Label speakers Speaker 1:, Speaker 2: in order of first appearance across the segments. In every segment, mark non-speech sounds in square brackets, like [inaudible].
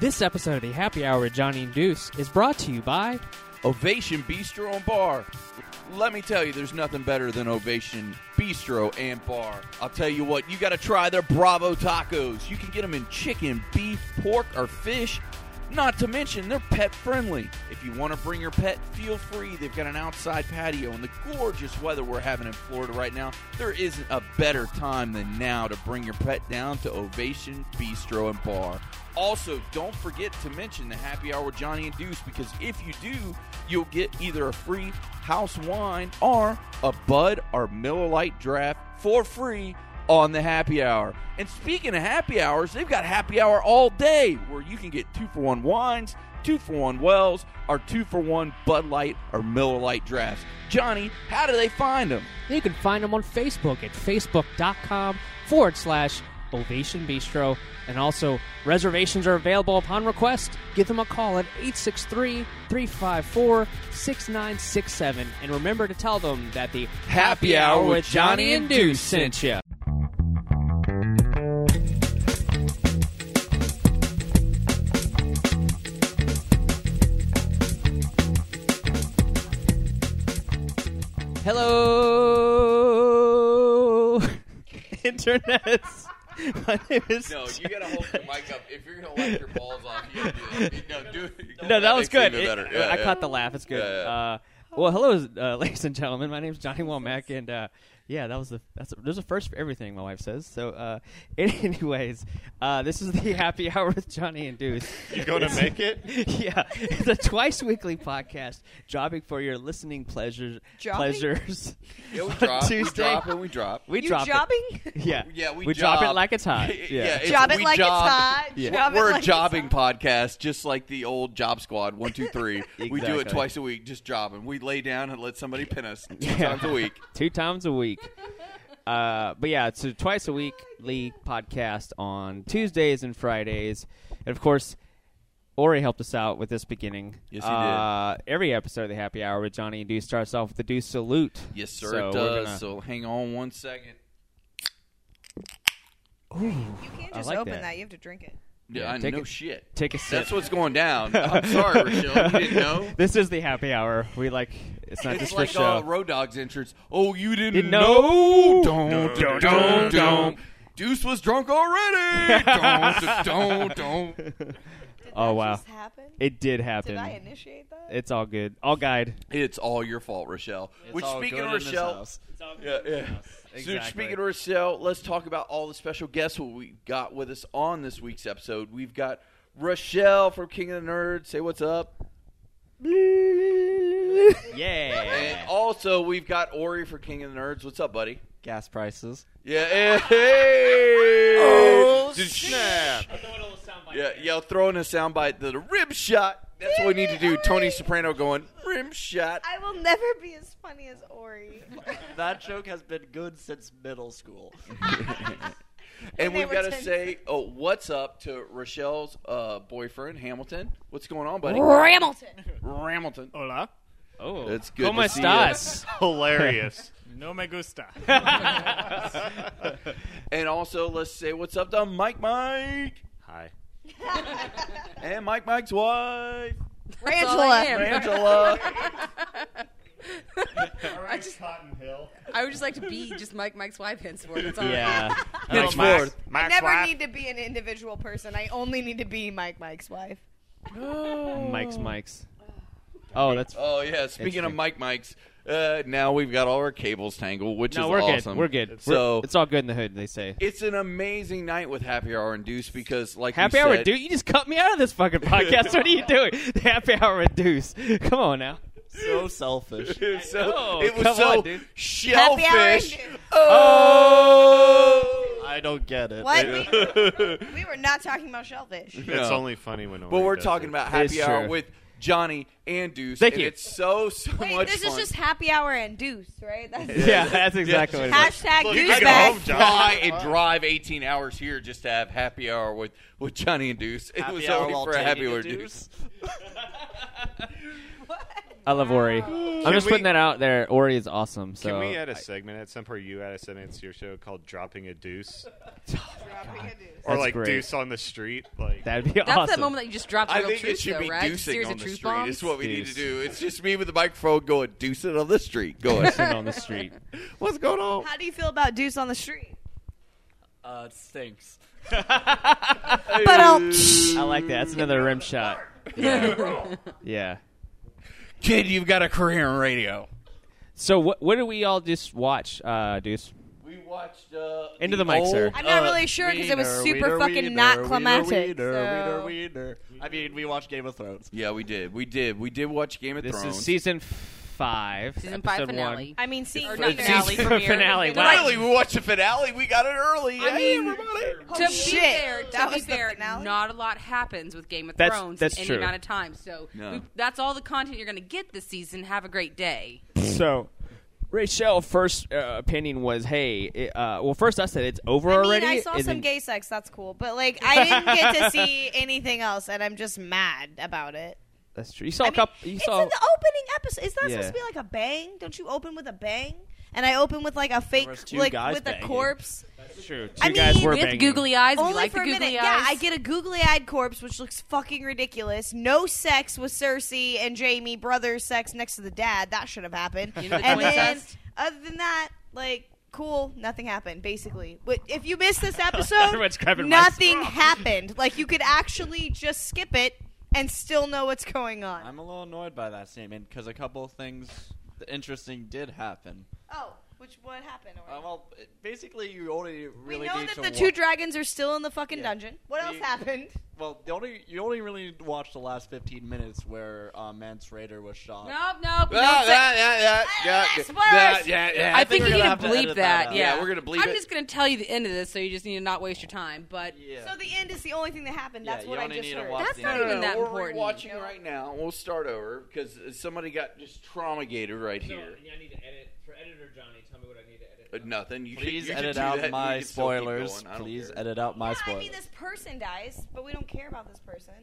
Speaker 1: This episode of the Happy Hour with Johnny and Deuce is brought to you by
Speaker 2: Ovation Bistro and Bar. Let me tell you, there's nothing better than Ovation Bistro and Bar. I'll tell you what, you got to try their Bravo tacos. You can get them in chicken, beef, pork, or fish. Not to mention, they're pet friendly. If you want to bring your pet, feel free. They've got an outside patio, and the gorgeous weather we're having in Florida right now, there isn't a better time than now to bring your pet down to Ovation Bistro and Bar. Also, don't forget to mention the happy hour with Johnny and Deuce because if you do, you'll get either a free house wine or a Bud or Miller Lite draft for free on the happy hour. And speaking of happy hours, they've got happy hour all day where you can get two for one wines, two for one wells, or two for one Bud Light or Miller Lite drafts. Johnny, how do they find them?
Speaker 1: You can find them on Facebook at facebook.com forward slash Ovation Bistro. And also, reservations are available upon request. Give them a call at 863 354 6967. And remember to tell them that the
Speaker 2: Happy Hour with Johnny and Deuce
Speaker 1: sent you. [laughs] Hello, Internet. My name is.
Speaker 2: gotta hold the mic up. If you're gonna wipe your balls off, you gotta do [laughs] that. No, do
Speaker 1: No, that was good. It- I caught the laugh. It's good.
Speaker 2: Yeah, yeah.
Speaker 1: Uh, well, hello, uh, [laughs] ladies and gentlemen. My name is Johnny Womack, and uh, yeah, that was the that's a, there's a first for everything. My wife says so. Uh, [laughs] anyways, uh, this is the [laughs] happy hour with Johnny and Deuce.
Speaker 3: You gonna
Speaker 2: [laughs]
Speaker 3: make it?
Speaker 1: [laughs] yeah, it's a twice weekly podcast, jobbing for your listening pleasures.
Speaker 4: Jobbing?
Speaker 1: Pleasures. [laughs]
Speaker 2: Yeah, we
Speaker 1: on
Speaker 2: drop.
Speaker 1: Tuesday.
Speaker 2: We drop and we drop.
Speaker 1: We
Speaker 4: you
Speaker 1: drop it.
Speaker 4: jobbing?
Speaker 1: Yeah,
Speaker 2: Yeah, we
Speaker 1: drop it
Speaker 2: job.
Speaker 1: like it's hot.
Speaker 2: [laughs] yeah, it's-
Speaker 4: Job it
Speaker 2: we
Speaker 4: like it's
Speaker 2: job-
Speaker 4: hot.
Speaker 2: Yeah.
Speaker 4: Job it
Speaker 2: We're
Speaker 4: like
Speaker 2: a
Speaker 4: it's
Speaker 2: jobbing
Speaker 4: hot.
Speaker 2: podcast, just like the old Job Squad one two [laughs] three. We do it
Speaker 1: Exactly.
Speaker 2: twice a week, just jobbing. We lay down and let somebody pin [laughs] us two times a week.
Speaker 1: two times a
Speaker 4: [laughs]
Speaker 1: week. Uh, but yeah, it's a twice a weekly podcast on Tuesdays and Fridays, and of course, Ori helped us out with this beginning.
Speaker 2: Yes, he did.
Speaker 1: Uh, every episode of the Happy Hour with Johnny and Deuce starts off with the Deuce salute.
Speaker 2: Yes, sir.
Speaker 1: So
Speaker 2: it
Speaker 1: we're
Speaker 2: does.
Speaker 1: gonna-
Speaker 2: So hang on one second.
Speaker 4: You can't
Speaker 1: I
Speaker 4: just
Speaker 1: like
Speaker 4: open
Speaker 1: that.
Speaker 4: that. You have to drink it.
Speaker 2: Yeah,
Speaker 1: Yeah,
Speaker 2: I
Speaker 1: take
Speaker 2: know
Speaker 1: a-
Speaker 2: shit.
Speaker 1: Take a sip.
Speaker 2: That's what's going [laughs] down. I'm sorry, Rochelle.
Speaker 1: [laughs]
Speaker 2: You didn't know.
Speaker 1: This is the Happy Hour. We like it's not
Speaker 2: It's
Speaker 1: just
Speaker 2: like
Speaker 1: for
Speaker 2: uh,
Speaker 1: show.
Speaker 2: Road Dogg's entrance. Oh, you didn't,
Speaker 1: Didn't know.
Speaker 2: know? Don't, don't, don't,
Speaker 1: dun.
Speaker 2: Deuce was drunk already. don't, don't, don't.
Speaker 4: Did
Speaker 1: Oh,
Speaker 4: that
Speaker 1: wow.
Speaker 4: just happen?
Speaker 1: It did happen.
Speaker 4: Did I initiate that?
Speaker 1: it's all good. All guide.
Speaker 2: It's all your fault, Rochelle. Which, speaking of Rochelle, yeah, yeah. So
Speaker 1: Exactly.
Speaker 2: speaking of Rochelle, let's talk about all the special guests what we got with us on this week's episode. We've got Rochelle from King of the Nerds. Say what's up.
Speaker 1: Yeah.
Speaker 2: And also we've got Ori from King of the Nerds. What's up, buddy?
Speaker 5: gas prices.
Speaker 2: Yeah. eh, Hey. Oh snap! Yeah, yeah. Throwing a soundbite to the rim shot. That's what we need to do. Tony Soprano going rim shot.
Speaker 4: I will never be as funny as Ori.
Speaker 5: That joke has been good since middle
Speaker 2: [laughs]
Speaker 5: school.
Speaker 2: And
Speaker 4: They
Speaker 2: we've
Speaker 4: were
Speaker 2: got to
Speaker 4: 10.
Speaker 2: say, oh, what's up to Rochelle's uh, boyfriend, Hamilton? What's going on, buddy?
Speaker 4: Ramilton.
Speaker 2: Hamilton.
Speaker 6: Hola.
Speaker 1: Oh,
Speaker 2: It's good
Speaker 1: ¿Cómo
Speaker 2: to see ya.
Speaker 1: estás?
Speaker 3: Hilarious. no me
Speaker 4: [laughs]
Speaker 3: gusta.
Speaker 2: And also, let's say what's up to Mike Mike
Speaker 5: Hi.
Speaker 2: and Mike Mike's wife,
Speaker 4: Rangela. [laughs]
Speaker 2: Angela. [laughs]
Speaker 7: I just,
Speaker 3: Cotton Hill.
Speaker 7: I would just like to be just Mike Mike's wife henceforth. That's all.
Speaker 2: [laughs]
Speaker 1: Yeah.
Speaker 2: Next
Speaker 3: Max,
Speaker 2: fourth.
Speaker 4: I
Speaker 3: Max
Speaker 4: never
Speaker 3: wife.
Speaker 4: need to be an individual person. I only need to be Mike Mike's wife.
Speaker 1: Mike's Mike's. Oh, that's
Speaker 2: Oh yeah. Speaking of Mike Mike's, uh, now we've got all our cables tangled, which
Speaker 1: no.
Speaker 2: is
Speaker 1: We're
Speaker 2: awesome.
Speaker 1: good. We're good.
Speaker 2: So
Speaker 1: We're- it's all good in the hood. They say.
Speaker 2: it's an amazing night with Happy Hour and Deuce because, like,
Speaker 1: Happy
Speaker 2: we
Speaker 1: hour,
Speaker 2: said,
Speaker 1: dude. You just cut me out of this
Speaker 2: [laughs]
Speaker 1: fucking podcast. what are you doing? [laughs] The happy hour with Deuce. Come on now.
Speaker 5: So selfish.
Speaker 2: It was [laughs] so,
Speaker 1: know.
Speaker 2: it was
Speaker 1: Oh, Come
Speaker 2: so
Speaker 1: on, dude.
Speaker 4: Happy hour and
Speaker 2: shellfish.
Speaker 4: Deuce.
Speaker 2: Oh.
Speaker 5: I don't get it.
Speaker 4: What? we, we were not talking about shellfish.
Speaker 3: It's
Speaker 2: No.
Speaker 3: only funny when.
Speaker 2: But we're talking about happy
Speaker 1: It's
Speaker 2: hour
Speaker 1: true.
Speaker 2: with Johnny and Deuce.
Speaker 1: Thank
Speaker 2: and
Speaker 1: you.
Speaker 2: It's so so
Speaker 4: Wait,
Speaker 2: much
Speaker 4: this
Speaker 2: fun.
Speaker 4: is just happy hour and deuce, right? That's
Speaker 1: Yeah, that's exactly what it is.
Speaker 4: [laughs] Hashtag
Speaker 3: Look, you
Speaker 2: I
Speaker 3: can
Speaker 2: go
Speaker 3: Back.
Speaker 2: home,
Speaker 4: [laughs] douchebag.
Speaker 3: John.
Speaker 2: fly and drive 18 hours here just to have happy hour with, with Johnny and Deuce. It was only for a happy hour, Deuce.
Speaker 1: I love Ori. I'm just
Speaker 8: we-
Speaker 1: putting that out there. Ori is awesome. So
Speaker 8: Can we add a segment at some point? You add a segment to your show called "Dropping a Deuce" or
Speaker 1: That's
Speaker 8: like
Speaker 1: great.
Speaker 8: "Deuce on the Street." Like
Speaker 1: that'd be
Speaker 7: That's
Speaker 1: awesome.
Speaker 7: that moment that you just dropped
Speaker 2: I
Speaker 7: the real
Speaker 2: think it
Speaker 7: truth,
Speaker 2: should
Speaker 7: though,
Speaker 2: be
Speaker 7: right? Just
Speaker 2: deucing
Speaker 7: series
Speaker 2: on
Speaker 7: of
Speaker 2: the
Speaker 7: truth
Speaker 2: street.
Speaker 7: bombs.
Speaker 2: It's what we need
Speaker 1: Deuce.
Speaker 2: to do. It's just me with the microphone going deuce it on the street. Go
Speaker 1: [laughs]
Speaker 2: ahead.
Speaker 1: Sitting on the street.
Speaker 2: What's going on?
Speaker 4: How do you feel about Deuce on the Street?
Speaker 9: Uh,
Speaker 4: [laughs]
Speaker 9: it stinks.
Speaker 4: But um, I'll.
Speaker 1: I like that. That's another rim shot. Yeah. yeah.
Speaker 2: Kid, you've got a career in radio.
Speaker 1: So what what do we all just watch, uh, Deuce?
Speaker 2: We watched uh,
Speaker 1: Into the mic,
Speaker 2: old,
Speaker 1: sir.
Speaker 4: I'm not
Speaker 2: uh,
Speaker 4: really sure because it was
Speaker 9: Wiener,
Speaker 4: super
Speaker 9: wiener,
Speaker 4: fucking
Speaker 9: wiener,
Speaker 4: not
Speaker 9: wiener,
Speaker 4: climatic.
Speaker 9: wiener,
Speaker 4: so-
Speaker 9: wiener, wiener. I mean, we watched Game of Thrones.
Speaker 2: Yeah, we did. We did. We did watch Game of
Speaker 1: This
Speaker 2: Thrones.
Speaker 1: is season five.
Speaker 7: Season five
Speaker 1: episode
Speaker 7: finale.
Speaker 1: One.
Speaker 4: I mean, seeing
Speaker 7: Or
Speaker 4: the
Speaker 7: not finale.
Speaker 4: finale.
Speaker 1: Season
Speaker 7: premiere.
Speaker 1: finale. Wow.
Speaker 2: Finally, we watched the finale. We got it early.
Speaker 7: I
Speaker 2: Hey,
Speaker 7: mean-
Speaker 2: everybody.
Speaker 7: To be
Speaker 4: Shit.
Speaker 7: fair, to
Speaker 4: That
Speaker 7: be
Speaker 4: was the
Speaker 7: fair,
Speaker 4: finale?
Speaker 7: not a lot happens with Game of
Speaker 1: That's-
Speaker 7: Thrones
Speaker 1: that's
Speaker 7: in
Speaker 1: true.
Speaker 7: any amount of time. So
Speaker 2: No.
Speaker 7: we- that's all the content you're going to get this season. Have a great day.
Speaker 1: [clears throat] So, Rachel, first uh, opinion was, hey, it, uh, well, first I said it's over
Speaker 4: I mean,
Speaker 1: already.
Speaker 4: I saw
Speaker 1: and
Speaker 4: some
Speaker 1: then-
Speaker 4: gay sex. That's cool, but like,
Speaker 1: [laughs]
Speaker 4: I didn't get to see anything else, and I'm just mad about it.
Speaker 1: That's true. You saw
Speaker 4: I
Speaker 1: a
Speaker 4: mean,
Speaker 1: couple. You
Speaker 4: it's
Speaker 1: saw.
Speaker 4: in the opening episode. Is that
Speaker 1: Yeah.
Speaker 4: supposed to be like a bang? Don't you open with a bang? And I open with like a fake,
Speaker 9: was two
Speaker 4: like
Speaker 9: guys
Speaker 4: with a
Speaker 9: banging.
Speaker 4: corpse.
Speaker 1: True. Two
Speaker 4: I
Speaker 1: guys
Speaker 4: mean,
Speaker 1: were
Speaker 7: With
Speaker 1: banging.
Speaker 7: googly eyes,
Speaker 4: Only
Speaker 7: we like
Speaker 4: for
Speaker 7: the
Speaker 4: a minute.
Speaker 7: googly
Speaker 4: Yeah,
Speaker 7: eyes.
Speaker 4: I get a googly-eyed corpse, which looks fucking ridiculous. No sex with Cersei and Jamie, brother sex next to the dad. That should have happened.
Speaker 7: You know the
Speaker 4: and
Speaker 7: twin
Speaker 4: then,
Speaker 7: test?
Speaker 4: other than that, like. Cool, nothing happened. Basically, But if you
Speaker 1: [laughs]
Speaker 4: missed this episode,
Speaker 1: Everyone's grabbing mics.
Speaker 4: nothing happened. Like you could actually just skip it and still know what's going on.
Speaker 9: I'm a little annoyed by that statement because a couple of things interesting did happen.
Speaker 4: oh, which what happened?
Speaker 9: Uh, well, it- basically, you
Speaker 4: We
Speaker 9: only really
Speaker 4: know
Speaker 9: need
Speaker 4: that
Speaker 9: to
Speaker 4: the
Speaker 9: wa-
Speaker 4: two dragons are still in the fucking
Speaker 9: Yeah.
Speaker 4: dungeon. What else
Speaker 9: The-
Speaker 4: happened?
Speaker 9: well, the only you only really watched the last 15 minutes where uh, Mance Raider was shot.
Speaker 7: Nope, nope.
Speaker 2: Ah,
Speaker 7: no,
Speaker 2: yeah, yeah, yeah, yeah,
Speaker 4: That's worse.
Speaker 2: yeah, yeah, yeah.
Speaker 7: I,
Speaker 9: I
Speaker 7: think,
Speaker 9: think we're
Speaker 7: you
Speaker 9: gonna
Speaker 7: need
Speaker 9: have
Speaker 7: to
Speaker 9: to
Speaker 7: bleep that.
Speaker 9: edit that out.
Speaker 7: yeah.
Speaker 2: Yeah, we're gonna bleep
Speaker 7: I'm
Speaker 2: it.
Speaker 7: just going to tell you the end of this, so you just need to not waste your time. But
Speaker 9: Yeah.
Speaker 4: So the end is the only thing that happened.
Speaker 9: Yeah,
Speaker 4: That's
Speaker 9: you
Speaker 4: what I
Speaker 9: only
Speaker 4: just
Speaker 9: need to
Speaker 4: heard.
Speaker 9: watch
Speaker 7: That's
Speaker 9: the
Speaker 7: not
Speaker 9: end.
Speaker 7: even that
Speaker 2: we're
Speaker 7: important.
Speaker 2: watching right now. We'll start over because somebody got just traumated right here. Uh, nothing. You
Speaker 9: Please
Speaker 2: should, you should
Speaker 9: edit
Speaker 2: do that
Speaker 9: out
Speaker 2: and we
Speaker 9: my
Speaker 2: can still keep
Speaker 9: spoilers.
Speaker 2: going. I don't
Speaker 9: Please
Speaker 2: care.
Speaker 9: edit out my
Speaker 4: I
Speaker 9: spoilers.
Speaker 4: mean, this person dies, but we don't care about this person.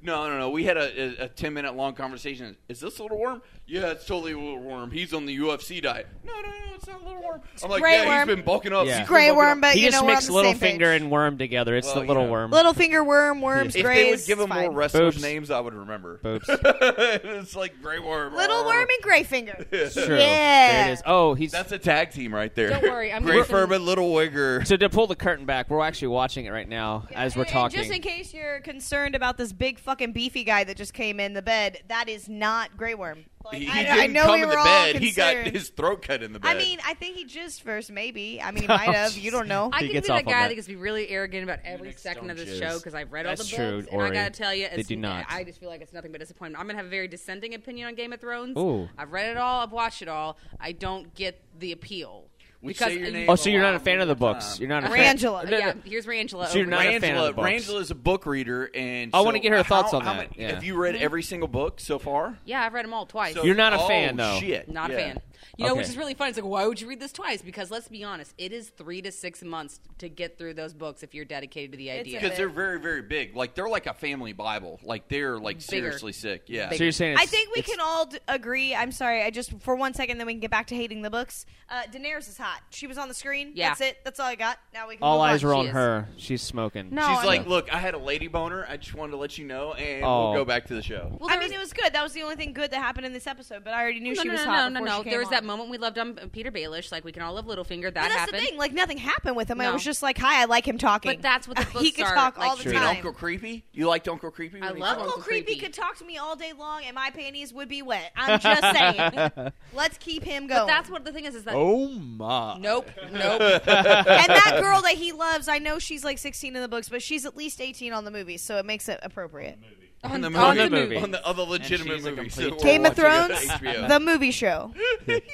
Speaker 2: No, no, no. We had a, a, a ten minute long conversation. Is this little worm? Yeah, it's totally little worm. He's on the UFC diet. No, no, no. It's not little worm. I'm like,
Speaker 4: Grey
Speaker 2: yeah,
Speaker 4: Worm.
Speaker 2: he's been bulking up.
Speaker 1: Yeah.
Speaker 2: He's been
Speaker 4: Grey
Speaker 2: bulking
Speaker 4: worm,
Speaker 2: up.
Speaker 4: but
Speaker 1: He
Speaker 4: you
Speaker 1: just
Speaker 4: know
Speaker 1: mixed
Speaker 4: we're on the
Speaker 1: little
Speaker 4: same page.
Speaker 1: finger and worm together. It's
Speaker 2: Well,
Speaker 1: the little
Speaker 2: yeah.
Speaker 1: worm.
Speaker 4: little finger worm, worms,
Speaker 2: If
Speaker 4: grays.
Speaker 2: they would give him
Speaker 4: fine.
Speaker 2: more wrestlers'
Speaker 1: Boobs.
Speaker 2: names, I would remember.
Speaker 1: Boobs.
Speaker 2: [laughs] it's like Grey Worm.
Speaker 4: little worm and gray finger.
Speaker 1: True.
Speaker 4: Yeah.
Speaker 1: There it is. Oh, he's.
Speaker 2: That's a tag team right there.
Speaker 7: Don't worry, I'm
Speaker 2: Grey
Speaker 7: gonna-
Speaker 2: Worm and Little Wigger.
Speaker 1: so to pull the curtain back, we're actually watching it right now as we're
Speaker 4: And- and
Speaker 1: talking. Oh,
Speaker 4: just in case you're concerned about this big fucking beefy guy that just came in the bed, that is not Grey Worm. Like,
Speaker 2: He,
Speaker 4: I,
Speaker 2: didn't
Speaker 4: I know
Speaker 2: come
Speaker 4: we
Speaker 2: in
Speaker 4: were
Speaker 2: the
Speaker 4: all
Speaker 2: bed. He
Speaker 4: concerned.
Speaker 2: got his throat cut in the bed.
Speaker 4: I mean, I think he just first, maybe. I mean, [laughs] he might have. You don't know.
Speaker 7: I
Speaker 1: He
Speaker 7: could be
Speaker 1: gets
Speaker 7: that
Speaker 1: off on
Speaker 7: guy
Speaker 1: that.
Speaker 7: that gets to be really arrogant about every
Speaker 9: Phoenix
Speaker 7: second of
Speaker 9: don't
Speaker 7: this
Speaker 9: jizz.
Speaker 7: show because I've read
Speaker 1: That's
Speaker 7: all the
Speaker 1: true,
Speaker 7: books,
Speaker 1: Ori.
Speaker 7: and I gotta tell you,
Speaker 1: They
Speaker 7: it's-
Speaker 1: do not.
Speaker 7: I just feel like it's nothing but disappointment. I'm gonna have a very dissenting opinion on Game of Thrones.
Speaker 1: Ooh.
Speaker 7: I've read it all, I've watched it all. I don't get the appeal
Speaker 2: We
Speaker 7: because
Speaker 2: say your
Speaker 7: you-
Speaker 2: name
Speaker 1: oh, so you're not a fan of the
Speaker 2: Wow.
Speaker 1: books. You're not a
Speaker 4: Rangela.
Speaker 1: fan.
Speaker 7: Uh, yeah, here's Rangela.
Speaker 1: So you're
Speaker 7: over
Speaker 1: not
Speaker 7: there.
Speaker 1: a fan of the
Speaker 2: Rangela,
Speaker 1: books.
Speaker 2: Rangela's a book reader, and
Speaker 1: I wanna
Speaker 2: so
Speaker 1: get her
Speaker 2: how-
Speaker 1: thoughts on
Speaker 2: how
Speaker 1: that,
Speaker 2: many-
Speaker 1: yeah.
Speaker 2: Have you read every single book so far?
Speaker 7: Yeah, I've read them all Mm-hmm. twice.
Speaker 2: So-
Speaker 1: You're not a
Speaker 2: oh,
Speaker 1: fan, though.
Speaker 2: Shit.
Speaker 7: Not a
Speaker 2: Yeah.
Speaker 7: fan. You know, which
Speaker 1: Okay.
Speaker 7: is really funny. It's like, why would you read this twice? Because let's be honest, it is three to six months to get through those books if you're dedicated to the
Speaker 4: It's
Speaker 7: idea.
Speaker 4: a
Speaker 2: because they're very very big like they're like a family bible like they're like
Speaker 7: Bigger.
Speaker 2: seriously sick yeah
Speaker 1: So you're saying
Speaker 4: I
Speaker 1: it's,
Speaker 4: think we
Speaker 1: it's-
Speaker 4: can all d- agree. I'm sorry. I just for one second, then we can get back to hating the books. Uh, Daenerys is hot. She was on the screen.
Speaker 7: Yeah.
Speaker 4: That's it. That's all I got. Now we can.
Speaker 1: all
Speaker 4: move
Speaker 1: eyes
Speaker 4: on.
Speaker 1: are on
Speaker 7: She is.
Speaker 1: her. She's smoking.
Speaker 7: No,
Speaker 2: she's
Speaker 7: I
Speaker 2: like
Speaker 7: mean-
Speaker 2: look i had a lady boner i just wanted to let you know and
Speaker 1: Oh.
Speaker 2: we'll go back to the show
Speaker 7: Well,
Speaker 4: I
Speaker 7: there
Speaker 4: mean,
Speaker 7: was-
Speaker 4: it was good. That was the only thing good that happened in this episode. But I already knew
Speaker 7: no,
Speaker 4: she
Speaker 7: no,
Speaker 4: was
Speaker 7: no,
Speaker 4: hot.
Speaker 7: no, no,
Speaker 4: before
Speaker 7: no.
Speaker 4: she came
Speaker 7: There was that
Speaker 4: on.
Speaker 7: moment we loved on Peter Baelish. Like we can all love Littlefinger. That
Speaker 4: But that's
Speaker 7: happened.
Speaker 4: the thing. Like nothing happened with him. I
Speaker 7: No.
Speaker 4: was just like, "Hi, I like him talking."
Speaker 7: But that's what
Speaker 4: [laughs]
Speaker 7: the
Speaker 4: he
Speaker 7: books
Speaker 4: could
Speaker 7: are,
Speaker 4: talk
Speaker 7: like,
Speaker 4: all the
Speaker 7: true.
Speaker 2: you mean
Speaker 4: time.
Speaker 2: uncle creepy you liked uncle creepy
Speaker 7: I
Speaker 2: when he
Speaker 7: love
Speaker 2: talked?
Speaker 4: Uncle
Speaker 7: Uncle
Speaker 4: Creepy
Speaker 7: Creepy.
Speaker 4: could talk to me all day long, and my panties would be
Speaker 1: [laughs]
Speaker 4: wet. I'm just saying. Let's keep him going.
Speaker 7: But that's what the thing is. Is that
Speaker 9: oh my!
Speaker 7: nope, [laughs] nope.
Speaker 4: and that girl that he loves, I know she's like 16 in the books, but she's at least 18 on the movies, so it makes it appropriate.
Speaker 2: on the
Speaker 7: on
Speaker 2: movie,
Speaker 7: the movie.
Speaker 2: on the other legitimate
Speaker 9: she's a
Speaker 1: [laughs]
Speaker 2: movie
Speaker 9: complete
Speaker 4: Game of Thrones,
Speaker 2: HBO.
Speaker 4: the movie show.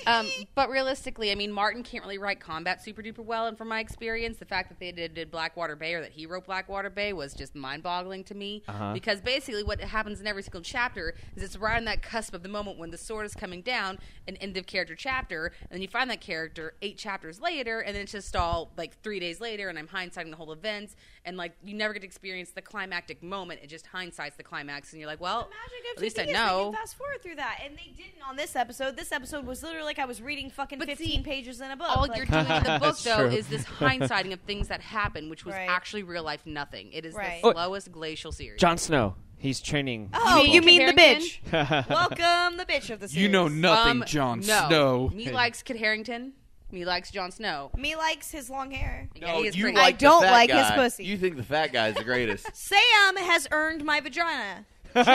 Speaker 7: Um, but realistically, I mean, Martin can't really write combat super duper well, and from my experience, the fact that they did, did Blackwater Bay or that he wrote Blackwater Bay was just mind boggling to me. Because basically, what happens in every single chapter is it's right on that cusp of the moment when the sword is coming down, an end of character chapter, and then you find that character eight chapters later, and then it's just all like three days later, and I'm hindsighting the whole events, and like you never get to experience the climactic moment. It just hindsights the climax, and you're like, well,
Speaker 4: Magic of
Speaker 7: at least I
Speaker 4: TV is they can
Speaker 7: know.
Speaker 4: Fast forward through that, and they didn't on this episode. This episode was literally like I was reading fucking
Speaker 7: But see,
Speaker 4: fifteen pages in a book.
Speaker 7: all
Speaker 4: like,
Speaker 7: you're [laughs] doing in the book
Speaker 1: That's
Speaker 7: though
Speaker 1: true.
Speaker 7: is this hindsighting of things that happened, which was
Speaker 4: Right.
Speaker 7: actually real life nothing. It is
Speaker 4: Right.
Speaker 7: the
Speaker 4: Oh.
Speaker 7: slowest glacial series.
Speaker 1: Jon Snow. He's training.
Speaker 4: oh,
Speaker 7: mean
Speaker 4: you mean the
Speaker 7: Kit
Speaker 2: [laughs]
Speaker 4: bitch? Welcome the bitch of the series.
Speaker 2: You know nothing,
Speaker 7: Um,
Speaker 2: Jon
Speaker 7: no.
Speaker 2: Snow.
Speaker 7: Me
Speaker 1: [laughs]
Speaker 7: likes Kit Harrington. Me likes Jon Snow.
Speaker 4: Me likes his long hair.
Speaker 7: Yeah, he is
Speaker 2: you
Speaker 7: pretty-
Speaker 2: like
Speaker 4: I
Speaker 2: the
Speaker 4: don't
Speaker 2: fat
Speaker 4: like his
Speaker 2: guy.
Speaker 4: pussy.
Speaker 2: You think the fat guy's the greatest?
Speaker 7: [laughs]
Speaker 4: Sam has earned my
Speaker 9: [laughs]
Speaker 4: vagina. Jon Snow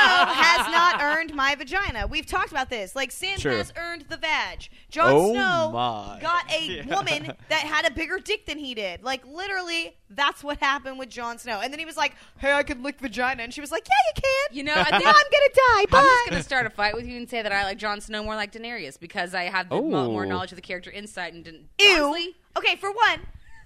Speaker 4: has not earned my vagina. We've talked about this. Like Sam
Speaker 1: Sure.
Speaker 4: has earned the vag. Jon
Speaker 9: Oh
Speaker 4: Snow
Speaker 9: my.
Speaker 4: got a
Speaker 9: [laughs]
Speaker 4: woman that had a bigger dick than he did. Like literally, that's what happened with Jon Snow. And then he was like, "Hey, I can lick vagina," and she was like, "Yeah, you can."
Speaker 7: You know, [laughs] I think
Speaker 4: now I'm gonna die.
Speaker 7: I'm
Speaker 4: Bye.
Speaker 7: just gonna start a fight with you and say that I like Jon Snow more like Daenerys because I have the mo- more
Speaker 1: Oh.
Speaker 7: knowledge of the character insight and didn't.
Speaker 4: Ew.
Speaker 7: Honestly,
Speaker 4: Okay, for one,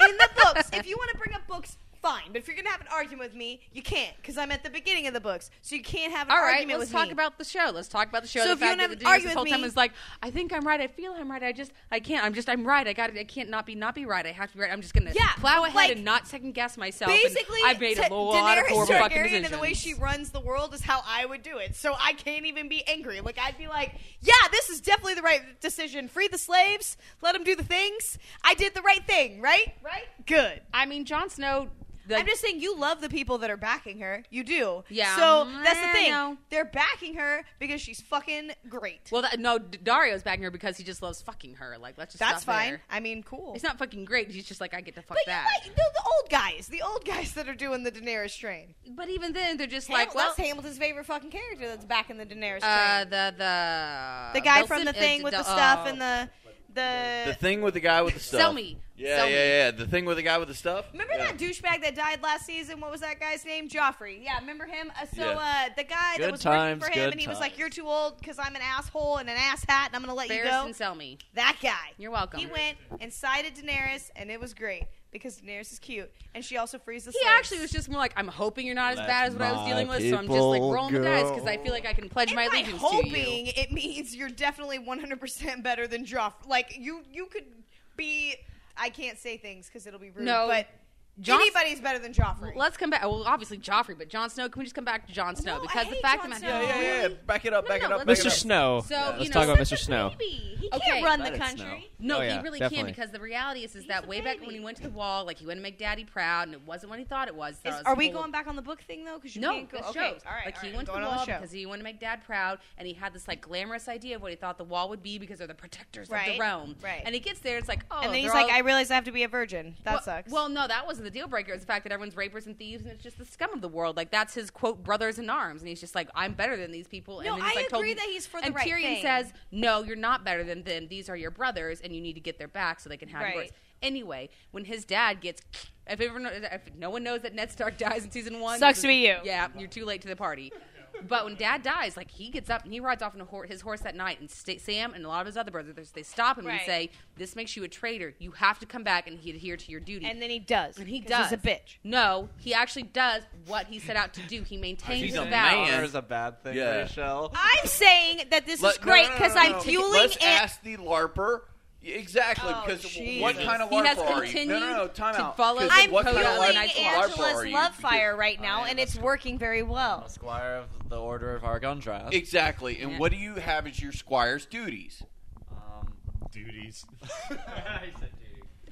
Speaker 4: in the books, if you want to bring up books, fine. But if you're gonna have an argument with me, you can't because I'm at the beginning of the books, so you can't have an
Speaker 7: all right,
Speaker 4: argument
Speaker 7: let's
Speaker 4: with
Speaker 7: talk
Speaker 4: me.
Speaker 7: about the show. Let's talk about the show.
Speaker 4: So
Speaker 7: the
Speaker 4: if you
Speaker 7: fact
Speaker 4: wanna
Speaker 7: that
Speaker 4: argue
Speaker 7: Daenerys this
Speaker 4: with
Speaker 7: whole time
Speaker 4: me-
Speaker 7: is like, I think I'm right. I feel I'm right. I just, I can't. I'm just, I'm right. I got it. I can't not be not be right. I have to be right. I'm just gonna
Speaker 4: Yeah,
Speaker 7: plow ahead
Speaker 4: like,
Speaker 7: and not second guess myself. and
Speaker 4: Basically,
Speaker 7: I've made
Speaker 4: Ta-
Speaker 7: a lot of
Speaker 4: Daenerys
Speaker 7: horrible fucking
Speaker 4: Targaryen
Speaker 7: decisions.
Speaker 4: and the way she runs the world is how I would do it. So I can't even be angry. Like I'd be like, "Yeah, this is definitely the right decision. Free the slaves, let them do the things. I did the right thing, right? Right? Good."
Speaker 7: I mean, Jon Snow. The,
Speaker 4: I'm just saying you love the people that are backing her. You do.
Speaker 7: Yeah.
Speaker 4: So that's the
Speaker 7: Mm,
Speaker 4: thing.
Speaker 7: no.
Speaker 4: They're backing her because she's fucking great.
Speaker 7: well, that, no, D- Dario's backing her because he just loves fucking her. Like, let's just
Speaker 4: That's
Speaker 7: stop
Speaker 4: fine.
Speaker 7: there.
Speaker 4: I mean, cool.
Speaker 7: It's not fucking great. He's just like, I get to fuck
Speaker 4: but
Speaker 7: that.
Speaker 4: you like the, the old guys, the old guys that are doing the Daenerys train.
Speaker 7: but even then, they're just
Speaker 4: Like,
Speaker 7: like, well,
Speaker 4: that's Hamilton's favorite fucking character that's back in the Daenerys train.
Speaker 7: uh, the the
Speaker 4: the guy
Speaker 7: Bill
Speaker 4: from
Speaker 7: Sim-
Speaker 4: the
Speaker 7: uh,
Speaker 4: thing
Speaker 7: d-
Speaker 4: with
Speaker 7: d-
Speaker 4: the stuff
Speaker 7: oh.
Speaker 4: and the the.
Speaker 2: the thing with the guy with the stuff.
Speaker 7: Sell me.
Speaker 2: Yeah,
Speaker 7: Sell
Speaker 2: yeah,
Speaker 7: me.
Speaker 2: yeah. The thing with the guy with the stuff.
Speaker 4: Remember
Speaker 2: Yeah.
Speaker 4: that douchebag that died last season? What was that guy's name? Joffrey. Yeah, remember him? Uh, so
Speaker 2: Yeah.
Speaker 4: uh, the guy that
Speaker 9: Good
Speaker 4: was
Speaker 9: times,
Speaker 4: working for him,
Speaker 9: good
Speaker 4: and he was
Speaker 9: times.
Speaker 4: like, "You're too old because I'm an asshole and an ass hat, and I'm gonna let you
Speaker 7: Barris
Speaker 4: go."
Speaker 7: and sell me.
Speaker 4: That guy.
Speaker 7: You're welcome.
Speaker 4: He went and sided Daenerys, and it was great because Daenerys is cute, and she also frees the.
Speaker 7: He
Speaker 4: slaves.
Speaker 7: actually was just more like, I'm hoping you're not as
Speaker 9: Let
Speaker 7: bad as what I was
Speaker 9: my
Speaker 7: dealing with, so I'm just like
Speaker 9: people
Speaker 7: rolling the dice because
Speaker 9: go.
Speaker 7: I feel like I can pledge
Speaker 4: And
Speaker 7: my
Speaker 4: by
Speaker 7: allegiance to you.
Speaker 4: hoping it means you're definitely 100 percent better than Joffrey. Like you, you could be. I can't say things because it'll be rude.
Speaker 7: No.
Speaker 4: but
Speaker 7: Jon-
Speaker 4: anybody's better than Joffrey.
Speaker 7: Let's come back. Well, obviously Joffrey, but Jon Snow. Can we just come back to Jon Snow
Speaker 4: No, I
Speaker 7: because the
Speaker 4: hate
Speaker 7: fact
Speaker 4: Jon
Speaker 7: that
Speaker 4: Snow.
Speaker 2: Yeah, yeah, yeah.
Speaker 4: Really?
Speaker 2: Back it up,
Speaker 7: No,
Speaker 2: back
Speaker 7: no,
Speaker 2: it up,
Speaker 1: Mr.
Speaker 2: back it
Speaker 7: let's
Speaker 2: up.
Speaker 7: just-
Speaker 1: Snow.
Speaker 7: So, you
Speaker 1: Let's
Speaker 7: know-
Speaker 1: talk about
Speaker 4: He's
Speaker 1: Mr.
Speaker 4: [laughs] such a
Speaker 1: Snow.
Speaker 4: baby. He
Speaker 7: Okay.
Speaker 4: can't run the
Speaker 9: Let it
Speaker 4: country.
Speaker 7: No,
Speaker 1: Oh,
Speaker 7: he
Speaker 1: yeah,
Speaker 7: really
Speaker 1: definitely.
Speaker 7: can because the reality is, is
Speaker 4: He's
Speaker 7: that
Speaker 4: a
Speaker 7: way back when
Speaker 4: baby.
Speaker 7: he went to the wall, like he went to make Daddy proud, and it wasn't what he thought it was. That
Speaker 4: Is-
Speaker 7: was
Speaker 4: are we
Speaker 7: whole-
Speaker 4: going back on the book thing though? Because you
Speaker 7: No,
Speaker 4: can't go.
Speaker 7: the
Speaker 4: okay,
Speaker 7: show.
Speaker 4: all right.
Speaker 7: Like
Speaker 4: all
Speaker 7: he
Speaker 4: right,
Speaker 7: went to the
Speaker 4: going on
Speaker 7: wall
Speaker 4: the show.
Speaker 7: because he wanted to make Dad proud, and he had this like glamorous idea of what he thought the wall would be because they're the protectors of
Speaker 4: Right,
Speaker 7: the realm.
Speaker 4: right.
Speaker 7: And he gets there, it's like oh,
Speaker 4: and then he's
Speaker 7: they're
Speaker 4: like,
Speaker 7: all-
Speaker 4: "I realize I have to be a virgin. That
Speaker 7: well,
Speaker 4: sucks."
Speaker 7: Well, no, that wasn't the deal breaker. It's the fact that everyone's rapers and thieves, and it's just the scum of the world. Like that's his quote brothers in arms, and he's just like, I'm better than these people.
Speaker 4: No,
Speaker 7: and then he's
Speaker 4: I
Speaker 7: like, told
Speaker 4: agree
Speaker 7: him-
Speaker 4: that he's for the
Speaker 7: and
Speaker 4: right
Speaker 7: Tyrion
Speaker 4: thing.
Speaker 7: says, No, you're not better than them. These are your brothers, and you need to get their back so they can have
Speaker 4: Right.
Speaker 7: yours. Anyway, when his dad gets, [sniffs] if, everyone, if no one knows that Ned Stark [laughs] dies in season one,
Speaker 4: Sucks
Speaker 7: this
Speaker 4: to
Speaker 7: is-
Speaker 4: be you.
Speaker 7: Yeah, you're too late to the party. But when Dad dies, like he gets up and he rides off on a hor- his horse that night, and sta Sam and a lot of his other brothers they stop him and
Speaker 4: Right.
Speaker 7: say, "This makes you a traitor. You have to come back and he- adhere to your duty."
Speaker 4: and then he does.
Speaker 7: And he
Speaker 4: 'cause
Speaker 7: does.
Speaker 4: He's a bitch.
Speaker 7: No, he actually does what he set out to do. He maintains
Speaker 2: He's
Speaker 7: his
Speaker 2: a
Speaker 7: vows.
Speaker 2: man.
Speaker 9: Honor is a bad thing,
Speaker 2: Yeah.
Speaker 9: Rachel.
Speaker 4: I'm saying that this is
Speaker 2: Let- no,
Speaker 4: great
Speaker 2: no, no,
Speaker 4: because
Speaker 2: no, no.
Speaker 4: I'm fueling
Speaker 2: Let's
Speaker 4: and
Speaker 2: ask the LARPer. Exactly,
Speaker 4: Oh,
Speaker 2: because
Speaker 4: Jesus.
Speaker 2: what kind of
Speaker 7: He has
Speaker 2: LARPer are you? No, no, no,
Speaker 7: continued
Speaker 2: time
Speaker 7: to
Speaker 2: out.
Speaker 7: follow
Speaker 2: 'Cause
Speaker 7: the
Speaker 4: I'm
Speaker 2: what
Speaker 7: code
Speaker 2: kind of
Speaker 7: of
Speaker 4: fueling
Speaker 7: Night's
Speaker 2: LARPer
Speaker 7: Watch.
Speaker 4: Angela's
Speaker 2: are you?
Speaker 4: love fire
Speaker 2: Because-
Speaker 4: right now,
Speaker 9: I
Speaker 4: and
Speaker 9: am a
Speaker 4: it's working very well.
Speaker 9: A squire of the Order of Argondra. [laughs]
Speaker 2: Exactly, and
Speaker 7: Yeah.
Speaker 2: what do you have as your squire's duties?
Speaker 9: um,
Speaker 8: Duties.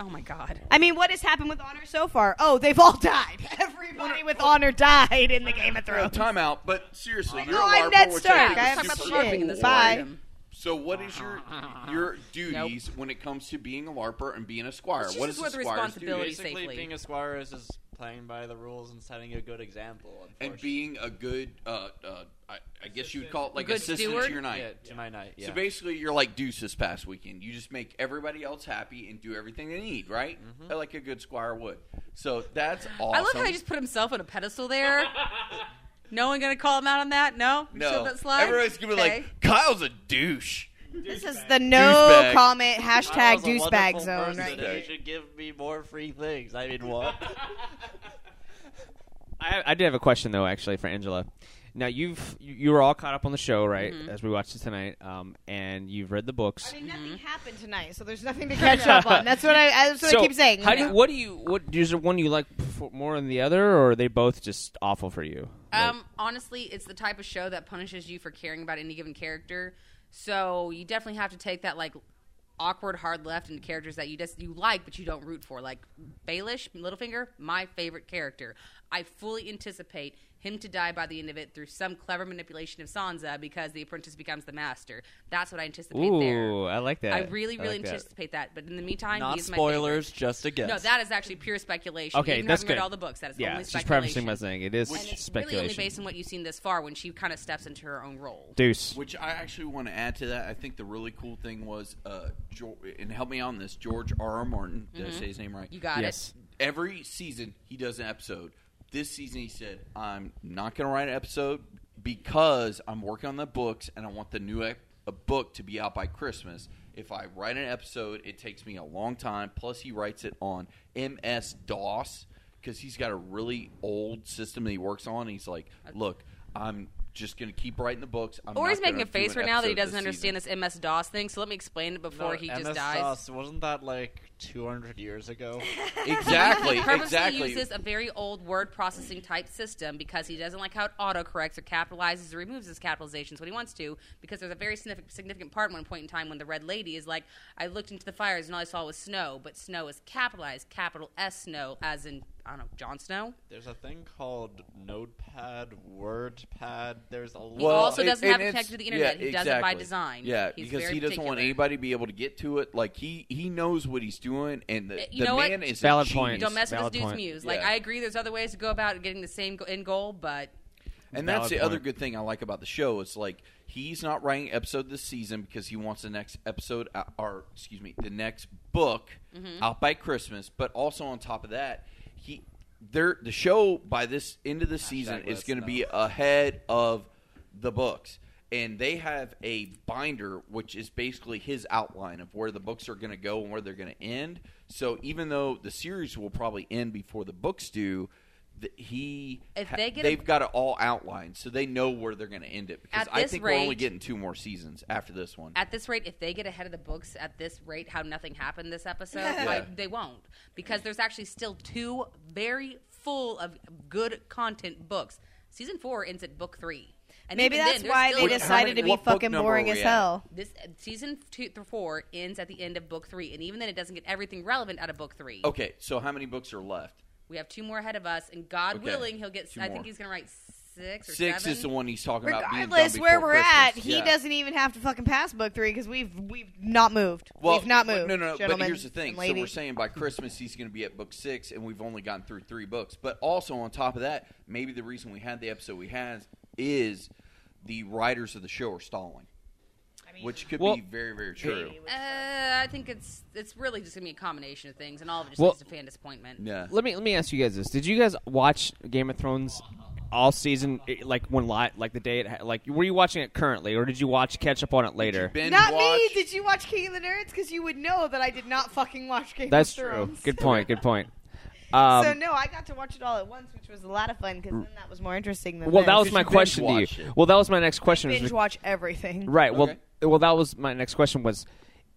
Speaker 7: Oh my god.
Speaker 4: I mean, what has happened with Honor so far? Oh, they've all died. [laughs] Everybody with Honor died in the Game of
Speaker 2: No,
Speaker 4: Thrones.
Speaker 2: time out. But seriously, you're a
Speaker 4: Oh, I'm
Speaker 2: LARPer.
Speaker 4: Ned
Speaker 2: which
Speaker 4: Stark.
Speaker 2: think
Speaker 4: I
Speaker 2: is
Speaker 4: am
Speaker 2: super
Speaker 4: shit.
Speaker 2: cool.
Speaker 7: in this
Speaker 4: Bye.
Speaker 7: kingdom.
Speaker 2: So what is
Speaker 7: [laughs]
Speaker 2: your your duties when it comes to being a LARPer and being a squire?
Speaker 7: It's
Speaker 2: What
Speaker 7: just
Speaker 2: is a
Speaker 7: with
Speaker 2: squire's
Speaker 7: responsibility.
Speaker 2: duties?
Speaker 9: basically,
Speaker 7: safely.
Speaker 9: being a squire is just playing by the rules and setting a good example.
Speaker 2: And
Speaker 9: unfortunately.
Speaker 2: being a good, uh, uh, I, I guess you would call it like
Speaker 7: Good
Speaker 2: assistant
Speaker 7: steward?
Speaker 2: to your knight.
Speaker 9: yeah, to my night. Yeah.
Speaker 2: So basically, you're like Deuce this past weekend. You just make everybody else happy and do everything they need, right? Like a good squire would. So that's awesome.
Speaker 7: Mm-hmm. I love how he just put himself on a
Speaker 2: [laughs]
Speaker 7: pedestal there. no one gonna call him out on that. No, We
Speaker 2: no.
Speaker 7: still that slide?
Speaker 2: Everybody's gonna be
Speaker 7: Okay.
Speaker 2: like, Kyle's a douche.
Speaker 4: This is the no
Speaker 2: Douchebag.
Speaker 4: comment
Speaker 9: I
Speaker 4: hashtag
Speaker 9: was a
Speaker 4: douchebag
Speaker 9: wonderful
Speaker 4: zone
Speaker 9: person,
Speaker 4: right
Speaker 9: and
Speaker 4: here.
Speaker 9: You should give me more free
Speaker 7: [laughs]
Speaker 9: things. I mean, what?
Speaker 1: I, I did have a question though, actually, for Angela. Now you've you you were all caught up on the show, right?
Speaker 4: Mm-hmm.
Speaker 1: As we watched it tonight, um, and you've read the books.
Speaker 4: I mean, nothing happened tonight, so there's nothing to catch up on. That's what I. That's what
Speaker 1: so
Speaker 4: I keep saying.
Speaker 1: How do
Speaker 4: you
Speaker 1: you,
Speaker 4: know?
Speaker 1: what do you what is there one you like f- more than the other, or are they both just awful for you? Like-
Speaker 7: Um, honestly, it's the type of show that punishes you for caring about any given character. So you definitely have to take that like awkward hard left into characters that you just you like but you don't root for. Like Baelish, Littlefinger, my favorite character. I fully anticipate him to die by the end of it through some clever manipulation of Sansa because the apprentice becomes the master. That's what I anticipate
Speaker 1: Ooh,
Speaker 7: there.
Speaker 1: I like that.
Speaker 7: I really, really
Speaker 1: like that.
Speaker 7: anticipate that. But in the meantime,
Speaker 9: Not
Speaker 7: he's my favorite.
Speaker 9: spoilers, just a guess.
Speaker 7: No, that is actually pure speculation.
Speaker 1: Okay,
Speaker 7: Even
Speaker 1: that's
Speaker 7: having read
Speaker 1: good.
Speaker 7: all the books. That is
Speaker 1: Yeah,
Speaker 7: only
Speaker 1: she's
Speaker 7: speculation.
Speaker 1: prefacing by saying it is
Speaker 7: And it's
Speaker 1: speculation.
Speaker 7: really only based on what you've seen this far when she kind of steps into her own role.
Speaker 1: Deuce.
Speaker 2: Which I actually want to add to that. I think the really cool thing was, uh, Geor and help me out on this, George R. R. Martin. Did I say his name right?
Speaker 7: Mm-hmm. You got
Speaker 1: Yes.
Speaker 2: Every season, he does an episode. This season, he said, I'm not going to write an episode because I'm working on the books and I want the new ep- a book to be out by Christmas. If I write an episode, it takes me a long time. Plus, he writes it on MS DOS because he's got a really old system that he works on. He's like, look, I'm just going to keep writing the books. I'm
Speaker 7: it. Or
Speaker 2: not
Speaker 7: he's making
Speaker 2: gonna
Speaker 7: a face
Speaker 2: do an
Speaker 7: right now that he
Speaker 2: episode
Speaker 7: doesn't
Speaker 2: season."
Speaker 7: understand this MS DOS thing. So let me explain it before he just
Speaker 9: MS
Speaker 7: dies.
Speaker 9: DOS, wasn't that like 200 years ago?
Speaker 7: [laughs]
Speaker 2: Exactly,
Speaker 7: He purposely
Speaker 2: exactly.
Speaker 7: uses a very old word processing type system because he doesn't like how it autocorrects or capitalizes or removes his capitalizations when he wants to. Because there's a very signific- significant part in one point in time when the Red Lady is like, "I looked into the fires and all I saw was snow," but snow is capitalized, capital S snow, as in I don't know, Jon Snow.
Speaker 9: There's a thing called Notepad, WordPad. There's a
Speaker 7: He
Speaker 9: lot.
Speaker 2: Well,
Speaker 7: also
Speaker 2: it-
Speaker 7: doesn't
Speaker 2: and
Speaker 7: have it
Speaker 2: it's-
Speaker 7: connected to the internet.
Speaker 2: yeah,
Speaker 7: he does it by
Speaker 2: exactly.
Speaker 7: design.
Speaker 2: Yeah,
Speaker 7: He's
Speaker 2: because
Speaker 7: very
Speaker 2: he doesn't want
Speaker 7: particular.
Speaker 2: anybody to be able to get to it. Like he he knows what he's doing, and the,
Speaker 7: Eh, You
Speaker 2: the
Speaker 7: know what?
Speaker 2: man is
Speaker 1: Valid
Speaker 2: a
Speaker 1: point.
Speaker 2: genius.
Speaker 7: Don't mess with this
Speaker 1: Valid
Speaker 7: dude's
Speaker 1: point.
Speaker 7: muse. Like
Speaker 2: Yeah.
Speaker 7: I agree, there's other ways to go about getting the same go- end goal, but
Speaker 2: And that's
Speaker 1: Valid
Speaker 2: the
Speaker 1: point.
Speaker 2: other good thing I like about the show. It's like he's not writing an episode this season because he wants the next episode, uh, or excuse me, the next book
Speaker 7: Mm-hmm.
Speaker 2: out by Christmas. But also on top of that, he there the show by this end of the season is
Speaker 9: let's
Speaker 2: going to
Speaker 9: know.
Speaker 2: be ahead of the books. And they have a binder, which is basically his outline of where the books are going to go and where they're going to end. So even though the series will probably end before the books do, th- he
Speaker 7: If
Speaker 2: ha-
Speaker 7: they get a-
Speaker 2: they've got it all outlined, so they know where they're going to end it. Because
Speaker 7: At
Speaker 2: I
Speaker 7: this
Speaker 2: think we're only
Speaker 7: rate-
Speaker 2: getting two more seasons after this one.
Speaker 7: at this rate, if they get ahead of the books at this rate, how nothing happened this episode, why they won't because there's actually still two very full of good content books. Season four ends at book three, and
Speaker 4: Maybe
Speaker 7: even
Speaker 4: that's
Speaker 7: then, there's
Speaker 4: why
Speaker 7: still-
Speaker 4: they
Speaker 2: Wait, how
Speaker 4: decided
Speaker 2: many-
Speaker 4: to be
Speaker 2: what book
Speaker 4: fucking
Speaker 2: number
Speaker 4: boring
Speaker 2: are
Speaker 4: as
Speaker 2: we at?
Speaker 4: hell.
Speaker 7: This season two through four ends at the end of book three, and even then, it doesn't get everything relevant out of book three.
Speaker 2: okay, so how many books are left?
Speaker 7: We have two more ahead of us, and God
Speaker 2: Okay.
Speaker 7: willing, he'll get.
Speaker 2: Two
Speaker 7: I
Speaker 2: more.
Speaker 7: think he's going to write six or
Speaker 2: Six
Speaker 7: seven.
Speaker 2: is the one he's talking about. being done
Speaker 4: Regardless where
Speaker 2: before
Speaker 4: we're
Speaker 2: Christmas.
Speaker 4: at, he
Speaker 2: Yeah.
Speaker 4: doesn't even have to fucking pass book three because we've we've not moved.
Speaker 2: Well,
Speaker 4: we've not
Speaker 2: but-
Speaker 4: moved.
Speaker 2: No, no, no. But
Speaker 4: gentlemen
Speaker 2: here's the thing.
Speaker 4: and
Speaker 2: So we're
Speaker 4: ladies.
Speaker 2: saying by Christmas he's going to be at book six, and we've only gotten through three books. But also on top of that, maybe the reason we had the episode we had is the writers of the show are stalling, which could
Speaker 1: Well-
Speaker 2: be very, very true.
Speaker 7: Uh, I think it's it's really just gonna be a combination of things, and all of it just
Speaker 1: Well-
Speaker 7: leads to fan disappointment.
Speaker 2: Yeah.
Speaker 1: Let me let me ask you guys this: Did you guys watch Game of Thrones all season? eh, Like when li- like the day it ha- like were you watching it currently, or did you watch catch up on it later?
Speaker 2: Binge
Speaker 4: Not
Speaker 2: watch.
Speaker 4: me. Did you watch King of the Nerds? Because you would know that I did not fucking watch Game
Speaker 1: That's
Speaker 4: of
Speaker 1: true.
Speaker 4: Thrones.
Speaker 1: Good point. Good point. Um,
Speaker 4: so no, I got to watch it all at once, which was a lot of fun because then that was more interesting than
Speaker 1: well,
Speaker 4: this.
Speaker 1: that was my
Speaker 2: you binge
Speaker 1: question to you.
Speaker 2: watched it.
Speaker 1: Well, that was my next question. was
Speaker 4: binge watch everything.
Speaker 1: Right. Well,
Speaker 2: Okay.
Speaker 1: well, that was my next question was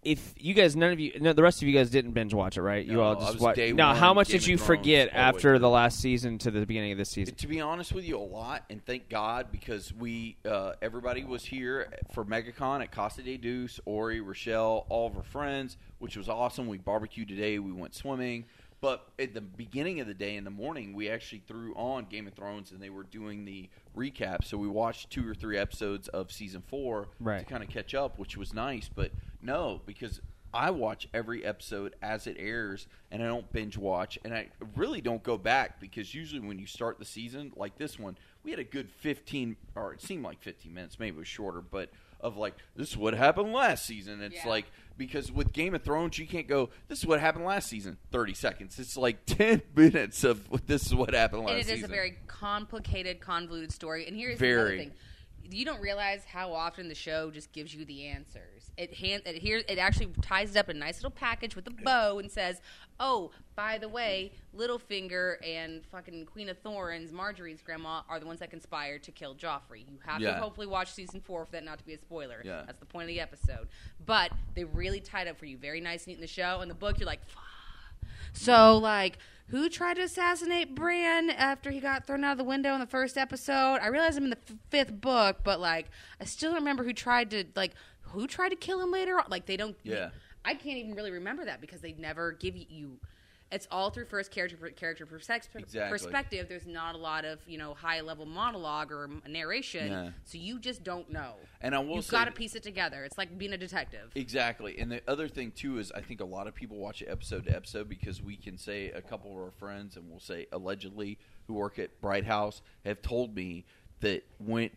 Speaker 1: if you guys, none of you, no, the rest of you guys didn't binge watch it, right? you
Speaker 2: No,
Speaker 1: all
Speaker 2: I
Speaker 1: just
Speaker 2: was
Speaker 1: watched.
Speaker 2: day
Speaker 1: Now,
Speaker 2: one,
Speaker 1: how much
Speaker 2: Game
Speaker 1: did
Speaker 2: of
Speaker 1: you
Speaker 2: Thrones,
Speaker 1: forget
Speaker 2: all the way
Speaker 1: after
Speaker 2: through.
Speaker 1: the last season to the beginning of this season?
Speaker 2: To be honest with you, a lot, and thank God because we uh, everybody was here for MegaCon at Costa de Deuce, Ori, Rochelle, all of her friends, which was awesome. We barbecued today. We went swimming. But at the beginning of the day in the morning, we actually threw on Game of Thrones, and they were doing the recap. So we watched two or three episodes of season four to
Speaker 1: Right.
Speaker 2: kind of catch up, which was nice. But no, because I watch every episode as it airs, and I don't binge watch, and I really don't go back because usually when you start the season like this one, we had a good fifteen, or it seemed like fifteen minutes, maybe it was shorter, but of like this is what happened last season. It's
Speaker 7: Yeah.
Speaker 2: like because with Game of Thrones, you can't go this is what happened last season, thirty seconds. It's like [laughs] ten minutes of this is what happened last
Speaker 7: and it is
Speaker 2: season.
Speaker 7: a very complicated, convoluted story. And here's the
Speaker 2: Very.
Speaker 7: other thing. you don't realize how often the show just gives you the answers. It hand it here it actually ties it up in a nice little package with a bow and says, "Oh, by the way, Littlefinger and fucking Queen of Thorns, Marjorie's grandma, are the ones that conspired to kill Joffrey." You have
Speaker 2: Yeah.
Speaker 7: to hopefully watch season four for that not to be a spoiler.
Speaker 2: Yeah.
Speaker 7: That's the point of the episode. But they really tied up for you, very nice, neat in the show. In the book, you're like, "Fuck." So like who tried to assassinate Bran after he got thrown out of the window in the first episode? I realize I'm in the f- fifth book, but like I still don't remember who tried to like who tried to kill him later on. Like they don't.
Speaker 2: Yeah.
Speaker 7: I can't even really remember that because they never give you. It's all through first character per, character persex-
Speaker 2: Exactly.
Speaker 7: perspective. There's not a lot of you know high level monologue or m- narration,
Speaker 2: Yeah.
Speaker 7: so you just don't know.
Speaker 2: And I will
Speaker 7: you've
Speaker 2: say
Speaker 7: got to
Speaker 2: that-
Speaker 7: piece it together. It's like being a detective.
Speaker 2: Exactly. And the other thing too is I think a lot of people watch it episode to episode because we can say a couple of our friends and we'll say allegedly who work at Bright House have told me that when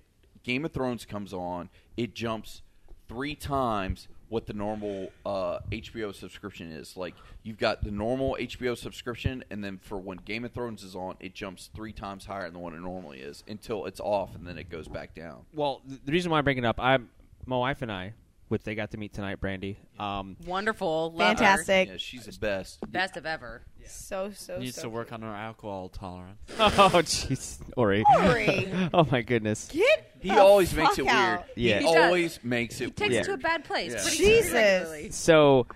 Speaker 2: Game of Thrones comes on, it jumps three times what the normal uh, HBO subscription is. Like you've got the normal HBO subscription, and then for when Game of Thrones is on, it jumps three times higher than what it normally is until it's off, and then it goes back down.
Speaker 1: Well, th- the reason why I bring it up, I, my wife and I, which they got to meet tonight, Brandy. Um,
Speaker 7: Wonderful, love her.
Speaker 4: Fantastic.
Speaker 2: Yeah, she's the best.
Speaker 7: best of ever.
Speaker 4: So so
Speaker 9: Needs
Speaker 4: so
Speaker 9: to work on our alcohol tolerance.
Speaker 1: [laughs]
Speaker 7: [laughs]
Speaker 1: oh jeez, Ori.
Speaker 4: Ori.
Speaker 1: [laughs] oh my goodness.
Speaker 4: Get
Speaker 2: He
Speaker 4: the
Speaker 2: always makes
Speaker 4: fuck
Speaker 2: it
Speaker 4: out.
Speaker 2: weird.
Speaker 1: Yeah.
Speaker 2: He,
Speaker 1: He
Speaker 7: does.
Speaker 2: always makes it
Speaker 7: He takes
Speaker 2: weird.
Speaker 7: it to a bad place.
Speaker 2: Yeah.
Speaker 7: pretty
Speaker 4: Jesus.
Speaker 7: regularly.
Speaker 1: So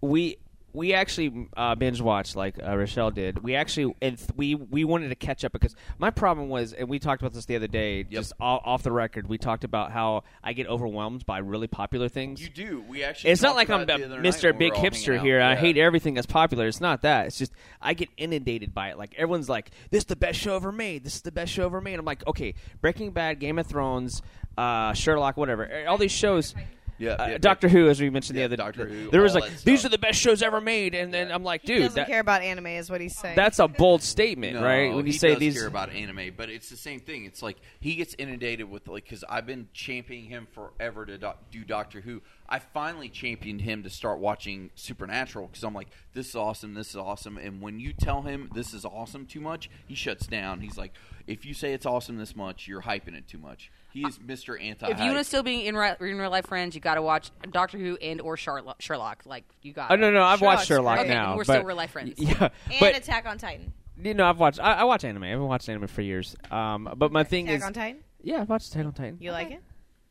Speaker 1: we we actually uh, binge watched like uh, Rochelle did. We actually and th- we we wanted to catch up because my problem was, and we talked about this the other day, just o- off the record. We talked about how I get overwhelmed by really popular things.
Speaker 2: You do. We actually.
Speaker 1: It's not
Speaker 2: talked
Speaker 1: like I'm
Speaker 2: about it
Speaker 1: the
Speaker 2: the other night
Speaker 1: Mr.
Speaker 2: when we
Speaker 1: Big
Speaker 2: were all hanging
Speaker 1: Hipster
Speaker 2: out.
Speaker 1: here. I
Speaker 2: Yeah.
Speaker 1: hate everything that's popular. It's not that. It's just I get inundated by it. Like everyone's like, "This is the best show ever made. This is the best show ever made." I'm like, "Okay, Breaking Bad, Game of Thrones, uh, Sherlock, whatever. All these shows."
Speaker 2: Yeah,
Speaker 1: uh,
Speaker 2: yeah,
Speaker 1: Doctor Who, as we mentioned
Speaker 2: Yeah,
Speaker 1: the other
Speaker 2: Doctor Who,
Speaker 1: there was
Speaker 2: all
Speaker 1: like
Speaker 2: that
Speaker 1: these
Speaker 2: stuff.
Speaker 1: are the best shows ever made, and then I'm like,
Speaker 4: He
Speaker 1: dude,
Speaker 4: doesn't
Speaker 1: that-
Speaker 4: care about anime, is what he's saying.
Speaker 1: that's a bold statement,
Speaker 2: No,
Speaker 1: right? When you
Speaker 2: he
Speaker 1: say
Speaker 2: does
Speaker 1: these,
Speaker 2: care about anime, but it's the same thing. It's like he gets inundated with like because I've been championing him forever to do, do Doctor Who. I finally championed him to start watching Supernatural because I'm like, this is awesome, this is awesome. And when you tell him this is awesome too much, he shuts down. He's like, if you say it's awesome this much, you're hyping it too much. He is Mr. Anti.
Speaker 7: If you want to still be in, re- in real life friends, you got to watch Doctor Who and or Sherlock. Sherlock. Like you got.
Speaker 1: oh no, no, I've watched Sherlock
Speaker 4: Sherlock's great.
Speaker 1: now.
Speaker 7: We're
Speaker 1: but, [laughs]
Speaker 7: still real-life friends.
Speaker 1: Yeah,
Speaker 4: and
Speaker 1: but
Speaker 4: Attack on Titan.
Speaker 1: you know, I've watched. I, I watch anime. I've been watching anime for years. Um, but my thing
Speaker 4: Attack
Speaker 1: is,
Speaker 4: on Titan.
Speaker 1: yeah, I've watched Attack on Titan.
Speaker 4: You like it?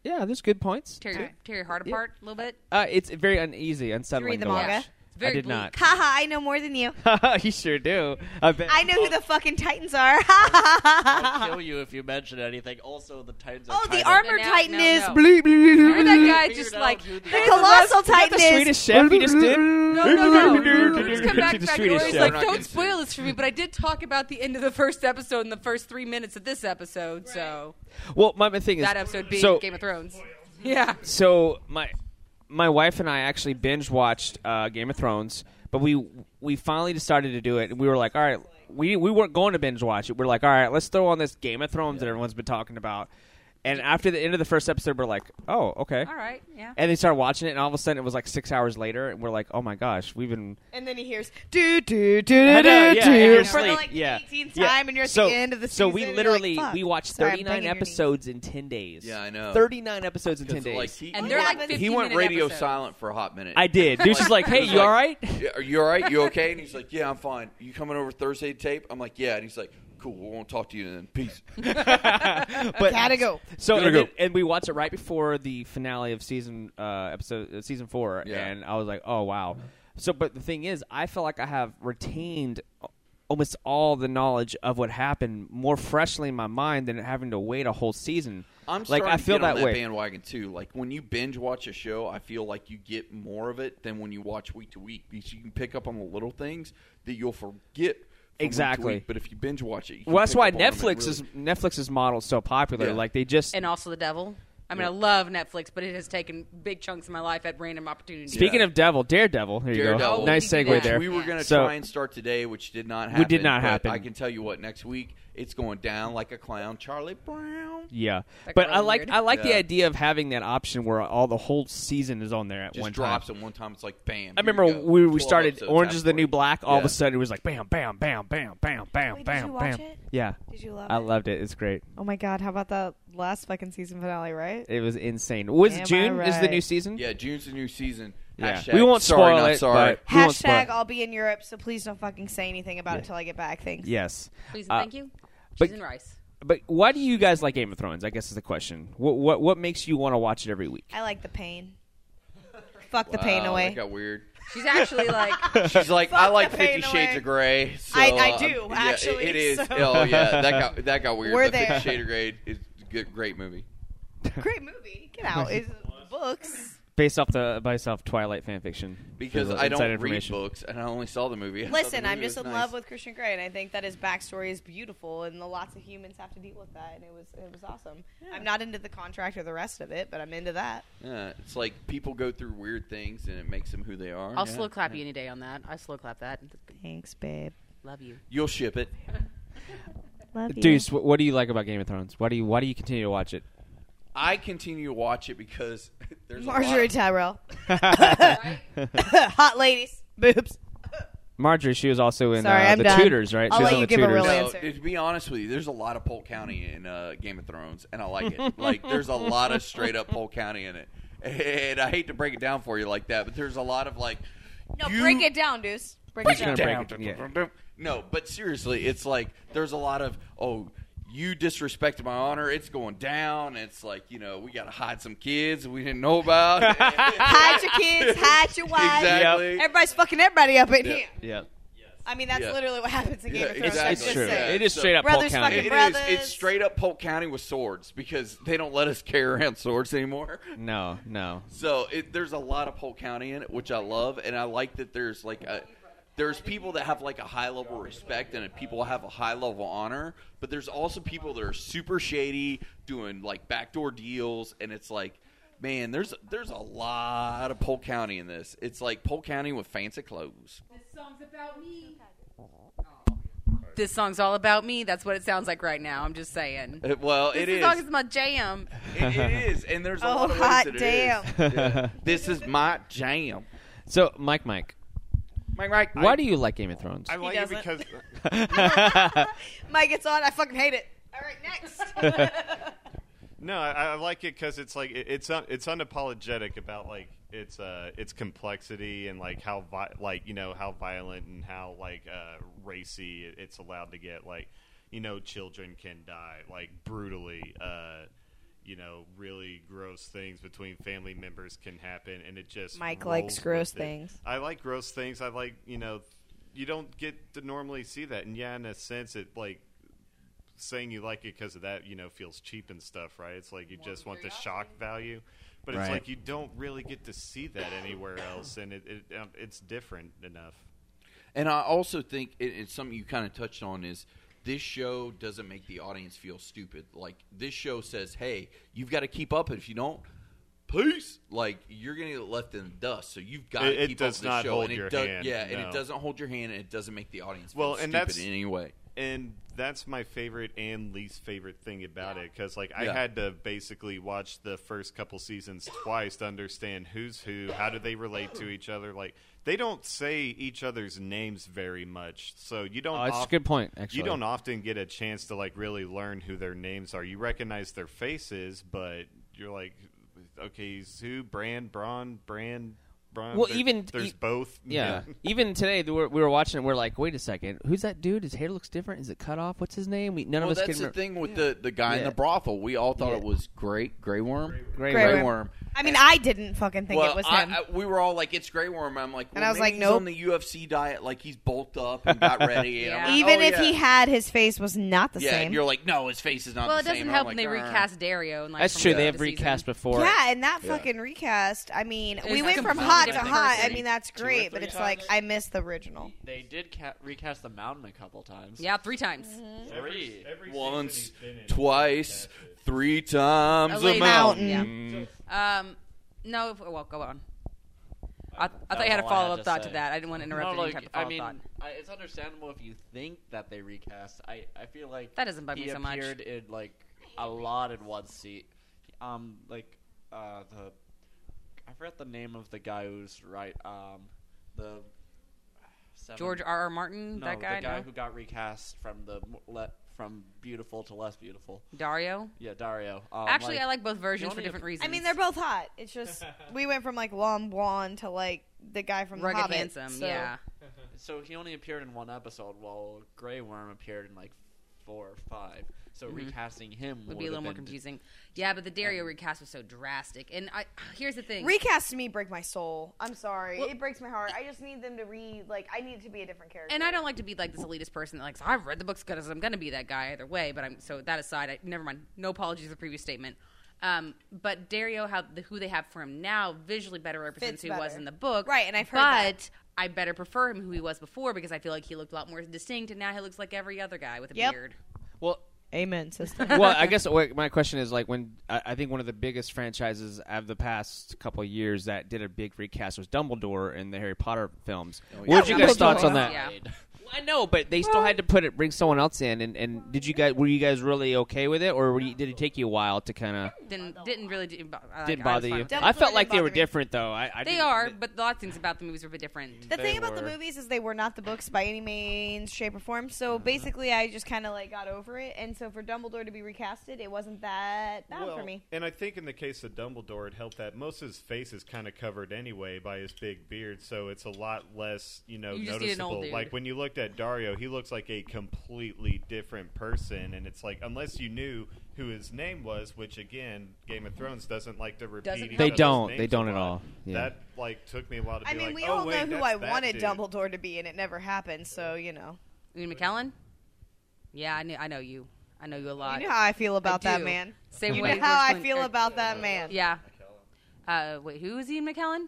Speaker 1: Yeah, there's good points.
Speaker 7: Tear,
Speaker 1: too.
Speaker 7: your- tear your heart apart a little bit.
Speaker 1: Uh, it's very uneasy, unsettling
Speaker 4: read the
Speaker 1: to
Speaker 4: manga?
Speaker 1: watch.
Speaker 7: It's very
Speaker 1: I did
Speaker 7: bleak.
Speaker 4: Haha, I know more than you.
Speaker 1: not. [laughs] you sure do. I bet.
Speaker 4: I know who the fucking Titans are.
Speaker 9: [laughs] I'll kill you if you mention anything. Also, the Titans. Are
Speaker 4: oh, the
Speaker 9: titled-
Speaker 4: armored
Speaker 9: [laughs]
Speaker 7: No, no,
Speaker 4: Titan
Speaker 7: no.
Speaker 4: is
Speaker 7: No.
Speaker 4: bleep, bleep, bleep,
Speaker 7: Remember
Speaker 4: bleep.
Speaker 7: that guy
Speaker 9: Figured
Speaker 7: just
Speaker 9: out
Speaker 7: like
Speaker 9: who
Speaker 7: no,
Speaker 9: the-
Speaker 4: The colossal
Speaker 1: Is that
Speaker 4: Titan
Speaker 1: the
Speaker 4: is.
Speaker 1: Swedish chef you just did?
Speaker 7: no, no, no.
Speaker 1: Let's [laughs]
Speaker 7: Just come back
Speaker 1: to the
Speaker 7: back
Speaker 1: Swedish
Speaker 7: He's
Speaker 1: chef.
Speaker 7: like,
Speaker 2: We're not
Speaker 7: don't
Speaker 2: getting
Speaker 7: spoil
Speaker 2: sued.
Speaker 7: this for me, but I did talk about the end of the first episode in the first three minutes of this episode. So
Speaker 1: Well, my my thing is
Speaker 7: that episode being
Speaker 1: so,
Speaker 7: Game of Thrones. Yeah.
Speaker 1: so my my wife and I actually binge watched uh, Game of Thrones, but we we finally decided to do it, and we were like, all right, we we weren't going to binge watch it. We're like, all right, let's throw on this Game of Thrones that everyone's been talking about. And after the end of the first episode, we're like, oh, okay.
Speaker 7: All right. Yeah.
Speaker 1: And they started watching it, and all of a sudden, it was like six hours later, and we're like, "Oh my gosh, we've been."
Speaker 4: And then he hears do do do do
Speaker 1: I know,
Speaker 4: do
Speaker 1: yeah, and
Speaker 4: do
Speaker 1: you're
Speaker 4: for the
Speaker 1: asleep,
Speaker 4: like
Speaker 1: yeah,
Speaker 4: 18th
Speaker 1: yeah.
Speaker 4: time, and you're at
Speaker 1: so,
Speaker 4: the end of the
Speaker 1: So
Speaker 4: season.
Speaker 1: we
Speaker 4: and you're
Speaker 1: literally
Speaker 4: like, fuck.
Speaker 1: we watched
Speaker 4: Sorry, I'm
Speaker 1: 39
Speaker 4: banging your knee.
Speaker 1: episodes in 10 days.
Speaker 2: Yeah, I know.
Speaker 1: 39 episodes in 10
Speaker 2: 'Cause,
Speaker 1: days.
Speaker 2: like, he,
Speaker 7: And
Speaker 2: he
Speaker 7: they're
Speaker 2: went-
Speaker 7: like
Speaker 2: he went
Speaker 7: 15-minute
Speaker 2: radio
Speaker 7: episodes.
Speaker 2: silent for a hot minute.
Speaker 1: I did. Deuce is like, "Hey,
Speaker 2: He's
Speaker 1: you all
Speaker 2: like, [laughs]
Speaker 1: right?"
Speaker 2: "Yeah, Are you all right? You okay? And he's like, yeah, I'm fine. You coming over Thursday to tape? I'm like, yeah. And he's like, cool. We won't talk to you then.
Speaker 1: [laughs]
Speaker 2: Peace.
Speaker 1: But
Speaker 4: Gotta go.
Speaker 1: So
Speaker 2: Gotta
Speaker 1: and,
Speaker 2: go.
Speaker 1: then- and we watched it right before the finale of season uh, episode uh, season four,
Speaker 2: Yeah.
Speaker 1: and I was like, "Oh wow!" So, but the thing is, I feel like I have retained a- almost all the knowledge of what happened more freshly in my mind than having to wait a whole season.
Speaker 2: I'm
Speaker 1: like
Speaker 2: starting
Speaker 1: I
Speaker 2: to
Speaker 1: feel
Speaker 2: get on
Speaker 1: that way.
Speaker 2: bandwagon too. Like when you binge watch a show, I feel like you get more of it than when you watch week to week because you can pick up on the little things that you'll forget. from
Speaker 1: Exactly.
Speaker 2: Week to week. But if you binge watch it, you can
Speaker 1: Well, that's
Speaker 2: pick
Speaker 1: why
Speaker 2: up on them and
Speaker 1: Netflix is
Speaker 2: really-
Speaker 1: Netflix's model is so popular.
Speaker 2: Yeah.
Speaker 1: Like they just
Speaker 7: And also the devil. I mean, I love Netflix, but it has taken big chunks of my life at random opportunities.
Speaker 1: speaking of Devil, Daredevil. Here you
Speaker 2: Daredevil.
Speaker 1: go. Nice
Speaker 7: Oh, we
Speaker 1: segue
Speaker 7: did that.
Speaker 1: there.
Speaker 2: We were going to
Speaker 1: So-
Speaker 2: try and start today, which did not happen.
Speaker 1: We did not
Speaker 2: but
Speaker 1: happen.
Speaker 2: I can tell you what, next week It's going down like a clown, Charlie Brown.
Speaker 1: Yeah,
Speaker 7: That
Speaker 1: but
Speaker 7: got
Speaker 1: I
Speaker 7: really
Speaker 1: like
Speaker 7: weird.
Speaker 1: I like the
Speaker 2: Yeah.
Speaker 1: idea of having that option where all the whole season is on there at
Speaker 2: Just
Speaker 1: one time.
Speaker 2: drops at one time. It's like bam.
Speaker 1: I
Speaker 2: here
Speaker 1: remember
Speaker 2: you go.
Speaker 1: we, we
Speaker 2: 12
Speaker 1: started
Speaker 2: episodes
Speaker 1: Orange is the
Speaker 2: afterwards.
Speaker 1: New Black. All of
Speaker 2: Yeah.
Speaker 1: a sudden, it was like bam, bam, bam, bam, bam, bam,
Speaker 4: Wait, did
Speaker 1: bam,
Speaker 4: you watch
Speaker 1: bam.
Speaker 4: it?
Speaker 1: Yeah,
Speaker 4: Did you love
Speaker 1: I
Speaker 4: it?
Speaker 1: loved it. It's great.
Speaker 4: Oh my god, how about that last fucking season finale, right?
Speaker 1: It was insane. Was
Speaker 4: Am I
Speaker 1: June is the new
Speaker 4: right?
Speaker 1: season?
Speaker 2: Yeah, June's the new season.
Speaker 1: Yeah.
Speaker 2: Hashtag
Speaker 1: We won't
Speaker 2: sorry,
Speaker 1: spoil
Speaker 2: not
Speaker 1: it,
Speaker 2: Sorry.
Speaker 1: but- We won't spoil
Speaker 4: Hashtag
Speaker 1: it.
Speaker 4: I'll be in Europe, so please don't fucking say anything about it till I get back. Thanks.
Speaker 1: Yes.
Speaker 7: Please and
Speaker 1: Uh,
Speaker 7: thank you.
Speaker 1: but-
Speaker 7: Cheese and rice.
Speaker 1: But why do you guys like Game of Thrones? I guess is the question. What what what makes you want to watch it every week?
Speaker 4: I like the pain. Fuck the
Speaker 2: Wow,
Speaker 4: pain
Speaker 2: that
Speaker 4: away.
Speaker 2: Oh,
Speaker 1: [laughs]
Speaker 2: got weird.
Speaker 7: She's actually like
Speaker 2: She's like, I
Speaker 4: Fuck
Speaker 2: like
Speaker 4: the
Speaker 2: Fifty
Speaker 4: pain
Speaker 2: Shades
Speaker 4: away.
Speaker 2: of Grey. So,
Speaker 4: I- I
Speaker 2: uh,
Speaker 4: do,
Speaker 2: yeah, it-
Speaker 4: actually,
Speaker 2: it is.
Speaker 4: [laughs] so-
Speaker 2: Oh yeah, that got that got weird.
Speaker 4: We're
Speaker 2: but
Speaker 4: there.
Speaker 2: Fifty Shades of Grey is a good, great movie.
Speaker 4: [laughs] Great movie.
Speaker 2: [laughs]
Speaker 4: Get out. It's books.
Speaker 1: Based off the based off Twilight fan fiction.
Speaker 2: Because
Speaker 1: There's
Speaker 2: I
Speaker 1: inside
Speaker 2: don't read
Speaker 1: information.
Speaker 2: books, and I only saw the movie. I thought the
Speaker 4: Listen, I'm
Speaker 2: movie
Speaker 4: just in
Speaker 2: was nice.
Speaker 4: love with Christian Grey, and I think that his backstory is beautiful, and the lots of humans have to deal with that, and it was it was awesome. I'm not into the contract or the rest of it, but I'm into that.
Speaker 2: Yeah, it's like people go through weird things, and it makes them who they are.
Speaker 7: I'll
Speaker 2: Yeah.
Speaker 7: slow clap you any day on that. I slow clap that.
Speaker 4: Thanks, babe.
Speaker 7: Love you.
Speaker 2: You'll ship it.
Speaker 4: Love
Speaker 1: Deuce, what, what do you like about Game of Thrones? Why do you why do you continue to watch it?
Speaker 2: I continue to watch it because [laughs] there's a lot
Speaker 4: Marjorie
Speaker 2: of-
Speaker 4: Tyrell. [laughs] Hot ladies, boobs.
Speaker 1: [laughs] Marjorie, she was also in
Speaker 4: Sorry,
Speaker 1: uh,
Speaker 4: I'm
Speaker 1: the
Speaker 4: done.
Speaker 1: Tudors, right?
Speaker 4: I'll
Speaker 1: she was
Speaker 4: let
Speaker 1: on
Speaker 4: you
Speaker 1: the
Speaker 4: give a
Speaker 1: Tudors.
Speaker 4: real
Speaker 2: No,
Speaker 4: answer.
Speaker 2: to be honest with you, there's a lot of Polk County in uh, Game of Thrones, and I like it. like, there's a lot of straight up Polk County in it, and I hate to break it down for you like that, but there's a lot of like,
Speaker 4: No,
Speaker 2: you-
Speaker 4: break it down, Deuce. Break,
Speaker 1: Break
Speaker 4: it
Speaker 1: it
Speaker 4: down.
Speaker 1: down. break it,
Speaker 2: No, but seriously, it's like there's a lot of oh, you disrespected my honor. It's going down. It's like you know we got to hide some kids we didn't know about.
Speaker 4: Hide your
Speaker 2: [laughs]
Speaker 4: kids, hide your wives.
Speaker 2: exactly.
Speaker 4: Everybody's fucking everybody up in
Speaker 2: Yeah.
Speaker 4: here.
Speaker 1: Yeah,
Speaker 4: I mean, that's
Speaker 2: Yeah.
Speaker 4: literally what happens in Game
Speaker 2: Yeah,
Speaker 4: of Thrones.
Speaker 2: exactly.
Speaker 4: let's
Speaker 1: it's
Speaker 4: just
Speaker 1: true.
Speaker 4: say.
Speaker 1: It is
Speaker 2: So-
Speaker 1: straight up Polk
Speaker 4: Brothers
Speaker 1: County.
Speaker 4: fucking
Speaker 2: [laughs] It is.
Speaker 4: brothers.
Speaker 2: It's straight up Polk County with swords because they don't let us carry around swords anymore.
Speaker 1: No, no.
Speaker 2: So it, there's a lot of Polk County in it, which I love, and I like that there's like a there's people that have like a high level of respect and people have a high level of honor, but there's also people that are super shady doing like backdoor deals, and it's like. Man, there's there's a lot of Polk County in this. It's like Polk County with fancy clothes.
Speaker 7: This song's all about me. That's what it sounds like right now. I'm just saying.
Speaker 2: Uh, Well,
Speaker 7: This
Speaker 2: it is.
Speaker 7: song is my jam.
Speaker 2: It- it is, and there's a
Speaker 4: Oh,
Speaker 2: lot of ways
Speaker 4: hot
Speaker 2: that it
Speaker 4: damn.
Speaker 2: is. Yeah. This is my jam.
Speaker 1: [laughs] So, Mike, Mike,
Speaker 2: Mike, Mike,
Speaker 1: why do you like Game of Thrones?
Speaker 8: I like it
Speaker 4: doesn't.
Speaker 8: because
Speaker 4: Mike, it's on. I fucking hate it. All right, next.
Speaker 8: no, I, I like it because it's like it, it's un, it's unapologetic about like its uh its complexity and like how vi- like you know how violent and how like uh racy it, it's allowed to get like you know children can die like brutally uh you know really gross things between family members can happen and it just
Speaker 4: Mike
Speaker 8: rolls
Speaker 4: likes gross
Speaker 8: with it.
Speaker 4: things.
Speaker 8: I like gross things I like you know you don't get to normally see that and yeah in a sense it like saying you like it because of that, you know, feels cheap and stuff, right? It's like you just want the shock value, but it's
Speaker 1: Right.
Speaker 8: like you don't really get to see that anywhere else, and it, it um, it's different enough.
Speaker 2: And I also think it, it's something you kind of touched on is this show doesn't make the audience feel stupid. Like this show says, "Hey, you've got to keep up. If you don't, peace. Like you're gonna get left in the dust. So you've got
Speaker 8: It-
Speaker 2: to
Speaker 8: it
Speaker 2: keep
Speaker 8: does
Speaker 2: up with
Speaker 8: not
Speaker 2: the show.
Speaker 8: hold
Speaker 2: and it
Speaker 8: your
Speaker 2: does,
Speaker 8: hand,
Speaker 2: yeah, and
Speaker 8: no.
Speaker 2: it doesn't hold your hand, and it doesn't make the audience
Speaker 8: Well,
Speaker 2: feel
Speaker 8: and
Speaker 2: stupid
Speaker 8: that's-
Speaker 2: in any way.
Speaker 8: And that's my favorite and least favorite thing about it, 'cause it, because like I
Speaker 2: Yeah.
Speaker 8: had to basically watch the first couple seasons twice to understand who's who, how do they relate to each other. Like they don't say each other's names very much, so you
Speaker 1: [laughs]
Speaker 8: don't.
Speaker 1: Oh, it's a
Speaker 8: oft-
Speaker 1: good point. Actually,
Speaker 8: you don't often get a chance to like really learn who their names are. You recognize their faces, but you're like, okay, he's who? Brand, Braun, Brand, Braun.
Speaker 1: Well,
Speaker 8: There-
Speaker 1: even-
Speaker 8: there's
Speaker 1: e-
Speaker 8: both. [laughs]
Speaker 1: Yeah. Even today, we were, we were watching it. We're like, wait a second, who's that dude? His hair looks different. Is it cut off? What's his name? We, none
Speaker 2: well,
Speaker 1: of us can.
Speaker 2: that's the
Speaker 1: remember.
Speaker 2: thing with the the guy in
Speaker 1: Yeah.
Speaker 2: the brothel. We all thought
Speaker 1: Yeah.
Speaker 2: it was great, Gray Worm,
Speaker 1: Grey
Speaker 4: Grey
Speaker 1: Worm.
Speaker 4: Worm. [laughs] I mean, I didn't fucking think
Speaker 2: well,
Speaker 4: it was
Speaker 2: I,
Speaker 4: him.
Speaker 2: I, we were all like, "It's Grey Worm." I'm like,
Speaker 4: And
Speaker 2: well,
Speaker 4: I was
Speaker 2: maybe
Speaker 4: like,
Speaker 2: he's
Speaker 4: nope.
Speaker 2: on the UFC diet, like he's bulked up and got ready.
Speaker 4: [laughs]
Speaker 2: and I'm like,
Speaker 4: Even
Speaker 2: oh,
Speaker 4: if
Speaker 2: yeah.
Speaker 4: he had, his face was not the
Speaker 2: yeah,
Speaker 4: same.
Speaker 2: you're like, no, his face is not.
Speaker 7: Well,
Speaker 2: the
Speaker 7: it doesn't
Speaker 2: same. And
Speaker 7: help
Speaker 2: I'm
Speaker 7: when they
Speaker 2: like, "Arr."
Speaker 7: recast Dario. And, like,
Speaker 1: That's
Speaker 7: from
Speaker 1: true.
Speaker 7: the
Speaker 1: They
Speaker 7: season.
Speaker 1: have recast before.
Speaker 4: yeah, and that fucking recast. I mean, we
Speaker 7: was
Speaker 4: went from
Speaker 7: completely
Speaker 4: hot to
Speaker 7: different
Speaker 4: hot. I
Speaker 7: person.
Speaker 4: mean, that's great, but
Speaker 9: three
Speaker 4: it's like
Speaker 9: times.
Speaker 4: I miss the original.
Speaker 9: They did ca- recast the mountain a couple times.
Speaker 7: Oh. Yeah, three times.
Speaker 9: Three.
Speaker 2: once, twice, three times a Mm.
Speaker 7: Elena.
Speaker 2: mountain.
Speaker 4: Mountain.
Speaker 7: Yeah. Um, no, if- well, go on. I, I thought you had a
Speaker 9: all I had
Speaker 7: follow up
Speaker 9: to
Speaker 7: thought to
Speaker 9: say.
Speaker 7: that. I didn't want to interrupt
Speaker 9: no,
Speaker 7: any type
Speaker 9: like
Speaker 7: of
Speaker 9: I
Speaker 7: follow up
Speaker 9: mean,
Speaker 7: thought.
Speaker 9: I, it's understandable if you think that they recast. I, I feel like
Speaker 7: That doesn't bug
Speaker 9: he
Speaker 7: me so much.
Speaker 9: appeared in like a lot in one seat. Um, like uh the I forgot the name of the guy who's right. Um, the seven,
Speaker 7: George R. R. Martin,
Speaker 9: no,
Speaker 7: that guy,
Speaker 9: the guy
Speaker 7: no?
Speaker 9: who got recast from the mo- le, from beautiful to less beautiful.
Speaker 7: Dario.
Speaker 9: Yeah, Dario. Um,
Speaker 7: Actually, I like both versions for
Speaker 9: only
Speaker 7: different reasons.
Speaker 4: I mean, they're both hot. It's
Speaker 7: [laughs]
Speaker 4: just we went from like long blonde to like the guy from
Speaker 7: rugged,
Speaker 4: the Hobbit.
Speaker 7: handsome.
Speaker 4: so-
Speaker 7: Yeah,
Speaker 9: So he only appeared in one episode, while Grey Worm appeared in like four or five. So recasting him
Speaker 7: Mm-hmm. would be a little more confusing. Yeah, but the Dario
Speaker 1: Um,
Speaker 7: recast was so drastic. And I, here's the thing.
Speaker 4: Recast to me break my soul. I'm sorry.
Speaker 7: Well-
Speaker 4: it breaks my heart. I just need them to re like I need it to be a different character.
Speaker 7: and I don't like to be like this elitist person that likes I've read the books because I'm going to be that guy either way. But I'm so that aside, I, never mind. No apologies for the previous statement. Um, but Dario, how the, who they have for him now visually better represents
Speaker 4: Fits
Speaker 7: who he was
Speaker 4: better.
Speaker 7: in the book,
Speaker 4: Right, and I've heard
Speaker 7: But
Speaker 4: that.
Speaker 7: I better prefer him who he was before because I feel like he looked a lot more distinct, and now he looks like every other guy with a
Speaker 4: Yep.
Speaker 7: beard.
Speaker 1: Well,
Speaker 4: Amen, [laughs] sister.
Speaker 1: well, I guess what my question is like when I, I think one of the biggest franchises of the past couple of years that did a big recast was Dumbledore in the Harry Potter films. What did you guys'
Speaker 4: Oh, Dumbledore.
Speaker 1: thoughts on that?
Speaker 7: Yeah.
Speaker 1: Well, I know, but they still had to put it, bring someone else in, and, and did you guys were you guys really okay with it, or were you, did it take you a while to kind of
Speaker 7: Didn't didn't really do, I, like,
Speaker 1: didn't
Speaker 7: I was
Speaker 1: bother
Speaker 7: fine
Speaker 1: you?
Speaker 7: with it.
Speaker 1: I felt
Speaker 4: Dumbledore
Speaker 1: like they
Speaker 4: didn't
Speaker 1: were
Speaker 4: bother me.
Speaker 1: different, though. I, I
Speaker 7: They
Speaker 1: didn't-
Speaker 7: are, but a lot of things about the movies were different.
Speaker 4: the
Speaker 1: They
Speaker 4: thing about the
Speaker 1: were.
Speaker 4: movies is they were not the books by any means, shape, or form. So basically, I just kind of like got over it. And so for Dumbledore to be recasted, it wasn't that bad for me.
Speaker 8: And I think in the case of Dumbledore, it helped that most of his face is kind of covered anyway by his big beard, so it's a lot less, you know,
Speaker 7: You just need an old
Speaker 8: noticeable.
Speaker 7: dude.
Speaker 8: Like when you looked at Dario, he looks like a completely different person, and it's like unless you knew who his name was, which again, Game of Thrones doesn't like to repeat.
Speaker 7: Doesn't
Speaker 8: each
Speaker 7: They
Speaker 8: other's
Speaker 1: don't.
Speaker 8: names
Speaker 1: They don't
Speaker 8: a
Speaker 1: at
Speaker 8: lot.
Speaker 1: all. Yeah.
Speaker 8: That like took me a while to
Speaker 4: I
Speaker 8: be
Speaker 4: mean,
Speaker 8: like,
Speaker 4: we
Speaker 8: oh,
Speaker 4: all
Speaker 8: wait,
Speaker 4: know who
Speaker 8: that's
Speaker 4: I
Speaker 8: that
Speaker 4: wanted
Speaker 8: dude.
Speaker 4: Dumbledore to be, and it never happened. So you know,
Speaker 7: Ian McKellen? Yeah, I, knew, I know you. I know you a lot.
Speaker 4: you know how I feel about that
Speaker 7: do.
Speaker 4: man.
Speaker 7: Same
Speaker 4: you
Speaker 7: way
Speaker 4: know how I
Speaker 7: Richland-
Speaker 4: feel
Speaker 7: or-
Speaker 4: about that man.
Speaker 7: Uh, Yeah. Uh, wait, who is Ian McKellen?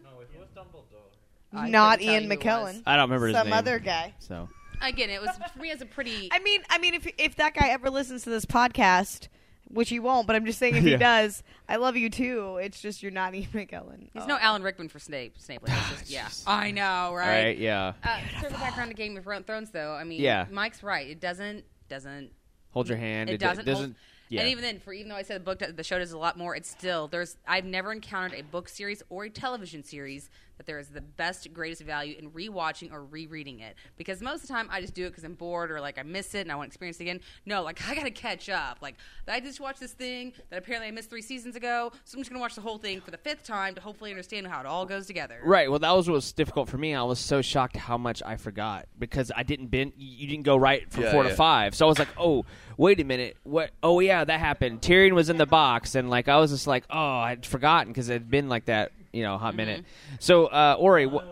Speaker 7: I
Speaker 4: Not
Speaker 7: couldn't tell
Speaker 4: Ian
Speaker 7: you who it was.
Speaker 4: McKellen.
Speaker 1: I don't remember his
Speaker 4: Some
Speaker 1: name.
Speaker 4: other guy.
Speaker 1: So
Speaker 7: Again, it was for me as a pretty.
Speaker 4: [laughs] I mean, I mean, if if that guy ever listens to this podcast, which he won't, but I'm just saying if
Speaker 8: [laughs]
Speaker 1: Yeah.
Speaker 4: he does, I love you too. It's just you're not [laughs] Ian McKellen.
Speaker 7: He's
Speaker 4: Oh.
Speaker 7: no Alan Rickman for Snape. Snape, like, it's just, yeah. I know,
Speaker 1: Ah, all right,
Speaker 7: right?
Speaker 1: yeah,
Speaker 7: Uh, circle back around to Game of Thro- Thrones, though. I mean,
Speaker 1: Yeah.
Speaker 7: Mike's right. It doesn't doesn't
Speaker 1: hold your hand.
Speaker 7: it, doesn't,
Speaker 1: doesn't.
Speaker 7: hold,
Speaker 1: yeah.
Speaker 7: and even then for even though i said the book does- the show does a lot more it's still there's i've never encountered a book series or a television series that there is the best greatest value in rewatching or rereading it because most of the time i just do it because i'm bored or like i miss it and i want to experience it again no like [laughs] i gotta catch up like i just watched this thing that apparently i missed three seasons ago so i'm just gonna watch the whole thing for the fifth time to hopefully understand how it all goes together
Speaker 1: Right. Well, that was what was difficult for me. I was so shocked how much I forgot because I didn't bin. You didn't go right from
Speaker 2: Yeah,
Speaker 1: four
Speaker 2: yeah.
Speaker 1: to five, so I was like, "Oh, wait a minute. What? Oh, yeah, that happened. Tyrion was in the box, and like I was just like, oh, I'd forgotten because it had been like that, you know, a hot minute. So, uh, Ori, wha-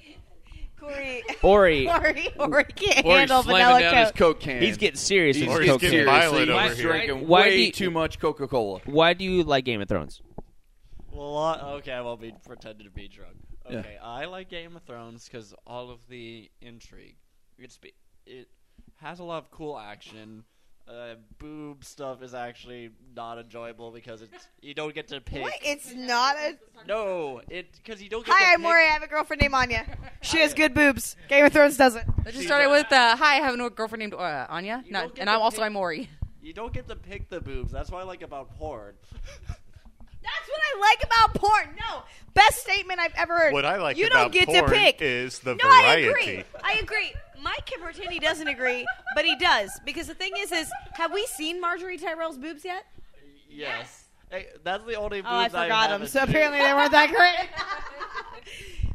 Speaker 7: [laughs]
Speaker 4: Corey, [laughs]
Speaker 1: Ori,
Speaker 4: Corey, Corey can't
Speaker 2: Or he's
Speaker 4: handle
Speaker 2: slamming
Speaker 4: vanilla
Speaker 2: down his
Speaker 4: Coke.
Speaker 2: Coke can.
Speaker 1: he's getting serious.
Speaker 2: He's
Speaker 1: with his
Speaker 8: he's
Speaker 1: Coke
Speaker 8: getting
Speaker 1: series.
Speaker 2: serious.
Speaker 8: violent
Speaker 2: He's
Speaker 8: over here.
Speaker 2: drinking
Speaker 1: Why do
Speaker 2: way
Speaker 1: you-
Speaker 2: too much Coca Cola.
Speaker 1: Why do you like Game of Thrones?
Speaker 9: Well, I- okay, I won't be pretending to be drunk. Okay, I like Game of Thrones because all of the intrigue. It's be, it has a lot of cool action. Uh, boob stuff is actually not enjoyable because it's you don't get to pick.
Speaker 4: What? It's not a.
Speaker 9: No, it because you don't get. to
Speaker 4: Hi, I'm
Speaker 9: pick-
Speaker 4: Maury. I have a girlfriend named Anya. She has good boobs. Game of Thrones doesn't.
Speaker 7: let's just start it with uh, hi i have a girlfriend named uh, anya
Speaker 9: You
Speaker 7: No,
Speaker 9: don't get
Speaker 7: and i'm
Speaker 9: to
Speaker 7: also
Speaker 9: pick-
Speaker 7: i'm Maury.
Speaker 9: You don't get to pick the boobs. That's what I like about porn. [laughs]
Speaker 4: That's what I like about porn. No, best statement I've ever heard.
Speaker 8: What I like
Speaker 4: you
Speaker 8: about
Speaker 4: don't get
Speaker 8: porn
Speaker 4: to pick.
Speaker 8: is the
Speaker 4: no,
Speaker 8: variety.
Speaker 4: I agree. I agree. Mike can pretend he doesn't agree, but he does because the thing is, is have we seen Marjorie Tyrell's boobs yet?
Speaker 9: yes. Hey, that's the only boobs
Speaker 4: Oh, I forgot them.
Speaker 9: haven't
Speaker 4: So
Speaker 9: seen.
Speaker 4: apparently they weren't that
Speaker 7: [laughs]
Speaker 4: great.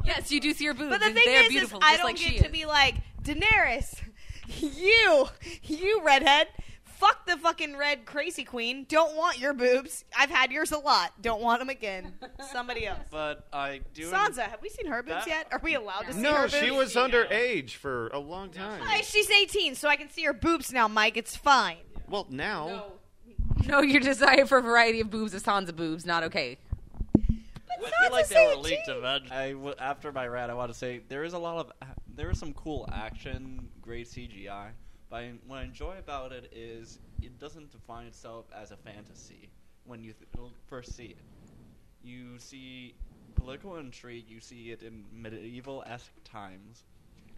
Speaker 7: yes you do see her boobs
Speaker 4: But the
Speaker 7: and
Speaker 4: thing
Speaker 7: they are
Speaker 4: is, is
Speaker 7: beautiful
Speaker 4: I
Speaker 7: just
Speaker 4: don't
Speaker 7: like she
Speaker 4: get to
Speaker 7: is.
Speaker 4: be like Daenerys. You, you redhead. Fuck the fucking red crazy queen. Don't want your boobs. I've had yours a lot. Don't want them again.
Speaker 7: [laughs]
Speaker 4: Somebody else.
Speaker 9: But I do.
Speaker 4: Sansa, have we seen her boobs
Speaker 9: That-
Speaker 4: yet? Are we allowed to see her
Speaker 8: No,
Speaker 4: boobs?
Speaker 8: she was underage for a long time.
Speaker 4: Hey, She's 18, so I can see her boobs now, Mike. It's fine.
Speaker 8: Well, now.
Speaker 7: No, your desire for a variety of boobs is Sansa boobs, not okay.
Speaker 4: But
Speaker 9: I feel like
Speaker 4: Sansa's
Speaker 9: they were
Speaker 4: 18.
Speaker 9: linked eventually. I w- after my rant, I want to say there is a lot of there is some cool action, great CGI. But I, what I enjoy about it is it doesn't define itself as a fantasy when you th- first see it. You see political intrigue, you see it in medieval esque times,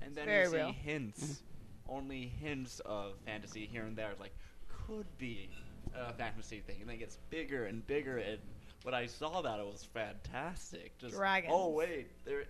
Speaker 9: and then
Speaker 4: very
Speaker 9: you see
Speaker 4: real.
Speaker 9: hints, only hints of fantasy here and there. Like could be a fantasy thing, and then it gets bigger and bigger. And when I saw that, it was fantastic. Just Oh
Speaker 4: Dragons.
Speaker 9: wait, there.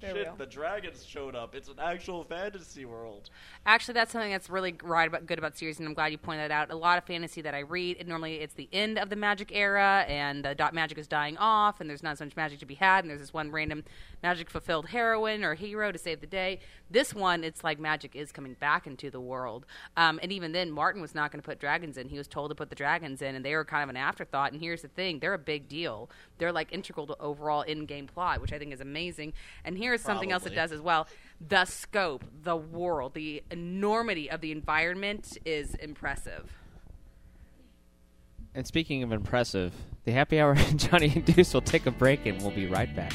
Speaker 4: They're
Speaker 9: Shit,
Speaker 4: real.
Speaker 9: the dragons showed up. It's an actual fantasy world.
Speaker 7: Actually, that's something that's really right about good about series, and I'm glad you pointed that out. A lot of fantasy that I read, it, normally it's the end of the magic era, and the dot magic is dying off, and there's not as much magic to be had, and there's this one random magic fulfilled heroine or hero to save the day. This one, it's like magic is coming back into the world, um, and even then, Martin was not going to put dragons in. He was told to put the dragons in, and they were kind of an afterthought. And here's the thing: they're a big deal. They're like integral to overall in-game plot, which I think is amazing. And here's something else it
Speaker 9: Probably.
Speaker 7: does as well. The scope, the world, the enormity of the environment is impressive.
Speaker 1: And speaking of impressive, the happy hour [laughs] and Johnny and Deuce will take a break and we'll be right back.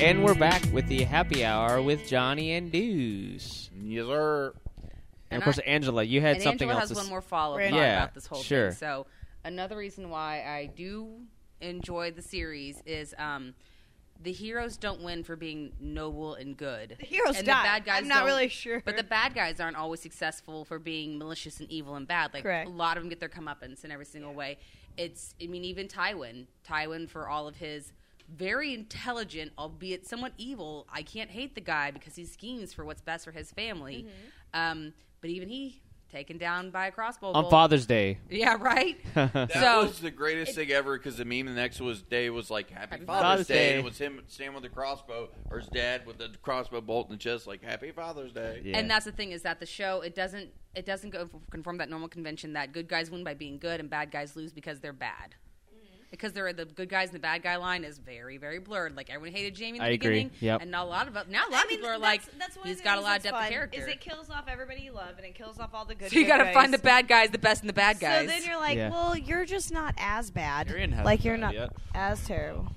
Speaker 1: And we're back with the happy hour with Johnny and Deuce.
Speaker 2: Yes, sir.
Speaker 7: And
Speaker 1: And of course,
Speaker 7: I-
Speaker 1: Angela, you had
Speaker 7: and
Speaker 1: something
Speaker 7: Angela
Speaker 1: else.
Speaker 7: has
Speaker 1: to
Speaker 7: one
Speaker 1: s-
Speaker 7: more follow-up
Speaker 4: Right.
Speaker 7: thought
Speaker 1: Yeah,
Speaker 7: about this whole
Speaker 1: sure.
Speaker 7: thing. So another reason why I do enjoy the series is um, the heroes don't win for being noble and good. The
Speaker 4: heroes
Speaker 7: and
Speaker 4: die.
Speaker 7: The bad guys
Speaker 4: I'm not
Speaker 7: don't-
Speaker 4: really sure.
Speaker 7: But the bad guys aren't always successful for being malicious and evil and bad. Like
Speaker 4: Correct.
Speaker 7: a lot of them get their comeuppance in every single way. It's I mean even Tywin, Tywin for all of his very intelligent, albeit somewhat evil. I can't hate the guy because he schemes for what's best for his family.
Speaker 4: Mm-hmm.
Speaker 7: Um, but even he taken down by a crossbow
Speaker 1: on
Speaker 7: bolt.
Speaker 1: Father's Day.
Speaker 7: Yeah, right.
Speaker 2: That
Speaker 7: So-
Speaker 2: was the greatest thing ever because the meme the next was day was like Happy,
Speaker 7: Happy
Speaker 2: Father's,
Speaker 1: Father's
Speaker 2: Day. And
Speaker 1: Day.
Speaker 2: it was him standing with the crossbow or his dad with the crossbow bolt in the chest like Happy Father's Day.
Speaker 1: Yeah.
Speaker 7: And that's the thing is that the show it doesn't it doesn't go conform that normal convention that good guys win by being good and bad guys lose because they're bad.
Speaker 4: Mm-hmm.
Speaker 7: Because they're the good guys and the bad guy line is very very blurred. Like everyone hated Jamie in the
Speaker 1: I agree.
Speaker 7: beginning,
Speaker 1: Yep.
Speaker 7: and not a lot of now a lot of people are like he's got a lot of depth of character.
Speaker 4: Is it kills off everybody you love and it kills off all the good.
Speaker 7: [laughs] so you
Speaker 4: got
Speaker 7: got
Speaker 4: to
Speaker 7: to find the bad guys, the best, and the bad
Speaker 4: So
Speaker 7: guys.
Speaker 4: then you're like,
Speaker 1: Yeah.
Speaker 4: well, you're just not as bad.
Speaker 9: Tyrion hasn't
Speaker 4: like you're
Speaker 9: died
Speaker 4: not
Speaker 9: yet.
Speaker 4: as terrible.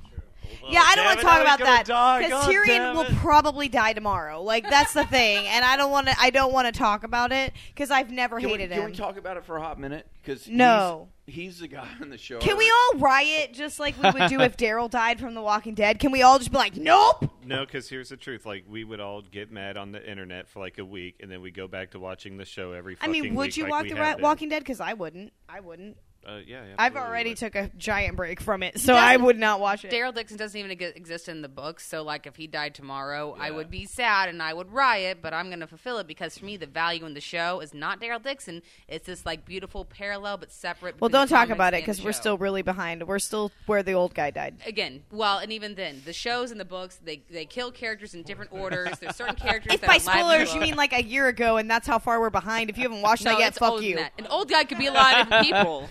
Speaker 9: Well,
Speaker 4: yeah, I don't
Speaker 9: damn
Speaker 4: want
Speaker 9: it,
Speaker 4: to talk
Speaker 9: now he's
Speaker 4: about
Speaker 9: gonna
Speaker 4: that
Speaker 9: die.
Speaker 4: because
Speaker 9: God damn
Speaker 4: Tyrion will
Speaker 9: it.
Speaker 4: probably die tomorrow. Like that's the thing, and I don't want to. I don't want to talk about it because I've never
Speaker 2: Can, we,
Speaker 4: hated
Speaker 2: can
Speaker 4: him.
Speaker 2: we talk about it for a hot minute? Because
Speaker 4: No.
Speaker 2: he's, he's the guy [laughs] on the show.
Speaker 4: Can we all riot just like we would do if Daryl died from The Walking Dead? Can we all just be like, nope?
Speaker 8: No, because here's the truth. Like we would all get mad on the internet for like a week, and then we go back to watching the show every.
Speaker 4: I mean,
Speaker 8: fucking
Speaker 4: would
Speaker 8: week
Speaker 4: you
Speaker 8: like
Speaker 4: walk
Speaker 8: we
Speaker 4: The
Speaker 8: have
Speaker 4: Ra-
Speaker 8: been.
Speaker 4: Walking Dead? Because I wouldn't. I wouldn't.
Speaker 8: Uh, yeah, yeah,
Speaker 4: I've
Speaker 8: absolutely
Speaker 4: already
Speaker 8: would.
Speaker 4: took a giant break from it, so I would not watch it.
Speaker 7: Daryl Dixon doesn't even ex- exist in the books, so like if he died tomorrow, I would be sad and I would riot, but I'm gonna fulfill it because for me the value in the show is not Daryl Dixon. It's this like beautiful parallel but separate.
Speaker 4: Well,
Speaker 7: between
Speaker 4: don't
Speaker 7: the
Speaker 4: talk
Speaker 7: comics
Speaker 4: about it
Speaker 7: and the
Speaker 4: because we're
Speaker 7: show.
Speaker 4: still really behind. We're still where the old guy died.
Speaker 7: again. Well, and even then, the shows and the books they they kill characters
Speaker 4: [laughs]
Speaker 7: in different orders. There's certain characters.
Speaker 4: If
Speaker 7: that
Speaker 4: by
Speaker 7: are alive in the
Speaker 4: spoilers you
Speaker 7: book.
Speaker 4: mean like a year ago, and that's how far we're behind. If you haven't watched
Speaker 7: no,
Speaker 4: that yet,
Speaker 7: it's
Speaker 4: fuck
Speaker 7: older
Speaker 4: you.
Speaker 7: than that. An old guy could be a lot of
Speaker 4: [laughs]
Speaker 7: different people.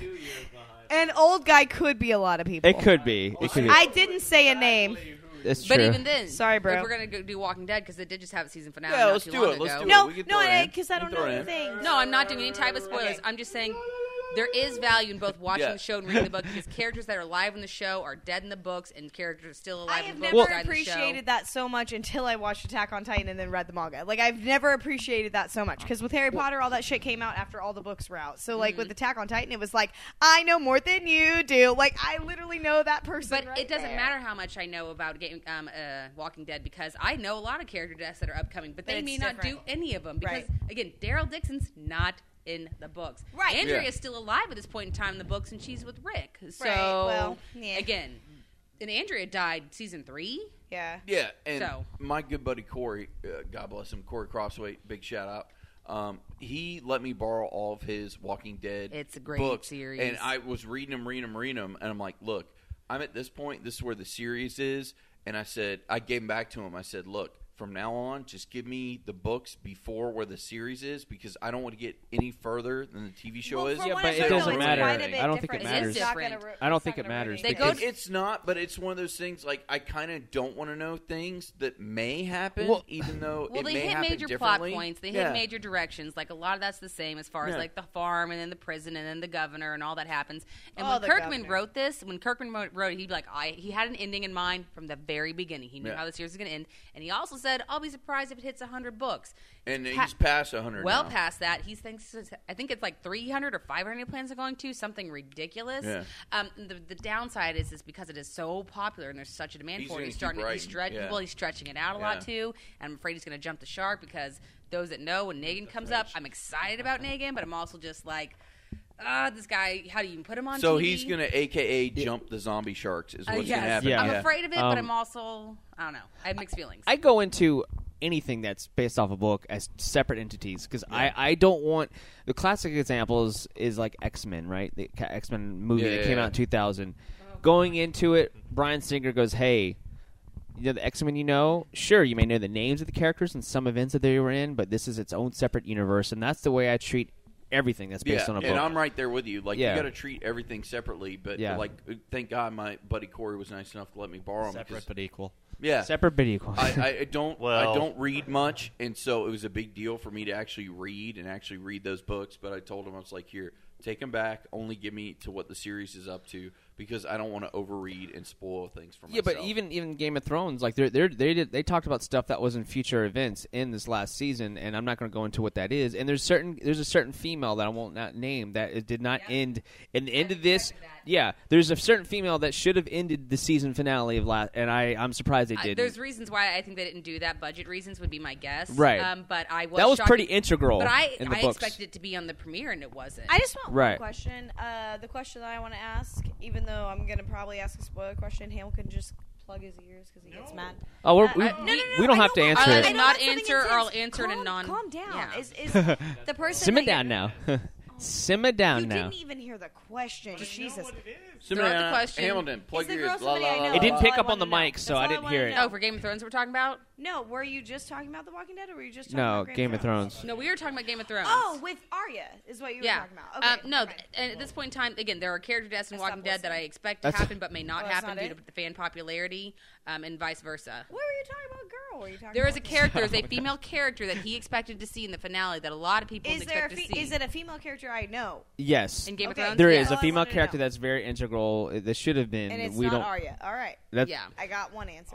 Speaker 4: An old guy could be a lot of people.
Speaker 1: It could be. It could be.
Speaker 4: I didn't say a name.
Speaker 1: It's
Speaker 7: But
Speaker 1: true.
Speaker 7: even then,
Speaker 4: Sorry, bro.
Speaker 7: If we're gonna go do Walking Dead because it did just have its season finale.
Speaker 2: Yeah,
Speaker 7: not
Speaker 2: let's
Speaker 7: too
Speaker 2: do
Speaker 7: long
Speaker 2: it. Let's do
Speaker 7: ago.
Speaker 2: it.
Speaker 4: No,
Speaker 2: We can
Speaker 4: no,
Speaker 2: throw it in.
Speaker 4: because I
Speaker 2: We
Speaker 4: don't
Speaker 2: can throw
Speaker 4: know
Speaker 2: it in.
Speaker 4: anything.
Speaker 7: No, I'm not doing any type of spoilers. I'm just saying there is value in both watching
Speaker 2: Yeah.
Speaker 7: the show and reading
Speaker 2: [laughs]
Speaker 7: the book because characters that are alive in the show are dead in the books and characters still
Speaker 4: I
Speaker 7: alive
Speaker 4: have
Speaker 7: in the books
Speaker 4: never
Speaker 7: died in the show.
Speaker 4: appreciated that so much until I watched Attack on Titan and then read the manga. Like I've never appreciated that so much because with Harry Potter, all that shit came out after all the books were out. So like
Speaker 7: Mm-hmm.
Speaker 4: with Attack on Titan, it was like I know more than you do. Like I literally know that person.
Speaker 7: But
Speaker 4: right
Speaker 7: it doesn't
Speaker 4: there.
Speaker 7: matter how much I know about game, um, uh, Walking Dead because I know a lot of character deaths that are upcoming, but
Speaker 4: But
Speaker 7: they
Speaker 4: it's
Speaker 7: may not do
Speaker 4: different.
Speaker 7: any of them because,
Speaker 4: Right.
Speaker 7: again, Daryl Dixon's not in the books.
Speaker 4: Right.
Speaker 7: Andrea
Speaker 2: Yeah.
Speaker 7: is still alive at this point in time in the books, and she's with Rick. So
Speaker 4: well, yeah.
Speaker 7: again, and Andrea died season three.
Speaker 4: Yeah.
Speaker 2: Yeah, and
Speaker 7: So-
Speaker 2: my good buddy Corey, uh, God bless him, Corey Crossway, big shout out. Um, he let me borrow all of his Walking Dead.
Speaker 7: It's a great
Speaker 2: books,
Speaker 7: series.
Speaker 2: and I was reading them, reading them, reading them, and I'm like, look, I'm at this point. This is where the series is, and I said, I gave them back to him. I said, look, from now on, just give me the books before where the series is because I don't want to get any further than the TV show
Speaker 4: Well,
Speaker 2: is.
Speaker 4: for
Speaker 7: Yeah,
Speaker 4: one,
Speaker 1: but
Speaker 4: I
Speaker 1: it
Speaker 4: feel
Speaker 1: doesn't
Speaker 4: it's
Speaker 1: matter.
Speaker 4: quite a bit
Speaker 1: I don't think it
Speaker 4: different.
Speaker 7: matters.
Speaker 4: It's not gonna
Speaker 7: Different.
Speaker 4: ro-
Speaker 1: I don't
Speaker 4: it's
Speaker 1: think
Speaker 4: not
Speaker 1: it
Speaker 4: gonna
Speaker 1: matters
Speaker 4: really
Speaker 7: They go
Speaker 2: It- it's not, but it's one of those things. Like I kind of don't want to know things that may happen,
Speaker 1: Well-
Speaker 2: even though
Speaker 7: Well,
Speaker 2: it
Speaker 7: they
Speaker 2: may
Speaker 7: hit
Speaker 2: happen
Speaker 7: major plot
Speaker 2: differently.
Speaker 7: points. They hit
Speaker 2: Yeah.
Speaker 7: major directions. Like a lot of that's the same as far as
Speaker 2: Yeah.
Speaker 7: like the farm and then the prison and then the governor and all that happens. And
Speaker 4: Oh,
Speaker 7: when
Speaker 4: the
Speaker 7: Kirkman
Speaker 4: governor.
Speaker 7: wrote this, when Kirkman wrote- wrote it, he like I he had an ending in mind from the very beginning. He knew
Speaker 2: Yeah.
Speaker 7: how the series was going to end, and he also said, "I'll be surprised if it hits hundred books."
Speaker 2: and
Speaker 7: It's
Speaker 2: he's
Speaker 7: pa-
Speaker 2: past hundred.
Speaker 7: well
Speaker 2: now.
Speaker 7: past that. He thinks I think it's like 300 or 500 plans are going to something ridiculous.
Speaker 2: Yeah.
Speaker 7: Um, the, the downside is is because it is so popular and there's such a demand
Speaker 2: He's
Speaker 7: for it.
Speaker 2: gonna
Speaker 7: He's
Speaker 2: keep
Speaker 7: starting to he's
Speaker 2: writing,
Speaker 7: stretch,
Speaker 2: yeah.
Speaker 7: well he's stretching it out a
Speaker 2: Yeah.
Speaker 7: lot too. And I'm afraid he's going to jump the shark because those that know when Negan comes up, I'm
Speaker 2: [laughs]
Speaker 7: excited about Negan, but I'm also just like, ah, this guy. How do you even put him on?
Speaker 2: So
Speaker 7: TV?
Speaker 2: he's gonna AKA jump the zombie sharks is
Speaker 7: Uh,
Speaker 2: what's
Speaker 7: yes.
Speaker 2: gonna happen.
Speaker 1: Yeah.
Speaker 7: I'm afraid of it,
Speaker 1: Um,
Speaker 7: but I'm also I don't know. I have mixed feelings.
Speaker 1: I go into anything that's based off a book as separate entities because I, I don't want the classic examples is like X Men right the X Men movie
Speaker 2: Yeah,
Speaker 1: that
Speaker 2: yeah,
Speaker 1: came
Speaker 2: yeah.
Speaker 1: out in two thousand. Going into it, Brian Singer goes, "Hey, you know the X Men. You know, sure you may know the names of the characters and some events that they were in, but this is its own separate universe, and that's the way I treat everything that's based
Speaker 2: yeah,
Speaker 1: on a book."
Speaker 2: and I'm right there with you. Like
Speaker 1: Yeah.
Speaker 2: you got to treat everything separately. But
Speaker 1: Yeah.
Speaker 2: like, thank God my buddy Corey was nice enough to let me borrow them.
Speaker 9: Separate but equal.
Speaker 2: Yeah,
Speaker 1: separate but equal.
Speaker 2: I, I- [laughs] I don't. I
Speaker 8: Well-
Speaker 2: don't read much, and so it was a big deal for me to actually read and actually read those books. But I told him I was like, here, take them back. Only give me to what the series is up to because I don't want to overread and spoil things for
Speaker 1: Yeah, but
Speaker 2: myself.
Speaker 1: even even Game of Thrones, like they're, they're, they did, they talked about stuff that was in future events in this last season, and I'm not going to go into what that is. And there's certain there's a certain female that I won't not name that it did not end. And the end of this, yeah, there's a certain female that should have ended the season finale of last, and I I'm surprised they
Speaker 7: I,
Speaker 1: didn't.
Speaker 7: there's reasons why I think they didn't do that. Budget reasons would be my guess.
Speaker 1: Right.
Speaker 7: Um, but I was
Speaker 1: that was
Speaker 7: shocked-
Speaker 1: pretty integral.
Speaker 7: But I,
Speaker 1: in the
Speaker 7: I
Speaker 1: books.
Speaker 7: expected it to be on the premiere, and it wasn't.
Speaker 4: I just want
Speaker 1: Right.
Speaker 4: one question. Uh, the question that I want to ask, even though I'm gonna probably ask a spoiler question, Hamilton just plug his ears because he gets mad.
Speaker 1: Oh, we're,
Speaker 4: Uh,
Speaker 1: we,
Speaker 4: I- no, no, no,
Speaker 1: we don't
Speaker 4: I
Speaker 1: have to
Speaker 4: know
Speaker 1: answer
Speaker 4: what-
Speaker 7: I'll
Speaker 4: I
Speaker 7: either
Speaker 4: know
Speaker 1: it.
Speaker 7: not
Speaker 4: what something
Speaker 7: answer or
Speaker 4: is.
Speaker 7: I'll answer in
Speaker 4: calm,
Speaker 7: a non-
Speaker 4: Calm down.
Speaker 7: Yeah.
Speaker 1: [laughs]
Speaker 4: Is, is the person?
Speaker 1: Simmer
Speaker 4: that
Speaker 1: down
Speaker 4: you're-
Speaker 1: now. [laughs] Simmer down
Speaker 4: You
Speaker 1: now.
Speaker 4: didn't even hear the question. Jesus.
Speaker 2: Somebody-
Speaker 7: Throw out the question.
Speaker 2: Hamilton, plug
Speaker 4: Is the
Speaker 2: your ears.
Speaker 4: girl
Speaker 2: La,
Speaker 4: somebody
Speaker 2: la,
Speaker 4: I
Speaker 2: la,
Speaker 4: know?
Speaker 2: la,
Speaker 1: It didn't
Speaker 2: la.
Speaker 1: pick
Speaker 4: all
Speaker 1: up
Speaker 4: I
Speaker 1: on the
Speaker 4: wanna know.
Speaker 1: mic, so
Speaker 4: That's
Speaker 1: I
Speaker 4: all
Speaker 1: didn't
Speaker 4: wanna
Speaker 1: hear it.
Speaker 4: know.
Speaker 7: oh, for Game of Thrones, we're talking about.
Speaker 4: No, were you just talking about The Walking Dead, or were you just talking
Speaker 1: No,
Speaker 4: about Game,
Speaker 1: Game of Thrones.
Speaker 7: No, we were talking about Game of Thrones.
Speaker 4: Oh, with Arya is what you
Speaker 7: yeah.
Speaker 4: were talking about. Okay,
Speaker 7: um, no,
Speaker 4: never mind.
Speaker 7: and at this point in time, again, there are character deaths in
Speaker 4: I
Speaker 7: Walking
Speaker 4: stopped
Speaker 7: Dead that I
Speaker 4: listening.
Speaker 7: expect to
Speaker 1: That's-
Speaker 7: happen, but may not
Speaker 4: Oh, that's
Speaker 7: happen
Speaker 4: not
Speaker 7: due
Speaker 4: it?
Speaker 7: to the fan popularity, um, and vice versa.
Speaker 4: what were you talking about, girl? Were you talking
Speaker 7: There is a
Speaker 4: about-
Speaker 7: character,
Speaker 1: [laughs]
Speaker 7: there's a female character that he expected to see in the finale that a lot of people
Speaker 4: Is
Speaker 7: didn't
Speaker 4: there a
Speaker 7: expect
Speaker 4: fe-
Speaker 7: to see.
Speaker 4: is it a female character I know?
Speaker 1: Yes,
Speaker 7: in Game
Speaker 4: Okay.
Speaker 7: of Thrones?
Speaker 1: there
Speaker 4: Yeah.
Speaker 1: is
Speaker 4: Oh,
Speaker 1: a
Speaker 4: I
Speaker 1: female
Speaker 4: wanted to
Speaker 1: character
Speaker 4: know.
Speaker 1: that's very integral. That should have been.
Speaker 4: And it's
Speaker 1: we
Speaker 4: not
Speaker 1: don't.
Speaker 4: Arya. All right,
Speaker 1: That's,
Speaker 7: Yeah.
Speaker 4: I got one answer.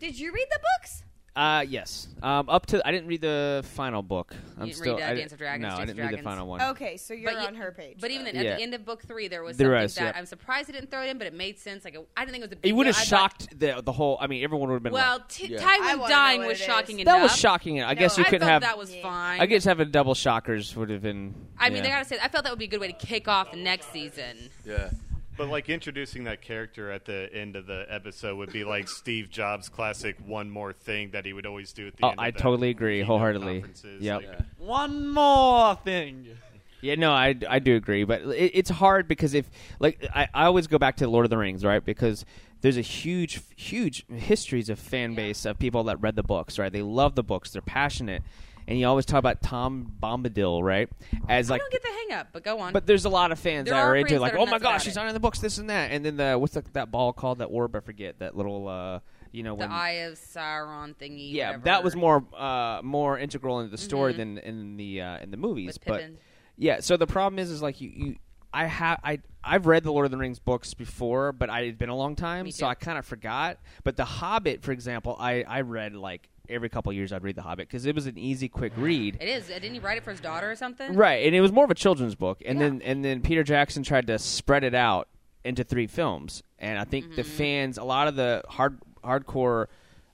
Speaker 4: Did you read the books?
Speaker 1: Uh, yes. Um, up to I didn't read the final book. I'm
Speaker 7: didn't
Speaker 1: still
Speaker 7: read, uh,
Speaker 1: I,
Speaker 7: Dance of Dragons,
Speaker 1: No,
Speaker 7: Dance
Speaker 1: I
Speaker 7: of
Speaker 1: didn't read the
Speaker 7: Dragons.
Speaker 1: final one.
Speaker 4: Okay, so you're
Speaker 7: ye-
Speaker 4: on her page.
Speaker 7: But
Speaker 4: though.
Speaker 7: even then, at
Speaker 1: Yeah.
Speaker 7: the end of book three, there was
Speaker 1: There
Speaker 7: something
Speaker 1: was,
Speaker 7: that
Speaker 1: yeah.
Speaker 7: I'm surprised it didn't throw it in, but it made sense. Like it- I didn't think it was a big.
Speaker 1: It would have
Speaker 7: deal. I thought-
Speaker 1: shocked the the whole. I mean, everyone would have been.
Speaker 7: well,
Speaker 1: like,
Speaker 7: t-
Speaker 2: Yeah. I
Speaker 4: wanna know
Speaker 7: Tywin dying
Speaker 4: what
Speaker 7: was
Speaker 4: it is.
Speaker 7: shocking enough.
Speaker 1: that was shocking. I guess
Speaker 4: No,
Speaker 1: you
Speaker 7: I
Speaker 1: couldn't
Speaker 7: felt
Speaker 1: have.
Speaker 7: that was
Speaker 4: Yeah.
Speaker 7: fine.
Speaker 1: I guess having double shockers would have been.
Speaker 7: I mean,
Speaker 1: yeah.
Speaker 7: I gotta say, I felt that would be a good way to kick off the next season.
Speaker 2: Yeah.
Speaker 8: But like introducing that character at the end of the episode would be like Steve Jobs' classic one more thing that he would always do at the
Speaker 1: Oh,
Speaker 8: end. Of
Speaker 1: I
Speaker 8: the
Speaker 1: totally agree
Speaker 8: keynote
Speaker 1: wholeheartedly.
Speaker 8: conferences,
Speaker 1: Yep.
Speaker 8: like-
Speaker 9: One more thing.
Speaker 1: Yeah, no, I, I do agree, but it, it's hard because if like I, I always go back to Lord of the Rings, right? Because there's a huge huge histories of fan base of people that read the books, right? They love the books, they're passionate, and you always talk about Tom Bombadil, right? As
Speaker 7: I
Speaker 1: like
Speaker 7: don't get the hang up, but go on.
Speaker 1: But there's a lot of fans
Speaker 7: There
Speaker 1: that are,
Speaker 7: are fans
Speaker 1: into
Speaker 7: that
Speaker 1: like,
Speaker 7: are
Speaker 1: oh my
Speaker 7: nuts
Speaker 1: gosh,
Speaker 7: about
Speaker 1: she's
Speaker 7: it."
Speaker 1: on in the books, this and that, and then the what's the, that ball called that orb? I forget that little, uh, you know,
Speaker 7: the
Speaker 1: when
Speaker 7: Eye of Sauron thingy.
Speaker 1: yeah,
Speaker 7: whatever. Mm-hmm.
Speaker 1: that was more uh, more integral into the story than in the uh, in the movies.
Speaker 7: With
Speaker 1: but
Speaker 7: Pippin.
Speaker 1: yeah, so the problem is, is like you, you I have I I've read the Lord of the Rings books before, but I had been a long time,
Speaker 7: Me
Speaker 1: so
Speaker 7: too.
Speaker 1: I kind of forgot. But The Hobbit, for example, I I read like every couple years I'd read The Hobbit because it was an easy, quick read.
Speaker 7: It is. Didn't he write it for his daughter or something?
Speaker 1: Right, and it was more of a children's book, and
Speaker 7: Yeah.
Speaker 1: then and then Peter Jackson tried to spread it out into three films, and I think the fans, a lot of the hard hardcore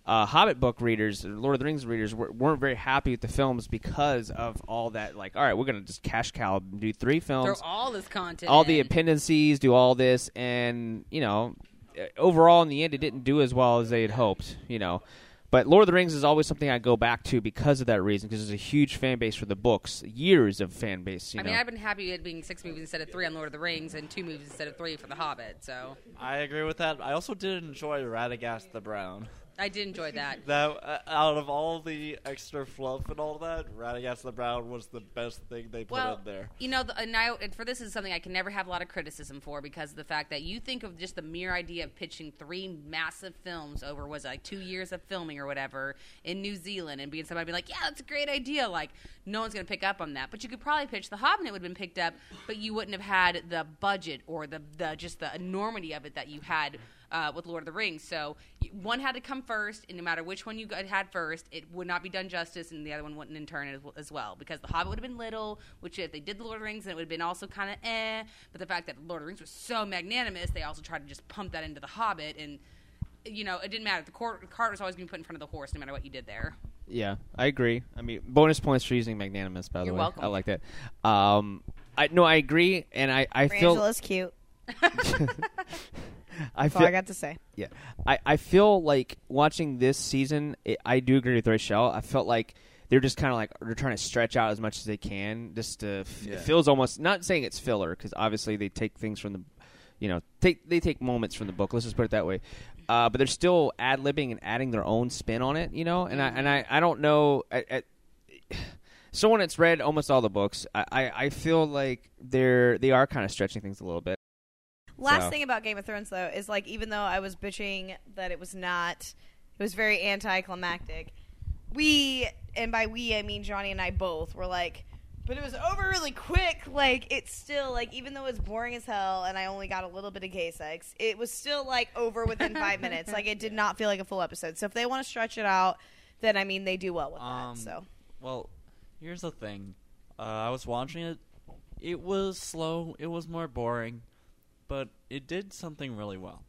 Speaker 1: uh, Hobbit book readers, Lord of the Rings readers, were, weren't very happy with the films because of all that. Like, all right, we're gonna just cash cow and do three
Speaker 7: Throw
Speaker 1: films,
Speaker 7: all this content.
Speaker 1: all the
Speaker 7: in.
Speaker 1: appendices, do all this, and you know, eh, overall in the end, it didn't do as well as they had hoped. You know. But Lord of the Rings is always something I go back to because of that reason, because there's a huge fan base for the books, years of fan base. You
Speaker 7: I
Speaker 1: know?
Speaker 7: mean, I've been happy with it being six movies instead of three on Lord of the Rings and two movies instead of three for The Hobbit. So
Speaker 9: I agree with that. I also did enjoy Radagast the Brown.
Speaker 7: I did enjoy that.
Speaker 9: That uh, out of all the extra fluff and all that, Radagast the Brown was the best thing they put
Speaker 7: well,
Speaker 9: in there.
Speaker 7: you know, the, and, I, and for this is something I can never have a lot of criticism for because of the fact that you think of just the mere idea of pitching three massive films over was it, like two years of filming or whatever in New Zealand and being somebody be like, yeah, that's a great idea. Like no one's going to pick up on that, but you could probably pitch The Hobbit, and it would have been picked up, but you wouldn't have had the budget or the the just the enormity of it that you had. Uh, with Lord of the Rings, so y- one had to come first, and no matter which one you got- had first, it would not be done justice, and the other one wouldn't in turn as, as well. Because The Hobbit would have been little, which if they did The Lord of the Rings, then it would have been also kind of eh. But the fact that Lord of the Rings was so magnanimous, they also tried to just pump that into The Hobbit, and you know it didn't matter. The court, cart was always going to be put in front of the horse, no matter what you did there.
Speaker 1: Yeah, I agree. I mean, bonus points for using magnanimous. By the
Speaker 7: You're
Speaker 1: way,
Speaker 7: welcome.
Speaker 1: I like that. Um, I no, I agree, and I I feel
Speaker 4: Angela's cute.
Speaker 7: Oh,
Speaker 1: I
Speaker 4: That's all
Speaker 1: feel
Speaker 4: I got to say.
Speaker 1: yeah. I, I feel like watching this season, it, I do agree with Rachel. I felt like they're just kind of like they're trying to stretch out as much as they can. Just to f-
Speaker 2: Yeah.
Speaker 1: it feels almost not saying it's filler because obviously they take things from the, you know, take they take moments from the book. Let's just put it that way. Uh, but they're still ad libbing and adding their own spin on it, you know. And I and I, I don't know. I, I, [sighs] someone that's read almost all the books, I, I, I feel like they're they are kind of stretching things a little bit.
Speaker 4: Last
Speaker 1: So-
Speaker 4: thing about Game of Thrones, though, is like even though I was bitching that it was not, it was very anticlimactic. We, and by we I mean Johnny and I both, were like, but it was over really quick. Like it's still like even though it's boring as hell, and I only got a little bit of gay sex, it was still like over within five minutes. Like
Speaker 1: [laughs]
Speaker 4: it did not feel like a full episode. So if they want to stretch it out, then I mean they do well with
Speaker 9: Um,
Speaker 4: that. So
Speaker 9: Well, here's the thing. Uh, I was watching it. It was slow. It was more boring, but it did something really well.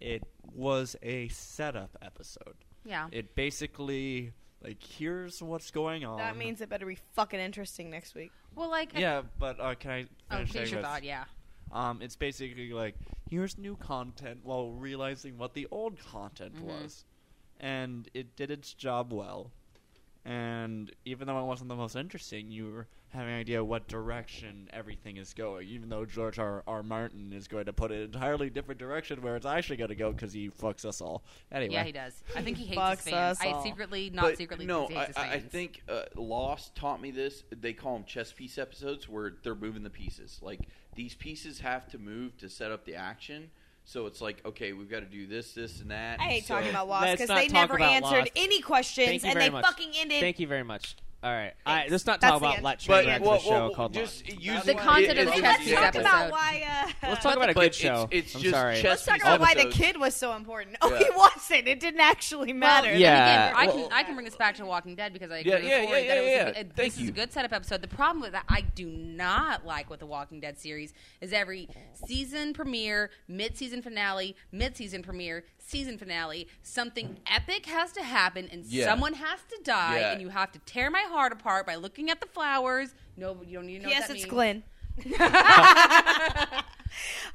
Speaker 9: It was a setup episode.
Speaker 7: Yeah,
Speaker 9: It basically like here's what's going
Speaker 1: um,
Speaker 9: on.
Speaker 4: that means it better be fucking interesting next week.
Speaker 7: well, like I-
Speaker 9: yeah, but uh, can I
Speaker 7: oh,
Speaker 9: finish
Speaker 7: finish
Speaker 9: saying
Speaker 7: your
Speaker 9: this?
Speaker 7: thought. Yeah,
Speaker 9: Um, it's basically like here's new content while realizing what the old content
Speaker 7: Mm-hmm.
Speaker 9: was, and it did its job well. And even though it wasn't the most interesting, you were having an idea what direction everything is going. Even though George R. R. Martin is going to put it an entirely different direction where it's actually going to go because he fucks us all. Anyway,
Speaker 7: yeah, he does. I think he hates
Speaker 4: Fucks
Speaker 7: his fans.
Speaker 4: us
Speaker 7: I
Speaker 4: all.
Speaker 7: secretly, not
Speaker 2: But
Speaker 7: secretly,
Speaker 2: no,
Speaker 7: thinks he
Speaker 2: I,
Speaker 7: hates
Speaker 2: I I
Speaker 7: his fans.
Speaker 2: think uh, Lost taught me this. They call them chess piece episodes, where they're moving the pieces. Like these pieces have to move to set up the action. So it's like, okay, we've got to do this, this, and that.
Speaker 4: I hate
Speaker 2: So-
Speaker 4: talking about Lost
Speaker 1: Let's
Speaker 4: because
Speaker 1: not
Speaker 4: they
Speaker 1: talk
Speaker 4: never
Speaker 1: about
Speaker 4: answered
Speaker 1: Lost.
Speaker 4: any questions
Speaker 1: Thank you
Speaker 4: and
Speaker 1: very
Speaker 4: they
Speaker 1: much.
Speaker 4: fucking ended.
Speaker 1: Thank you very much. All right, all
Speaker 4: Thanks.
Speaker 1: right. Let's not
Speaker 4: That's
Speaker 1: talk
Speaker 4: the
Speaker 1: about
Speaker 4: end.
Speaker 1: Let's
Speaker 2: But
Speaker 1: Train Wreck,
Speaker 2: well,
Speaker 1: the
Speaker 2: well,
Speaker 1: show called
Speaker 2: just
Speaker 1: Lost.
Speaker 2: use
Speaker 7: The
Speaker 2: it-
Speaker 7: content of
Speaker 2: it-
Speaker 7: the
Speaker 4: Hey,
Speaker 2: it-
Speaker 4: let's
Speaker 7: Chess
Speaker 4: talk
Speaker 7: episode.
Speaker 4: about why. Uh,
Speaker 1: Let's talk about a
Speaker 2: But
Speaker 1: good
Speaker 2: it's,
Speaker 1: show.
Speaker 2: It's
Speaker 1: I'm
Speaker 2: just
Speaker 1: sorry.
Speaker 2: chess
Speaker 4: let's talk
Speaker 2: piece
Speaker 4: about why the
Speaker 2: episodes.
Speaker 4: kid was so important. [laughs] Oh,
Speaker 2: Yeah.
Speaker 4: he wasn't. It didn't actually matter.
Speaker 7: Well,
Speaker 1: Yeah.
Speaker 7: and again, I can
Speaker 2: Uh, Well-
Speaker 7: I can bring this back to Walking Dead because I agree
Speaker 2: Yeah,
Speaker 7: with
Speaker 2: yeah,
Speaker 7: Corey
Speaker 2: yeah,
Speaker 7: that
Speaker 2: yeah,
Speaker 7: it was
Speaker 2: yeah.
Speaker 7: A, good-
Speaker 2: Thank
Speaker 7: this is
Speaker 2: you.
Speaker 7: a good setup episode. The problem with that I do not like with the Walking Dead series is every season premiere, mid season finale, mid season premiere, season finale, something epic has to happen and
Speaker 2: Yeah.
Speaker 7: someone has to die
Speaker 2: Yeah.
Speaker 7: and you have to tear my heart apart by looking at the flowers. No, you don't need to know. what
Speaker 4: Yes,
Speaker 7: that
Speaker 4: it's
Speaker 7: means. [laughs]
Speaker 4: Glenn.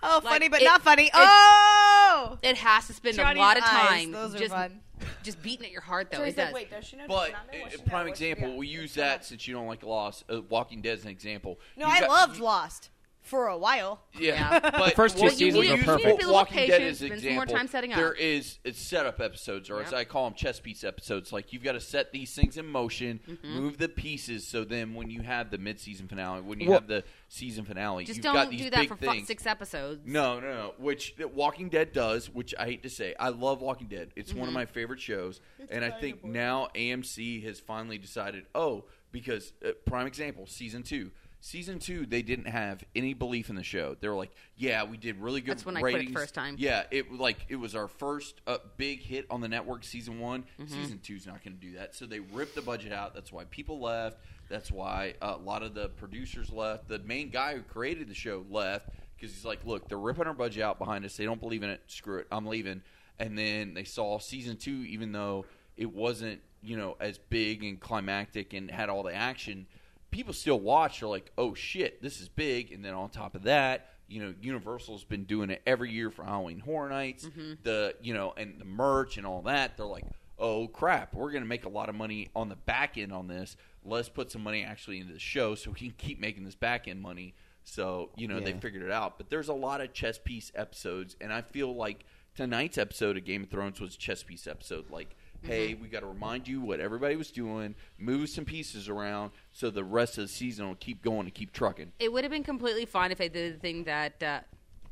Speaker 4: oh, funny but
Speaker 7: it-
Speaker 4: not funny.
Speaker 7: it's-
Speaker 4: Oh,
Speaker 7: It has to spend
Speaker 4: Johnny's
Speaker 7: a lot of
Speaker 4: eyes,
Speaker 7: time
Speaker 4: those are
Speaker 7: just
Speaker 4: fun.
Speaker 7: just beating at your heart though.
Speaker 4: Joey's
Speaker 7: it
Speaker 4: like,
Speaker 7: does.
Speaker 4: wait, does she know? Does
Speaker 2: But
Speaker 4: she not know?
Speaker 2: uh,
Speaker 4: Does she know?
Speaker 2: prime
Speaker 4: What's she
Speaker 2: example,
Speaker 4: got?
Speaker 2: we use that since you don't like Lost. Uh, Walking Dead as an example.
Speaker 4: No,
Speaker 2: You
Speaker 4: I
Speaker 2: got-
Speaker 4: loved Lost for a while.
Speaker 2: Yeah, but
Speaker 1: The first two
Speaker 2: what you
Speaker 1: seasons
Speaker 2: need-
Speaker 1: were
Speaker 2: you
Speaker 1: perfect.
Speaker 2: need to
Speaker 7: Be a
Speaker 2: be
Speaker 7: little
Speaker 2: Walking Dead
Speaker 7: patient,
Speaker 2: is an
Speaker 7: spend some more
Speaker 2: example.
Speaker 7: time setting up.
Speaker 2: There is it's setup episodes, or as
Speaker 7: Yep.
Speaker 2: I call them, chess piece episodes. Like you've got to set these things in motion,
Speaker 7: Mm-hmm.
Speaker 2: move the pieces, so then when you have the mid-season finale, when you
Speaker 1: Well-
Speaker 2: have the season finale,
Speaker 7: Just
Speaker 2: you've
Speaker 7: don't
Speaker 2: got these
Speaker 7: do that
Speaker 2: big
Speaker 7: for fu-
Speaker 2: things.
Speaker 7: six episodes.
Speaker 2: No, no, no. Which that Walking Dead does, which I hate to say, I love Walking Dead. It's one of my favorite shows, and I think now AMC has finally decided. Oh, because uh, prime example, season two. Season two, they didn't have any belief in the show. They were like, "Yeah, we did really good."
Speaker 7: That's when I quit
Speaker 2: ratings.
Speaker 7: it first time.
Speaker 2: Yeah, it like it was our first uh, big hit on the network. Season one,
Speaker 7: Mm-hmm.
Speaker 2: season two's not going to do that. So they ripped the budget out. That's why people left. That's why uh, a lot of the producers left. The main guy who created the show left because he's like, "Look, they're ripping our budget out behind us. They don't believe in it. Screw it, I'm leaving." And then they saw season two, even though it wasn't you know as big and climactic and had all the action people still watch they are like, oh shit, this is big. And then on top of that, you know, Universal's been doing it every year for Halloween Horror Nights. The you know, and the merch and all that. They're like, oh crap, we're gonna make a lot of money on the back end on this. Let's put some money actually into the show so we can keep making this back end money. So you know they
Speaker 1: Yeah.
Speaker 2: figured it out. But there's a lot of chess piece episodes, and I feel like tonight's episode of Game of Thrones was a chess piece episode. Like, hey,
Speaker 1: Mm-hmm.
Speaker 2: we got to remind you what everybody was doing, move some pieces around so the rest of the season will keep going and keep trucking.
Speaker 7: It would have been completely fine if they did the thing that uh,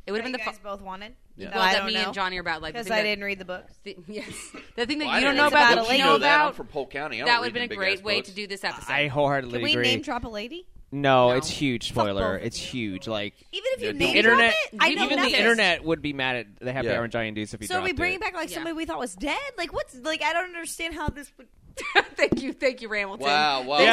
Speaker 7: it would have
Speaker 4: That
Speaker 7: been
Speaker 4: you
Speaker 7: the
Speaker 4: guys
Speaker 7: fu-
Speaker 4: both wanted.
Speaker 2: Yeah.
Speaker 4: No,
Speaker 7: well,
Speaker 4: I
Speaker 7: that
Speaker 4: don't
Speaker 7: me
Speaker 4: know.
Speaker 7: and Johnny are about like the
Speaker 4: because
Speaker 7: thing
Speaker 4: I
Speaker 7: that-
Speaker 4: didn't read the books.
Speaker 7: the- [laughs] yes, the thing that
Speaker 2: Well, I
Speaker 7: you don't
Speaker 2: didn't
Speaker 7: know
Speaker 2: read the
Speaker 7: about,
Speaker 2: books.
Speaker 7: Elaine
Speaker 2: You know that. I'm
Speaker 7: about
Speaker 2: from Polk County. I
Speaker 7: that
Speaker 2: don't read
Speaker 7: would have been a
Speaker 2: them
Speaker 7: great
Speaker 2: big-ass
Speaker 7: way
Speaker 2: books.
Speaker 7: to do this episode.
Speaker 1: I wholeheartedly
Speaker 4: Can we
Speaker 1: agree.
Speaker 4: name drop a lady?
Speaker 1: no,
Speaker 7: No.
Speaker 1: it's huge
Speaker 4: Fuck
Speaker 1: spoiler.
Speaker 4: both of
Speaker 1: It's huge. Like
Speaker 4: Even if
Speaker 2: Yeah,
Speaker 4: you
Speaker 2: don't-
Speaker 4: name
Speaker 1: internet,
Speaker 4: drop it, I know
Speaker 1: even
Speaker 4: nothing.
Speaker 1: the internet would be mad at the Happy
Speaker 2: Yeah.
Speaker 1: Hour and Giant D's if you
Speaker 4: So are we
Speaker 1: dropped
Speaker 4: bringing
Speaker 1: it.
Speaker 4: back like
Speaker 7: Yeah.
Speaker 4: somebody we thought was dead? Like what's like I don't understand how this would.
Speaker 7: [laughs] thank you, thank you, Ramilton.
Speaker 2: Wow, wow.
Speaker 7: Thank you,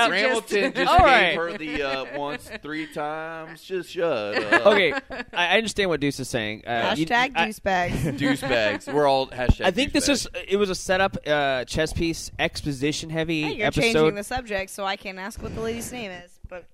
Speaker 1: [laughs]
Speaker 7: just-
Speaker 2: Hamilton just
Speaker 1: All
Speaker 2: gave
Speaker 1: right.
Speaker 2: her the uh, once,
Speaker 7: [laughs]
Speaker 2: three times. Just shut
Speaker 1: [laughs] [laughs]
Speaker 2: up.
Speaker 4: [laughs]
Speaker 1: Okay, I I understand what Deuce is saying. Uh, you-
Speaker 4: Hashtag
Speaker 1: I-
Speaker 2: [laughs]
Speaker 4: douchebags.
Speaker 2: Douchebags. We're all hashtag
Speaker 1: I think this
Speaker 2: douchebags.
Speaker 1: is it was a setup uh, chess piece exposition heavy
Speaker 4: Hey, You're changing
Speaker 1: episode.
Speaker 4: the subject, so I can't ask what the lady's name is. [laughs] But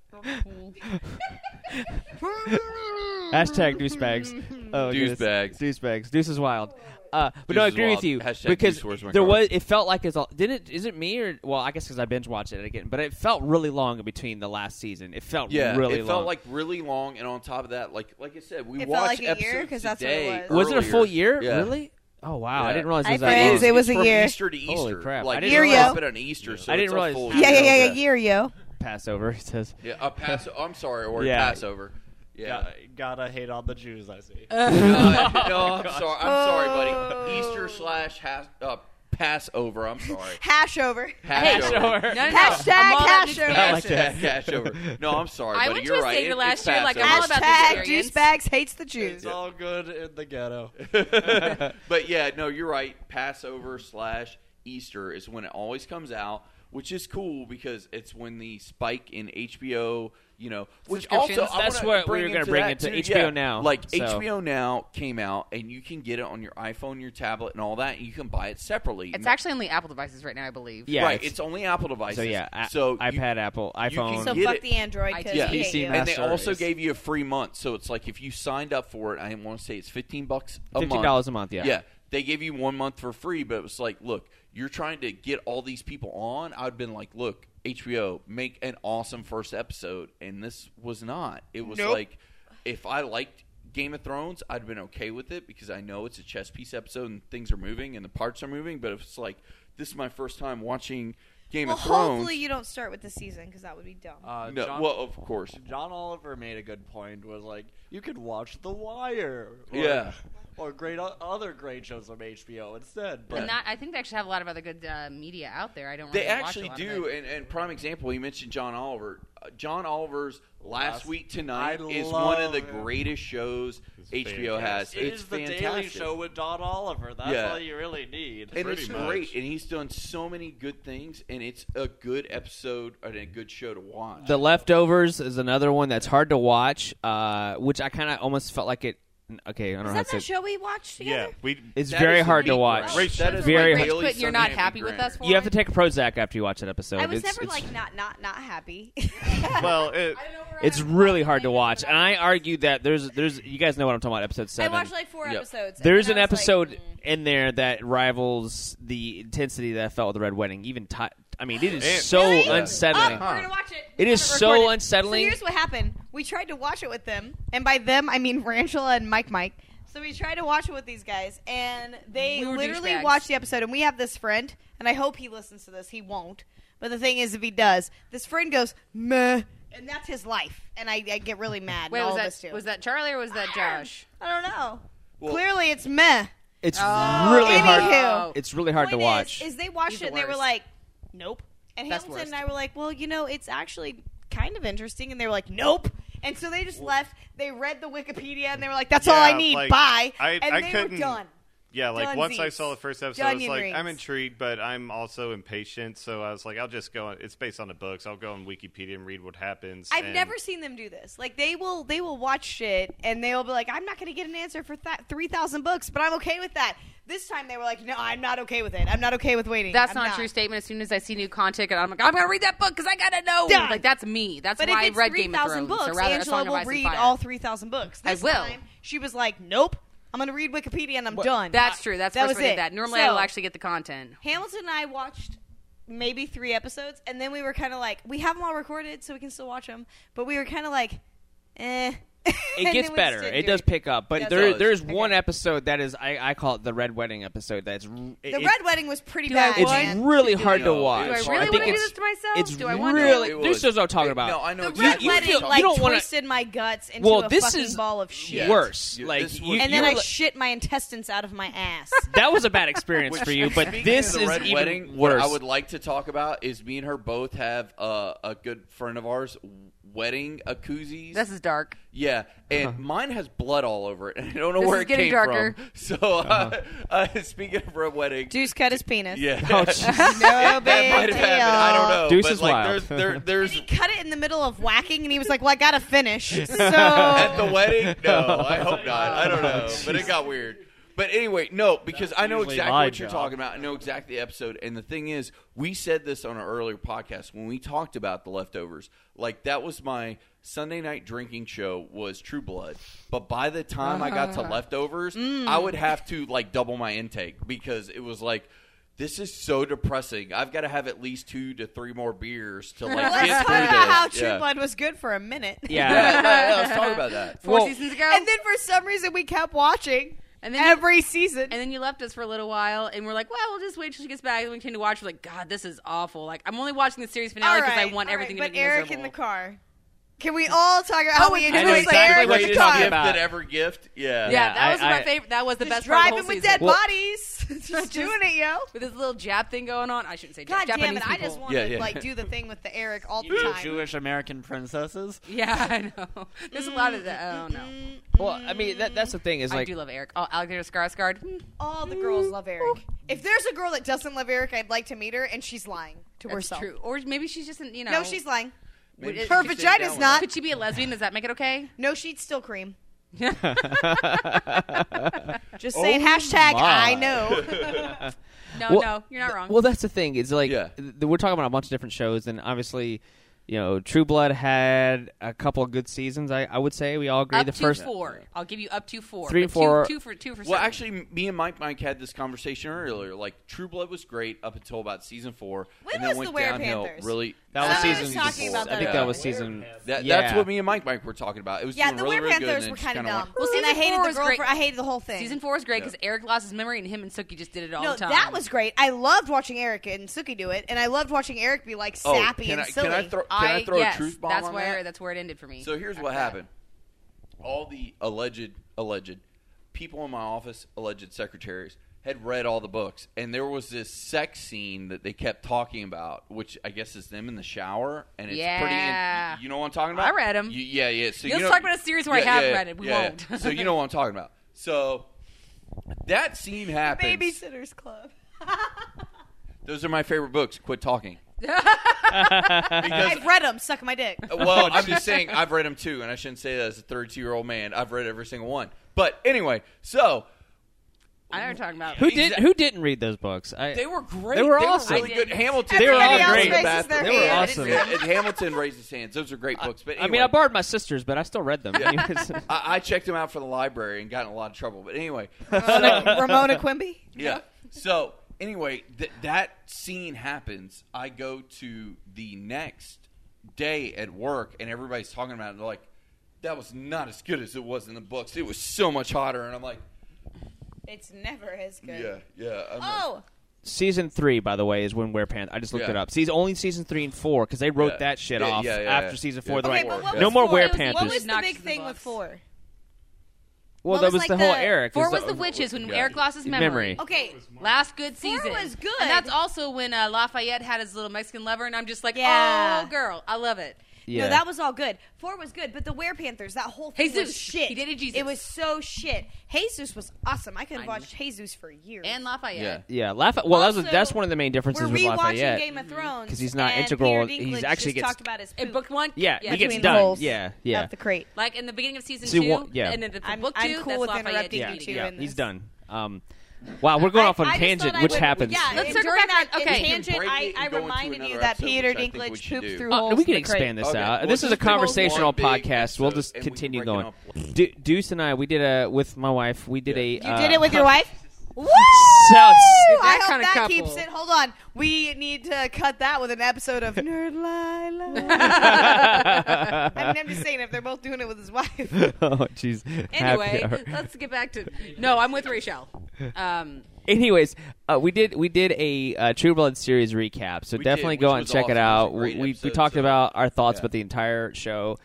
Speaker 1: Hashtag douchebags. Oh, goodness.
Speaker 2: Douchebags.
Speaker 1: Douchebags. Deuce is wild. Uh, but
Speaker 2: Deuce
Speaker 1: no, I
Speaker 2: is
Speaker 1: agree
Speaker 2: wild.
Speaker 1: with you
Speaker 2: Hashtag
Speaker 1: because
Speaker 2: Deuce, where's my
Speaker 1: there
Speaker 2: car?
Speaker 1: was. It felt like it's all. Did it? Is it me or? Well, I guess because I binge watched it again. But it felt really long in between the last season. It felt
Speaker 2: Yeah,
Speaker 1: really
Speaker 2: it
Speaker 1: long.
Speaker 2: felt like really long, and on top of that, like like I said, we
Speaker 4: It felt
Speaker 2: watched
Speaker 4: like a year,
Speaker 2: episodes
Speaker 4: 'cause that's what it
Speaker 2: today
Speaker 4: was.
Speaker 1: was it a
Speaker 2: earlier.
Speaker 1: full year?
Speaker 2: Yeah.
Speaker 1: Really? Oh wow! I
Speaker 2: Yeah.
Speaker 1: didn't realize it
Speaker 4: Hi,
Speaker 1: was
Speaker 2: It
Speaker 1: that
Speaker 4: friends.
Speaker 2: is.
Speaker 1: long.
Speaker 4: It was
Speaker 2: It's
Speaker 4: a
Speaker 2: from
Speaker 4: year.
Speaker 2: Easter to Easter.
Speaker 1: Holy crap.
Speaker 2: Like
Speaker 1: I
Speaker 4: didn't
Speaker 2: it's
Speaker 4: realize-
Speaker 2: been an Easter, so
Speaker 1: I didn't
Speaker 2: it's
Speaker 1: realize-
Speaker 2: a full
Speaker 4: yeah, yeah,
Speaker 2: year.
Speaker 4: yeah, yeah, year yo.
Speaker 1: Passover. He says.
Speaker 2: Yeah, a pass. I'm sorry,
Speaker 1: [laughs]
Speaker 2: or
Speaker 1: Yeah.
Speaker 2: a Passover. Yeah.
Speaker 9: God, I hate all the Jews I see.
Speaker 1: [laughs]
Speaker 2: Uh, no, I'm sorry.
Speaker 1: Oh,
Speaker 2: I'm sorry, buddy. Easter slash has, uh, Passover. I'm
Speaker 4: [laughs]
Speaker 2: sorry.
Speaker 4: Hash over.
Speaker 2: Passover.
Speaker 7: [laughs] No, no, no.
Speaker 4: Hashtag
Speaker 7: I'm all about
Speaker 4: hash
Speaker 7: this-
Speaker 4: over.
Speaker 1: I like that.
Speaker 2: Cash over. No, I'm sorry,
Speaker 7: I
Speaker 2: buddy.
Speaker 7: went to
Speaker 2: You're
Speaker 7: a
Speaker 2: right.
Speaker 7: Seder
Speaker 2: It-
Speaker 7: last
Speaker 2: it's
Speaker 7: year, like, I'm
Speaker 2: Passover.
Speaker 7: all about the
Speaker 4: Hashtag
Speaker 7: Syrians.
Speaker 4: douchebags hates the Jews.
Speaker 9: It's all good in the ghetto.
Speaker 2: [laughs] but yeah, no, you're right. Passover slash Easter is when it always comes out, which is cool because it's when the spike in HBO, you know, which also I
Speaker 1: That's
Speaker 2: wanna
Speaker 1: what we were gonna
Speaker 2: into
Speaker 1: bring
Speaker 2: that,
Speaker 1: into
Speaker 2: too,
Speaker 1: HBO
Speaker 2: yeah.
Speaker 1: Now,
Speaker 2: Like
Speaker 1: so.
Speaker 2: HBO Now came out, and you can get it on your iPhone, your tablet, and all that. And you can buy it separately.
Speaker 7: It's actually on the Apple devices right now, I believe.
Speaker 1: Yeah.
Speaker 2: right.
Speaker 1: it's-
Speaker 2: It's, only Apple devices.
Speaker 1: so yeah. I-
Speaker 2: so you-
Speaker 1: iPad, Apple, iPhone.
Speaker 4: so
Speaker 2: Get
Speaker 4: fuck
Speaker 2: it.
Speaker 4: the Android because
Speaker 7: Yeah.
Speaker 4: we hate
Speaker 1: PC
Speaker 4: you.
Speaker 2: and they
Speaker 1: Master
Speaker 2: also
Speaker 1: is-
Speaker 2: gave you a free month, so it's like if you signed up for it, I want to say it's fifteen bucks a month.
Speaker 1: $15 a month, yeah.
Speaker 2: yeah. They gave you one month for free, but it was like, look, you're trying to get all these people on. I'd been like, look, HBO, make an awesome first episode, and this was not. It was like, if I liked Game of Thrones, I'd been okay with it because I know it's a chess piece episode and things are moving and the parts are moving. But if it's like, this is my first time watching Game
Speaker 4: Well,
Speaker 2: of Thrones.
Speaker 4: hopefully you don't start with the season because that would be dumb.
Speaker 9: Uh,
Speaker 2: no,
Speaker 9: John,
Speaker 2: well, of course.
Speaker 9: John Oliver made a good point. Was like you could watch The Wire. Or,
Speaker 2: Yeah.
Speaker 9: Or great o- other great shows on HBO instead. But
Speaker 7: And that, I think they actually have a lot of other good uh, media out there. I don't.
Speaker 2: They
Speaker 7: really watch a
Speaker 2: actually
Speaker 7: lot of
Speaker 2: do,
Speaker 7: it.
Speaker 2: and, and prime example, you mentioned John Oliver. Uh, John Oliver's Last,
Speaker 9: Last-
Speaker 2: Week Tonight
Speaker 9: I
Speaker 2: is one of
Speaker 9: love
Speaker 2: the
Speaker 9: it.
Speaker 2: greatest shows HBO has.
Speaker 9: Yes, it
Speaker 2: it's
Speaker 9: is the
Speaker 2: fantastic.
Speaker 9: Daily Show with John Oliver. That's
Speaker 2: Yeah.
Speaker 9: all you really need.
Speaker 2: and it's
Speaker 8: Pretty much.
Speaker 2: great, and he's done so many good things, and it's a good episode and a good show to watch.
Speaker 1: The Leftovers is another one that's hard to watch, uh, which I kind of almost felt like it. Okay, I don't know how
Speaker 4: Is that
Speaker 1: to
Speaker 4: that
Speaker 1: say.
Speaker 4: show we watched
Speaker 8: Yeah,
Speaker 4: together?
Speaker 8: we.
Speaker 1: It's
Speaker 2: That
Speaker 1: very
Speaker 2: is
Speaker 1: hard to
Speaker 2: unique,
Speaker 1: watch.
Speaker 2: right? That is
Speaker 1: Very
Speaker 2: like
Speaker 1: hard.
Speaker 7: Rich
Speaker 2: Bailey
Speaker 7: quit, and you're not
Speaker 2: Sunhaven
Speaker 7: happy with
Speaker 2: Grant.
Speaker 7: us. For
Speaker 1: You have
Speaker 7: it?
Speaker 1: to take a Prozac after you watch that episode.
Speaker 2: um,
Speaker 4: I was
Speaker 1: it's,
Speaker 4: never
Speaker 1: it's,
Speaker 4: like not not not happy. [laughs]
Speaker 8: [laughs] Well,
Speaker 7: I
Speaker 8: it,
Speaker 7: don't know where
Speaker 1: It's
Speaker 7: I'm-
Speaker 1: really hard to watch, and I argue that there's there's you guys know what I'm talking about. Episode
Speaker 4: I
Speaker 1: seven.
Speaker 4: watched like four
Speaker 2: Yep.
Speaker 4: episodes. and
Speaker 1: there's
Speaker 4: then
Speaker 1: an
Speaker 4: I was like,
Speaker 1: episode
Speaker 4: mm.
Speaker 1: in there that rivals the intensity that I felt with the Red Wedding. Even ti I mean, it is
Speaker 8: Really?
Speaker 1: so
Speaker 4: Really?
Speaker 1: unsettling.
Speaker 4: Up,
Speaker 2: Uh-huh.
Speaker 4: we're gonna watch it.
Speaker 1: It
Speaker 4: We
Speaker 1: is
Speaker 4: have
Speaker 1: so
Speaker 4: recorded.
Speaker 1: unsettling.
Speaker 4: So here's what happened: we tried to watch it with them, and by them I mean Rangela and Mike. Mike. So we tried to watch it with these guys, and they
Speaker 7: We were
Speaker 4: literally
Speaker 7: douchebags.
Speaker 4: watched the episode. And we have this friend, and I hope he listens to this. He won't, but the thing is, if he does, this friend goes meh, and that's his life. And I, I get really mad.
Speaker 7: Wait,
Speaker 4: and all
Speaker 7: was
Speaker 4: of us
Speaker 7: that
Speaker 4: do.
Speaker 7: was that Charlie or was that Josh?
Speaker 4: I don't know.
Speaker 2: Well-
Speaker 4: Clearly, it's meh.
Speaker 1: It's really hard.
Speaker 4: Oh. Anywho.
Speaker 1: It's really hard to
Speaker 4: point
Speaker 1: watch.
Speaker 4: Is, is they watched
Speaker 7: He's
Speaker 4: it
Speaker 7: the
Speaker 4: and they were
Speaker 7: worst.
Speaker 4: like, nope. And
Speaker 7: That's
Speaker 4: Hamilton and
Speaker 7: worst.
Speaker 4: I were like, well, you know, it's actually kind of interesting. And they were like, nope. And so they just left. They read the Wikipedia and they were like, that's all I
Speaker 8: Yeah,
Speaker 4: need.
Speaker 8: like,
Speaker 4: Bye.
Speaker 8: I-
Speaker 4: and
Speaker 8: I
Speaker 4: they were
Speaker 8: couldn't-
Speaker 4: done.
Speaker 8: yeah, like once I
Speaker 4: Dunsies.
Speaker 8: saw the first episode, I was
Speaker 4: Dunyan
Speaker 8: like,
Speaker 4: rings.
Speaker 8: I'm intrigued, but I'm also impatient. So I was like, I'll just go. On, it's based on the books. I'll go on Wikipedia and read what happens.
Speaker 4: I've
Speaker 8: and-
Speaker 4: never seen them do this. Like they will, they will watch shit and they'll be like, "I'm not going to get an answer for th- three thousand books, but I'm okay with that." This time they were like, "No, I'm not okay with it. I'm not okay with waiting."
Speaker 7: That's
Speaker 4: I'm
Speaker 7: not a true statement. As soon as I see new content, I'm like, I'm gonna read that book because I gotta know.
Speaker 4: Done.
Speaker 7: Like that's me. That's
Speaker 4: But
Speaker 7: why
Speaker 4: if it's
Speaker 7: I read
Speaker 4: three
Speaker 7: Game of
Speaker 4: thousand
Speaker 7: Thrones.
Speaker 4: books,
Speaker 7: or rather, A
Speaker 4: Angela
Speaker 7: Song of
Speaker 4: will
Speaker 7: Ice and
Speaker 4: read
Speaker 7: Fire.
Speaker 4: all three thousand books.
Speaker 7: I
Speaker 4: This
Speaker 7: will.
Speaker 4: Time, she was like, "Nope, I'm going to read Wikipedia and I'm done."
Speaker 7: That's true. That's
Speaker 4: that
Speaker 7: the first
Speaker 4: was
Speaker 7: one I
Speaker 4: it.
Speaker 7: did that. Normally,
Speaker 4: So,
Speaker 7: I will actually get the content.
Speaker 4: Hamilton and I watched maybe three episodes, and then we were kind of like, we have them all recorded, so we can still watch them. But we were kind of like, eh, [laughs]
Speaker 1: it gets
Speaker 4: was
Speaker 1: better.
Speaker 4: still
Speaker 1: It
Speaker 4: doing
Speaker 1: does
Speaker 4: it.
Speaker 1: pick up, but
Speaker 4: Does
Speaker 1: there
Speaker 2: it?
Speaker 1: there's one episode that is I, I call it the red wedding episode. That's the
Speaker 4: The Red Wedding was pretty
Speaker 7: Do I
Speaker 4: bad.
Speaker 7: want-
Speaker 1: It's
Speaker 4: man.
Speaker 1: really
Speaker 2: Do
Speaker 1: hard
Speaker 2: I
Speaker 1: to
Speaker 2: really
Speaker 1: watch.
Speaker 7: Do I
Speaker 2: It's
Speaker 7: really
Speaker 2: hard.
Speaker 1: think
Speaker 7: want to do
Speaker 1: it's-
Speaker 7: this to myyself?
Speaker 1: It's
Speaker 7: do I want
Speaker 1: really
Speaker 7: to?
Speaker 2: It
Speaker 1: this
Speaker 2: was-
Speaker 1: is what I'm talking
Speaker 2: it-
Speaker 1: about.
Speaker 2: no, I know
Speaker 4: The
Speaker 2: exactly
Speaker 4: Red
Speaker 2: what you're
Speaker 4: Wedding
Speaker 2: talking
Speaker 4: like
Speaker 1: you don't wanna-
Speaker 4: twisted my guts into
Speaker 1: Well,
Speaker 4: a
Speaker 1: this
Speaker 4: fucking
Speaker 1: is
Speaker 4: ball of shit.
Speaker 1: worse.
Speaker 2: Yeah,
Speaker 1: Like
Speaker 2: this
Speaker 1: you,
Speaker 4: And then
Speaker 1: you-
Speaker 4: I shit my intestins out of my
Speaker 7: [laughs]
Speaker 4: ass.
Speaker 1: that was a bad experience
Speaker 2: Which,
Speaker 1: for
Speaker 2: [laughs]
Speaker 1: you, but
Speaker 2: speaking
Speaker 1: this
Speaker 2: of the
Speaker 1: is
Speaker 2: Red
Speaker 1: even
Speaker 2: wedding,
Speaker 1: worse.
Speaker 2: What
Speaker 1: [laughs]
Speaker 2: I would like to talk about is me and her both have uh, a good friend of ours wedding a koozies.
Speaker 7: This is dark.
Speaker 2: yeah, and
Speaker 1: Uh-huh.
Speaker 2: mine has blood all over it. and I don't know
Speaker 7: This
Speaker 2: where
Speaker 7: is
Speaker 2: it
Speaker 7: getting
Speaker 2: came
Speaker 7: darker.
Speaker 2: from. [laughs] So
Speaker 1: Uh-huh.
Speaker 2: uh, uh, [laughs] speaking of red wedding,
Speaker 4: Deuce cut his penis.
Speaker 2: yeah,
Speaker 1: Oh,
Speaker 2: [laughs] that
Speaker 1: jeez.
Speaker 4: No
Speaker 2: might
Speaker 4: big
Speaker 2: have happened. I don't
Speaker 4: deal.
Speaker 2: know.
Speaker 1: Deuce
Speaker 2: but,
Speaker 1: is
Speaker 2: like,
Speaker 1: wild. [laughs]
Speaker 2: There's, there, there's
Speaker 4: He cut it in the middle of whacking, and he was like, "Well, I gotta finish."
Speaker 2: at
Speaker 9: [laughs]
Speaker 2: the
Speaker 4: So
Speaker 2: wedding? No, I hope not. I don't know, but it got weird. But anyway, no, because I know
Speaker 9: usually
Speaker 2: exactly
Speaker 9: my
Speaker 2: what you're
Speaker 9: job.
Speaker 2: talking about. I know exactly the episode. And the thing is, we said this on our earlier podcast when we talked about the leftovers. Like that was my Sunday night drinking show was True Blood. But by the time I got
Speaker 4: Uh-huh.
Speaker 2: to leftovers,
Speaker 4: Mm.
Speaker 2: I would have to like double my intake because it was like this is so depressing. I've got to have at least two to three more beers to like
Speaker 4: [laughs] let's
Speaker 2: get
Speaker 4: talk
Speaker 2: through
Speaker 4: about
Speaker 2: this.
Speaker 4: how True
Speaker 2: Yeah.
Speaker 4: Blood was good for a minute.
Speaker 2: Yeah,
Speaker 1: yeah.
Speaker 2: right, right, let's talk about that.
Speaker 7: Four
Speaker 1: Well-
Speaker 7: seasons ago,
Speaker 4: [laughs] And then for some reason we kept watching
Speaker 7: And then you-
Speaker 4: every season.
Speaker 7: And then you left us for a little while, and we're like, well, we'll just wait till she gets back, and we continue to watch. We're like, God, this is awful. Like, I'm only watching the series finale because I want
Speaker 4: all
Speaker 7: everything
Speaker 4: right,
Speaker 7: to
Speaker 4: But
Speaker 7: be
Speaker 4: Eric
Speaker 7: miserable.
Speaker 4: in the car. Can we all talk about how we
Speaker 7: I know
Speaker 4: enjoyed
Speaker 1: exactly
Speaker 4: Eric
Speaker 1: what
Speaker 4: in
Speaker 1: you're
Speaker 4: the
Speaker 1: talking
Speaker 4: car?
Speaker 1: about.
Speaker 2: Gift at every gift. Yeah.
Speaker 7: Yeah,
Speaker 1: Yeah,
Speaker 7: that was
Speaker 1: I-
Speaker 7: my
Speaker 1: I-
Speaker 7: favorite. That was the
Speaker 4: Just
Speaker 7: best part of the
Speaker 4: driving
Speaker 7: whole
Speaker 4: with
Speaker 7: season.
Speaker 4: dead
Speaker 1: Well-
Speaker 4: bodies, [laughs] just
Speaker 7: Just-
Speaker 4: doing it, yo.
Speaker 7: With this little Jap thing going on. I shouldn't say Jap.
Speaker 4: God damn
Speaker 7: Japanese
Speaker 4: it! I
Speaker 7: people.
Speaker 4: just want
Speaker 2: Yeah,
Speaker 4: to
Speaker 2: yeah.
Speaker 4: like do the thing with the Eric all the
Speaker 9: You mean
Speaker 4: time.
Speaker 9: Jewish American princesses?
Speaker 7: [laughs] Yeah, I know. There's a lot of that. Oh, no.
Speaker 1: Well, I mean that, that's the thing is
Speaker 7: I
Speaker 1: like
Speaker 7: do love Eric. Oh, Alexander Skarsgård. Hmm,
Speaker 4: All the girls love Eric. If there's a girl that doesn't love Eric, I'd like to meet her, and she's lying to
Speaker 7: That's
Speaker 4: herself.
Speaker 7: true. Or maybe she's just, an, you know.
Speaker 4: No, she's lying.
Speaker 2: Maybe
Speaker 7: Her
Speaker 2: she could sit
Speaker 4: vagina's
Speaker 2: down with
Speaker 4: not-
Speaker 2: us.
Speaker 7: Could she be a lesbian? Does that make it okay?
Speaker 4: No, she'd
Speaker 2: [laughs]
Speaker 4: still cream. Just
Speaker 2: Oh
Speaker 4: saying. hashtag
Speaker 1: my.
Speaker 2: [laughs]
Speaker 4: I know.
Speaker 7: No,
Speaker 1: Well,
Speaker 7: no, you're not wrong.
Speaker 1: Well, that's the thing. It's like
Speaker 2: Yeah.
Speaker 1: th- we're talking about a bunch of different shows, and obviously, you know, True Blood had a couple of good seasons. I, I would say we all agree
Speaker 7: up
Speaker 1: the
Speaker 7: to
Speaker 1: first
Speaker 7: four. I'll give you up to four.
Speaker 1: Three
Speaker 7: but
Speaker 1: and four-
Speaker 7: Two, two for two for.
Speaker 2: Well,
Speaker 7: certain.
Speaker 2: actually, me and Mike Mike had this conversation earlier. Like, True Blood was great up until about season four,
Speaker 4: When
Speaker 2: and then
Speaker 4: was
Speaker 2: went
Speaker 4: the Were
Speaker 2: downhill.
Speaker 4: Panthers?
Speaker 2: Really,
Speaker 1: That was
Speaker 4: I was
Speaker 1: season.
Speaker 4: talking
Speaker 1: four.
Speaker 4: about
Speaker 1: I think
Speaker 2: Yeah.
Speaker 1: that was season.
Speaker 2: That,
Speaker 1: yeah.
Speaker 2: That's what me and Mike Mike were talking about. It was
Speaker 4: yeah,
Speaker 2: doing
Speaker 4: the
Speaker 2: really,
Speaker 4: Were
Speaker 2: really good,
Speaker 4: Panthers
Speaker 2: and
Speaker 4: were
Speaker 2: it just
Speaker 4: kind of
Speaker 2: kinda
Speaker 4: dumb.
Speaker 2: went-
Speaker 7: Well,
Speaker 4: and I
Speaker 7: season
Speaker 4: hated
Speaker 7: four
Speaker 4: the
Speaker 7: was
Speaker 4: girl
Speaker 7: great.
Speaker 4: for I hated the whole thing.
Speaker 7: season four is great because Eric lost his memory and him and Suki just did it all
Speaker 4: no,
Speaker 7: the time.
Speaker 4: that was great. I loved watching Eric and Suki do it, and I loved watching Eric be like
Speaker 2: Oh,
Speaker 4: sappy
Speaker 2: can
Speaker 4: and
Speaker 2: I,
Speaker 4: silly.
Speaker 2: Can I throw, can I,
Speaker 7: I,
Speaker 2: throw
Speaker 7: yes,
Speaker 2: a truth bomb
Speaker 7: That's
Speaker 2: on
Speaker 7: where
Speaker 2: that?
Speaker 7: that's where it ended for me.
Speaker 2: So here's
Speaker 7: After
Speaker 2: what
Speaker 7: that.
Speaker 2: happened. All the alleged alleged people in my office, alleged secretaries, had read all the books, and there was this sex scene that they kept talking about, which I guess is them in the shower, and it's pretty.
Speaker 7: Yeah.
Speaker 2: And you know what I'm talking about?
Speaker 7: I read 'em.
Speaker 2: You- yeah, yeah. So
Speaker 7: Let's
Speaker 2: you know,
Speaker 7: talk about a series where I have read it. We
Speaker 2: yeah.
Speaker 7: won't.
Speaker 2: so you know what I'm talking about. So that scene happens.
Speaker 4: Babysitter's Club.
Speaker 2: Those are my favorite books. Quit talking. because
Speaker 4: I've read them. Suck
Speaker 2: [laughs]
Speaker 4: my dick.
Speaker 2: [laughs] well, I'm just saying I've read them too, and I shouldn't say that as a 32 year old man. I've read every single one. But anyway, so
Speaker 7: I know what you're talking about.
Speaker 1: Who did? Who didn't read those books? I,
Speaker 2: they were great.
Speaker 1: They were awesome.
Speaker 2: really good.
Speaker 7: I did.
Speaker 2: Hamilton.
Speaker 1: They were all
Speaker 2: Hamilton
Speaker 1: great.
Speaker 2: in the
Speaker 4: Raises their
Speaker 2: bathroom.
Speaker 1: They were
Speaker 4: hand.
Speaker 1: awesome.
Speaker 2: Yeah, and Hamilton raised his hands. Those are great books. But
Speaker 1: I mean,
Speaker 2: anyway.
Speaker 1: I borrowed my sister's, but I still read [laughs] them.
Speaker 2: I, I checked them out for the library and got in a lot of trouble. But
Speaker 1: [laughs]
Speaker 2: anyway,
Speaker 4: Ramona, Ramona Quimby.
Speaker 2: yeah. So anyway, th- that scene happens. I go to the next day at work, and everybody's talking about it. They're like, "That was not as good as it was in the books. It was so much hotter." And I'm like,
Speaker 4: It's never as good.
Speaker 2: "Yeah, yeah." I'm like,
Speaker 4: Oh,
Speaker 1: season three, by the way, is when Wear Pants. I just looked
Speaker 2: Yeah.
Speaker 1: it up. Season only season three and four because they wrote
Speaker 2: Yeah.
Speaker 1: that shit
Speaker 2: Yeah,
Speaker 1: off
Speaker 2: yeah, yeah,
Speaker 1: after
Speaker 2: yeah.
Speaker 1: season
Speaker 2: Yeah.
Speaker 1: four. They're
Speaker 2: Okay,
Speaker 1: like,
Speaker 2: but what
Speaker 1: no
Speaker 4: was
Speaker 1: more
Speaker 4: four?
Speaker 1: Wear
Speaker 7: It was- what
Speaker 1: Panthers.
Speaker 4: what was the
Speaker 7: Knocks
Speaker 4: big
Speaker 7: the
Speaker 4: thing
Speaker 7: box.
Speaker 4: with four?
Speaker 1: well,
Speaker 4: what
Speaker 1: that
Speaker 4: was,
Speaker 1: was
Speaker 4: like,
Speaker 1: the whole
Speaker 4: the-
Speaker 1: Eric.
Speaker 7: Four
Speaker 1: is
Speaker 7: was the witches when
Speaker 2: yeah.
Speaker 7: Eric lost his memory.
Speaker 1: Memory.
Speaker 4: Okay,
Speaker 7: Last good season.
Speaker 4: was good.
Speaker 7: And that's also when uh, Lafayette had his little Mexican lover, and I'm just like,
Speaker 4: Yeah.
Speaker 7: oh, girl, I love it.
Speaker 1: Yeah.
Speaker 4: No, that was all good. Four was good, but the Were Panthers, that whole thing
Speaker 7: Jesus.
Speaker 4: was shit.
Speaker 7: He did a Jesus.
Speaker 4: It was so shit. Jesus was awesome. I could
Speaker 7: I
Speaker 4: have watched Jesus for years.
Speaker 7: And Lafayette.
Speaker 2: Yeah.
Speaker 1: yeah. Laugh. Well, that was
Speaker 4: Also,
Speaker 1: that's one of the main
Speaker 4: we're
Speaker 1: differences with
Speaker 4: rewatching
Speaker 1: Lafayette.
Speaker 4: Game of Thrones
Speaker 1: 'Cause he's not
Speaker 4: and
Speaker 1: integral.
Speaker 4: Peter
Speaker 1: He's
Speaker 4: Dinklage
Speaker 1: actually
Speaker 4: just
Speaker 1: gets-
Speaker 4: talked about his
Speaker 7: In
Speaker 4: poop
Speaker 7: book one,
Speaker 1: Yeah,
Speaker 7: yeah.
Speaker 1: he gets
Speaker 4: between the
Speaker 1: done.
Speaker 4: holes
Speaker 1: Yeah, yeah.
Speaker 4: of the crate.
Speaker 7: like in the beginning of season
Speaker 1: See,
Speaker 7: two,
Speaker 1: one- yeah.
Speaker 7: and then the
Speaker 4: I'm-
Speaker 7: book
Speaker 4: I'm
Speaker 7: 2
Speaker 4: cool
Speaker 7: that's
Speaker 4: with
Speaker 7: Lafayette
Speaker 4: interrupting
Speaker 1: yeah,
Speaker 4: you two
Speaker 7: eating.
Speaker 1: yeah.
Speaker 4: in
Speaker 1: He's
Speaker 4: this.
Speaker 1: done. Um, wow, we're going
Speaker 4: I-
Speaker 1: off on
Speaker 4: I just
Speaker 1: tangent,
Speaker 4: thought I
Speaker 1: which
Speaker 4: would-
Speaker 1: happens.
Speaker 4: Yeah,
Speaker 7: Let's
Speaker 4: and
Speaker 7: circle
Speaker 4: during
Speaker 7: back
Speaker 4: that
Speaker 7: on- okay.
Speaker 4: tangent,
Speaker 2: We can
Speaker 4: I,
Speaker 2: break it
Speaker 4: I
Speaker 2: and go into
Speaker 4: reminded
Speaker 2: another
Speaker 4: you that
Speaker 2: episode,
Speaker 4: Peter
Speaker 2: which I think we
Speaker 4: Dinklage
Speaker 2: should
Speaker 4: pooped
Speaker 2: do.
Speaker 4: through
Speaker 2: Uh,
Speaker 4: holes.
Speaker 1: we
Speaker 4: in
Speaker 1: can
Speaker 4: the crate.
Speaker 1: expand this
Speaker 2: Okay,
Speaker 1: out.
Speaker 2: we'll
Speaker 1: this is
Speaker 2: just
Speaker 1: a
Speaker 2: do one
Speaker 1: conversational
Speaker 2: big
Speaker 1: podcast. We'll
Speaker 2: episode
Speaker 1: just
Speaker 2: and we can
Speaker 1: continue
Speaker 2: break it
Speaker 1: going.
Speaker 2: up.
Speaker 1: Du- Deuce and I, we did a with my wife. We did
Speaker 2: Yeah.
Speaker 1: a.
Speaker 4: You did
Speaker 1: uh,
Speaker 4: it with your wife? Woo!
Speaker 1: sounds.
Speaker 4: I
Speaker 7: That
Speaker 4: hope
Speaker 7: kinda
Speaker 4: that
Speaker 7: couple.
Speaker 4: keeps it. Hold on. We need to cut that with an
Speaker 1: [laughs]
Speaker 4: episode of Nerd Lila. I mean, I'm just saying, if they're both doing it with his [laughs] wife.
Speaker 1: [laughs] oh, jeez. Happy
Speaker 7: Anyway,
Speaker 1: hour.
Speaker 7: [laughs] let's get
Speaker 1: [laughs]
Speaker 7: back to. No, I'm with Rachel. Um,
Speaker 1: Anyways, uh, we did we did a uh, True Blood series recap, so
Speaker 2: We did,
Speaker 1: definitely
Speaker 2: which
Speaker 1: go out and
Speaker 2: was
Speaker 1: check
Speaker 2: awesome.
Speaker 1: it
Speaker 2: It was a
Speaker 1: out.
Speaker 2: great
Speaker 1: We, we, we
Speaker 2: episode,
Speaker 1: talked
Speaker 2: so-
Speaker 1: about our thoughts
Speaker 2: yeah.
Speaker 1: about the entire show.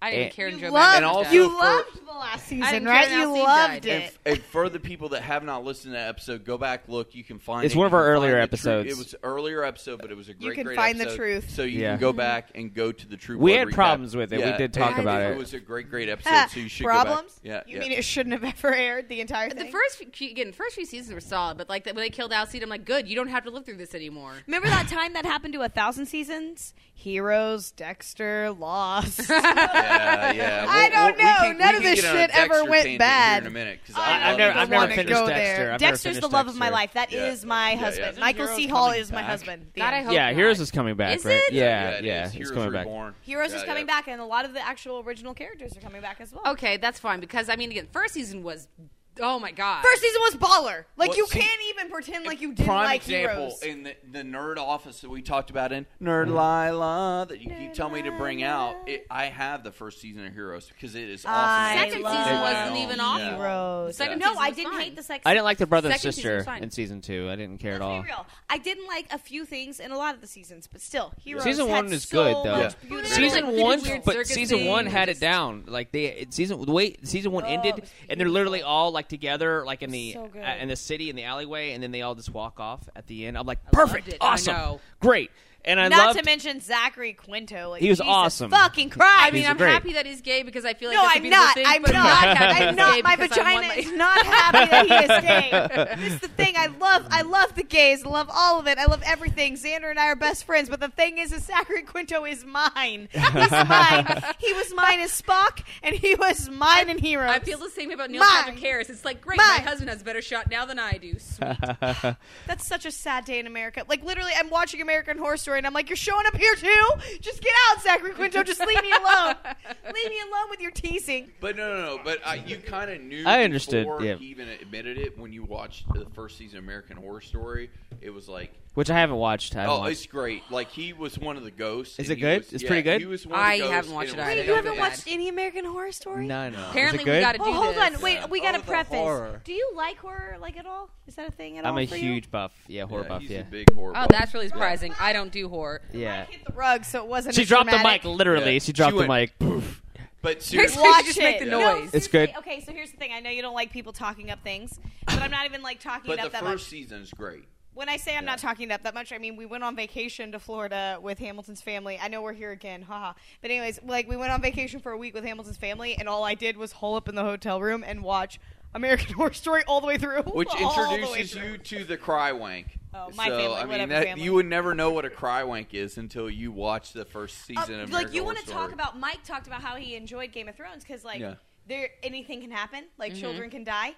Speaker 7: I didn't
Speaker 1: And-
Speaker 7: care.
Speaker 4: You
Speaker 7: Joe
Speaker 4: loved,
Speaker 7: Biden
Speaker 2: also
Speaker 7: died.
Speaker 4: [laughs] you
Speaker 2: for-
Speaker 4: loved the last season,
Speaker 7: didn't
Speaker 4: right?
Speaker 7: care
Speaker 4: You
Speaker 7: how he
Speaker 4: loved
Speaker 7: died.
Speaker 4: it. [laughs]
Speaker 2: And for the people that have not listened to that episode, go back, look. You can find
Speaker 1: It's
Speaker 2: it.
Speaker 1: one
Speaker 2: You
Speaker 1: of our
Speaker 2: can find
Speaker 1: earlier
Speaker 2: the truth.
Speaker 1: episodes.
Speaker 2: It was an earlier episode, but it was a great.
Speaker 4: can
Speaker 2: great
Speaker 4: find the
Speaker 2: episode.
Speaker 4: truth. Mm-hmm.
Speaker 2: So you
Speaker 1: Yeah.
Speaker 2: can go back and go to the true.
Speaker 1: We
Speaker 2: Blood
Speaker 1: had
Speaker 2: recap.
Speaker 1: problems with it. We
Speaker 2: Yeah,
Speaker 1: did talk about it.
Speaker 2: It was a great,
Speaker 4: [laughs]
Speaker 2: great episode. So you should
Speaker 4: Problems?
Speaker 2: go back. Yeah,
Speaker 4: you
Speaker 2: yeah.
Speaker 4: mean it shouldn't have ever aired the entire
Speaker 7: The
Speaker 4: thing?
Speaker 7: first few, again, the first few seasons were solid, but like that when they killed Alcide, I'm like, good, you don't have to live through this anymore.
Speaker 4: Remember that time that happened to a thousand seasons? Heroes, Dexter, [laughs] Lost.
Speaker 2: yeah, yeah.
Speaker 4: [laughs] I don't
Speaker 2: we can-
Speaker 4: know. None
Speaker 2: we can
Speaker 4: of this
Speaker 2: get on a
Speaker 4: shit ever
Speaker 2: Dexter
Speaker 4: went
Speaker 2: tangent Here
Speaker 4: bad.
Speaker 2: in a minute, 'cause
Speaker 4: I
Speaker 2: I,
Speaker 1: I've never-
Speaker 2: love this
Speaker 1: I've
Speaker 4: don't
Speaker 1: never
Speaker 4: wanna
Speaker 2: show.
Speaker 1: finished
Speaker 4: go
Speaker 1: Dexter.
Speaker 4: There.
Speaker 1: I've never
Speaker 4: Dexter's the
Speaker 1: finished
Speaker 4: love of my
Speaker 1: Dexter.
Speaker 4: life. That is
Speaker 2: Yeah.
Speaker 4: my
Speaker 2: Isn't
Speaker 4: husband. Michael
Speaker 9: Heroes
Speaker 4: C. Hall
Speaker 9: coming
Speaker 4: is my
Speaker 9: back?
Speaker 4: husband. The
Speaker 7: Oh, God, I
Speaker 4: end.
Speaker 7: hope
Speaker 1: yeah,
Speaker 7: not.
Speaker 1: Heroes is coming back,
Speaker 7: Is
Speaker 1: right?
Speaker 7: it?
Speaker 1: Yeah,
Speaker 2: it
Speaker 1: yeah,
Speaker 2: is.
Speaker 1: he's
Speaker 2: Heroes
Speaker 1: coming back.
Speaker 2: Reborn.
Speaker 4: Heroes
Speaker 2: Yeah,
Speaker 4: is coming
Speaker 2: yeah.
Speaker 4: back, and a lot of the actual original characters are coming back as well.
Speaker 7: Okay, that's fine because I mean, again, first season was, oh my god,
Speaker 4: First season was baller. Like
Speaker 2: Well,
Speaker 4: you
Speaker 2: see,
Speaker 4: can't even pretend like you didn't
Speaker 2: Prime
Speaker 4: like
Speaker 2: example
Speaker 4: Heroes.
Speaker 2: in the, the nerd office that we talked about in Nerd
Speaker 1: Mm-hmm.
Speaker 2: Lila that you keep telling me to bring out. It, I have the first season of Heroes because it is awesome.
Speaker 4: I
Speaker 7: Second season
Speaker 4: love
Speaker 7: wasn't even
Speaker 2: uh,
Speaker 7: awful.
Speaker 4: Heroes.
Speaker 7: Second
Speaker 4: no,
Speaker 7: season
Speaker 4: I
Speaker 7: was
Speaker 4: didn't
Speaker 7: fine.
Speaker 4: hate the second.
Speaker 1: I didn't like the brother and
Speaker 7: Second season
Speaker 1: sister
Speaker 7: was fine.
Speaker 1: in season two. I didn't care at
Speaker 4: Let's
Speaker 1: all.
Speaker 4: be real. I didn't like a few things in a lot of the seasons, but still, Heroes.
Speaker 1: Season
Speaker 4: had
Speaker 1: one is
Speaker 4: so
Speaker 1: good, though.
Speaker 4: much
Speaker 2: Yeah.
Speaker 4: beautiful-
Speaker 7: They
Speaker 1: Season
Speaker 7: like, did
Speaker 1: one,
Speaker 7: weird
Speaker 1: but
Speaker 7: circus
Speaker 1: season
Speaker 7: thing.
Speaker 1: one had it down. Like they it, season the way season one
Speaker 4: Oh, it
Speaker 1: ended,
Speaker 4: was
Speaker 1: and they're literally all like together, like in the
Speaker 4: So good.
Speaker 1: uh, in the city in the alleyway, and then they all just walk off at the end. I'm like,
Speaker 7: loved
Speaker 1: perfect,
Speaker 7: it. I
Speaker 1: awesome,
Speaker 7: know.
Speaker 1: great, and I
Speaker 4: Not
Speaker 1: loved.
Speaker 4: to mention Zachary Quinto. Like,
Speaker 1: He was
Speaker 4: Jesus
Speaker 1: awesome.
Speaker 4: Fucking Christ.
Speaker 7: I mean,
Speaker 1: He's
Speaker 7: I'm
Speaker 1: great.
Speaker 7: happy that he's gay because I feel like
Speaker 4: no,
Speaker 7: that's a
Speaker 4: I'm
Speaker 7: beautiful
Speaker 4: not.
Speaker 7: Thing,
Speaker 4: I'm
Speaker 7: but
Speaker 4: not.
Speaker 7: happy [laughs]
Speaker 4: I'm
Speaker 7: he's
Speaker 4: not.
Speaker 7: gay
Speaker 4: My
Speaker 7: because I
Speaker 4: vagina
Speaker 7: want my-
Speaker 4: is not happy that he is gay. this is
Speaker 1: [laughs]
Speaker 4: the thing. I love. I love the gays. I love all of it. I love everything. Xander and I are best friends. But the thing is, is Zachary Quinto is mine.
Speaker 1: [laughs]
Speaker 4: He's mine. He was mine as Spock, and he was mine in Heroes.
Speaker 7: [laughs] I feel the same about Neil
Speaker 4: Mine.
Speaker 7: Patrick Harris. It's like great. My
Speaker 4: Mine.
Speaker 7: husband has a better shot now than I do. Sweet.
Speaker 4: That's such a sad day in America. Like literally, I'm watching American Horror Story, and I'm like, "You're showing up here too? Just get out, Zachary Quinto. Just leave me alone. leave me alone with your teasing."
Speaker 2: But no, no, no. But I, you kind of knew.
Speaker 1: I understood,
Speaker 2: Before
Speaker 1: yeah.
Speaker 2: He even admitted it when you watched the first season of American Horror Story. It was like,
Speaker 1: [laughs] which I haven't watched. I haven't
Speaker 2: oh,
Speaker 1: watched.
Speaker 2: it's great. Like he was one of the ghosts.
Speaker 1: Is
Speaker 2: and
Speaker 1: it
Speaker 2: he
Speaker 1: good?
Speaker 2: was-
Speaker 1: It's
Speaker 2: yeah,
Speaker 1: pretty good?
Speaker 2: He was one of
Speaker 7: I
Speaker 2: the ghosts,
Speaker 7: haven't watched
Speaker 2: and
Speaker 7: it
Speaker 2: was
Speaker 7: either.
Speaker 4: Wait,
Speaker 7: I
Speaker 4: you
Speaker 7: don't
Speaker 2: so
Speaker 4: haven't
Speaker 7: know
Speaker 2: bad.
Speaker 4: watched any American Horror Story?
Speaker 1: None. Is it
Speaker 7: Apparently, we
Speaker 1: good?
Speaker 7: got to do
Speaker 4: Oh, hold
Speaker 7: this.
Speaker 4: on. Wait, we got
Speaker 9: Oh,
Speaker 4: to
Speaker 9: the
Speaker 4: preface.
Speaker 9: horror.
Speaker 4: Do you like horror like at all? Is that a thing at all?
Speaker 1: I'm a
Speaker 4: for
Speaker 1: huge buff. Yeah, horror
Speaker 2: yeah,
Speaker 1: buff.
Speaker 2: He's
Speaker 1: Yeah,
Speaker 2: a big horror.
Speaker 7: Oh,
Speaker 2: buff.
Speaker 7: that's really surprising. I don't do horror.
Speaker 4: You?
Speaker 1: yeah.
Speaker 4: I hit the rug, so it wasn't.
Speaker 1: She
Speaker 4: as
Speaker 1: dropped the mic. [laughs]
Speaker 4: dramatic.
Speaker 1: Literally,
Speaker 2: Yeah.
Speaker 1: she dropped
Speaker 2: She
Speaker 1: the mic.
Speaker 2: went- But
Speaker 7: Here's-
Speaker 2: seriously,
Speaker 4: Watch
Speaker 7: Just
Speaker 4: it.
Speaker 7: make the
Speaker 4: No,
Speaker 7: noise.
Speaker 1: It's good.
Speaker 4: seriously. Okay, so here's the thing. I know you don't like people talking up things, but I'm not even like talking
Speaker 2: but
Speaker 4: it
Speaker 2: the
Speaker 4: up that
Speaker 2: first
Speaker 4: much.
Speaker 2: season's great.
Speaker 4: When I say I'm not talking it up that much, I mean we went on vacation to Florida with Hamilton's family. I know we're here again, haha. But anyways, like we went on vacation for a week with Hamilton's family, and all I did was hole up in the hotel room and watch American [laughs] Horror Story all the way through,
Speaker 2: which
Speaker 4: [laughs] All the way
Speaker 2: introduces
Speaker 4: through.
Speaker 2: you to the cry wank.
Speaker 4: Oh, my
Speaker 2: so,
Speaker 4: family,
Speaker 2: I mean,
Speaker 4: whatever
Speaker 2: that,
Speaker 4: family.
Speaker 2: you would never know what a cry wank is until you watch the first
Speaker 4: Uh,
Speaker 2: season of
Speaker 4: like you
Speaker 2: want to
Speaker 4: talk about Mike talked about how he enjoyed Game of Thrones because like
Speaker 2: Yeah. Mm-hmm.
Speaker 4: there anything can happen, like children can die.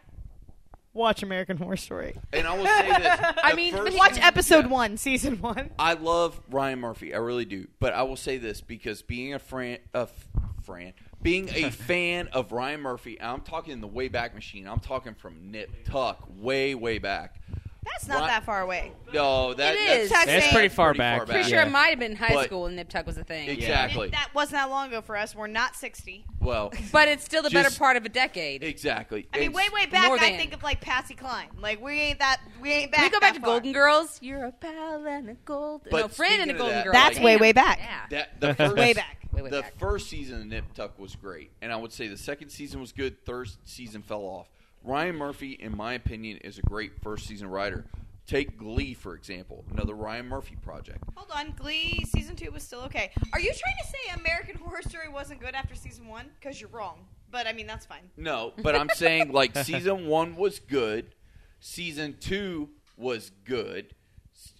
Speaker 4: Watch American Horror Story.
Speaker 2: And I will say
Speaker 4: [laughs]
Speaker 2: this.
Speaker 7: I
Speaker 2: the
Speaker 7: mean,
Speaker 2: first-
Speaker 4: Watch episode
Speaker 2: Yeah.
Speaker 4: one, season one.
Speaker 2: I love Ryan Murphy. I really do. But I will say this because being a fan, a f- Fran, being
Speaker 4: [laughs]
Speaker 2: a fan of Ryan Murphy, I'm talking in the way back machine. I'm talking from Nip Tuck, way way back.
Speaker 4: That's not
Speaker 2: Right.
Speaker 4: that far away.
Speaker 2: No, that,
Speaker 7: It is.
Speaker 2: That's,
Speaker 4: That's
Speaker 1: pretty far back.
Speaker 7: Pretty sure
Speaker 1: Yeah.
Speaker 7: it might have been high
Speaker 2: But-
Speaker 7: school when Nip Tuck was a thing.
Speaker 2: Exactly.
Speaker 4: That wasn't that long ago for us. We're not sixty.
Speaker 2: Well,
Speaker 7: But it's still the better
Speaker 2: Just-
Speaker 7: part of a decade.
Speaker 2: exactly.
Speaker 4: I mean,
Speaker 2: And
Speaker 4: way way back,
Speaker 7: More
Speaker 4: I
Speaker 7: than.
Speaker 4: think of like Patsy Cline. Like we ain't that we ain't back.
Speaker 7: Can we
Speaker 4: that
Speaker 7: go back to
Speaker 4: far.
Speaker 7: Golden Girls? You're a pal and a gold,
Speaker 2: But
Speaker 7: no, friend and
Speaker 2: speaking
Speaker 7: a
Speaker 2: of
Speaker 7: Golden
Speaker 2: that,
Speaker 7: Girl.
Speaker 4: That's way, way back.
Speaker 7: Yeah.
Speaker 2: That the first,
Speaker 4: Way back.
Speaker 7: Way, way
Speaker 2: the
Speaker 7: back.
Speaker 2: first season of Nip Tuck was great, and I would say the second season was good. Third season fell off. Ryan Murphy, in my opinion, is a great first season writer. Take Glee for example, another Ryan Murphy project.
Speaker 4: Hold on, Glee season two was still okay. Are you trying to say American Horror Story wasn't good after season one? Because you're wrong. But I mean, that's fine.
Speaker 2: No, but I'm
Speaker 4: [laughs]
Speaker 2: saying like season one was good, season two was good. S-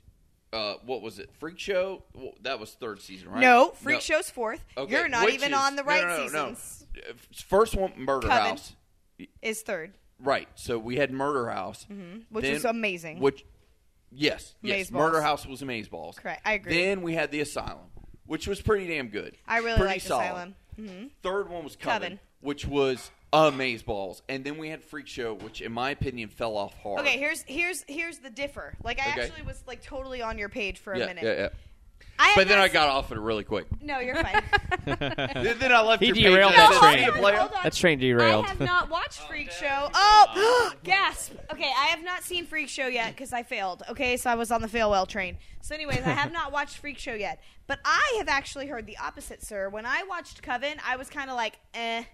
Speaker 2: Uh, what was it? Freak Show? Well, that was third season, right?
Speaker 4: No, Freak Show's fourth. You're not
Speaker 2: Which
Speaker 4: even
Speaker 2: is-
Speaker 4: on the
Speaker 2: no,
Speaker 4: right
Speaker 2: no, no, no.
Speaker 4: seasons.
Speaker 2: Uh, First one, Murder
Speaker 4: Coven.
Speaker 2: House.
Speaker 4: Is third,
Speaker 2: Right. So we had Murder House,
Speaker 4: which
Speaker 2: then-
Speaker 4: is amazing.
Speaker 2: Which, yes, yes,
Speaker 4: Amazeballs.
Speaker 2: Murder House was Amazeballs.
Speaker 4: Correct. I agree.
Speaker 2: Then we had the Asylum, which was pretty damn good.
Speaker 4: I really
Speaker 2: pretty
Speaker 4: liked
Speaker 2: solid.
Speaker 4: Asylum. Mm-hmm.
Speaker 2: Third one was Coven,
Speaker 4: Coven.
Speaker 2: which was amazeballs. And then we had Freak Show, which in my opinion fell off hard.
Speaker 4: Okay, here's here's here's the differ. Like I
Speaker 2: Okay.
Speaker 4: actually was like totally on your page for a
Speaker 2: yeah,
Speaker 4: minute.
Speaker 2: yeah, yeah.
Speaker 4: I had
Speaker 2: But then
Speaker 4: not
Speaker 2: I got off it really quick.
Speaker 4: seen-
Speaker 2: [laughs]
Speaker 4: No, you're fine.
Speaker 2: then then I left
Speaker 1: He
Speaker 2: your page
Speaker 1: derailed
Speaker 2: and
Speaker 1: that
Speaker 2: said,
Speaker 1: train.
Speaker 2: "See ya,
Speaker 4: hold on,
Speaker 2: player."
Speaker 4: hold on.
Speaker 1: That train derailed.
Speaker 4: I have not watched Freak Show. Oh, [gasps] gasp. Okay, I have not seen Freak Show yet because I failed. Okay, so I was on the fail well train. So, anyways,
Speaker 1: [laughs]
Speaker 4: I have not watched Freak Show yet. But I have actually heard the opposite, sir. When I watched Coven, I was kind of like, eh,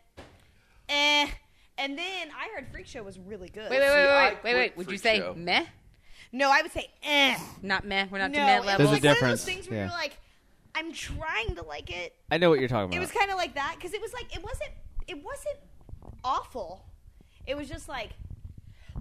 Speaker 4: eh. And then I heard Freak Show was really good.
Speaker 7: Wait, wait, wait,
Speaker 2: I
Speaker 7: wait, wait, wait.
Speaker 2: quit
Speaker 7: Would you
Speaker 2: Freak
Speaker 7: say
Speaker 2: Show.
Speaker 7: meh?
Speaker 4: No, I would say, eh.
Speaker 7: Not meh. We're not
Speaker 4: no,
Speaker 7: to meh
Speaker 4: it
Speaker 7: level.
Speaker 4: was like
Speaker 1: a
Speaker 4: one of
Speaker 1: difference.
Speaker 4: those things where
Speaker 1: Yeah.
Speaker 4: you're like, I'm trying to like it.
Speaker 1: [laughs] I know what you're talking about.
Speaker 4: It was kind of like that because it was like it wasn't it wasn't awful. It was just like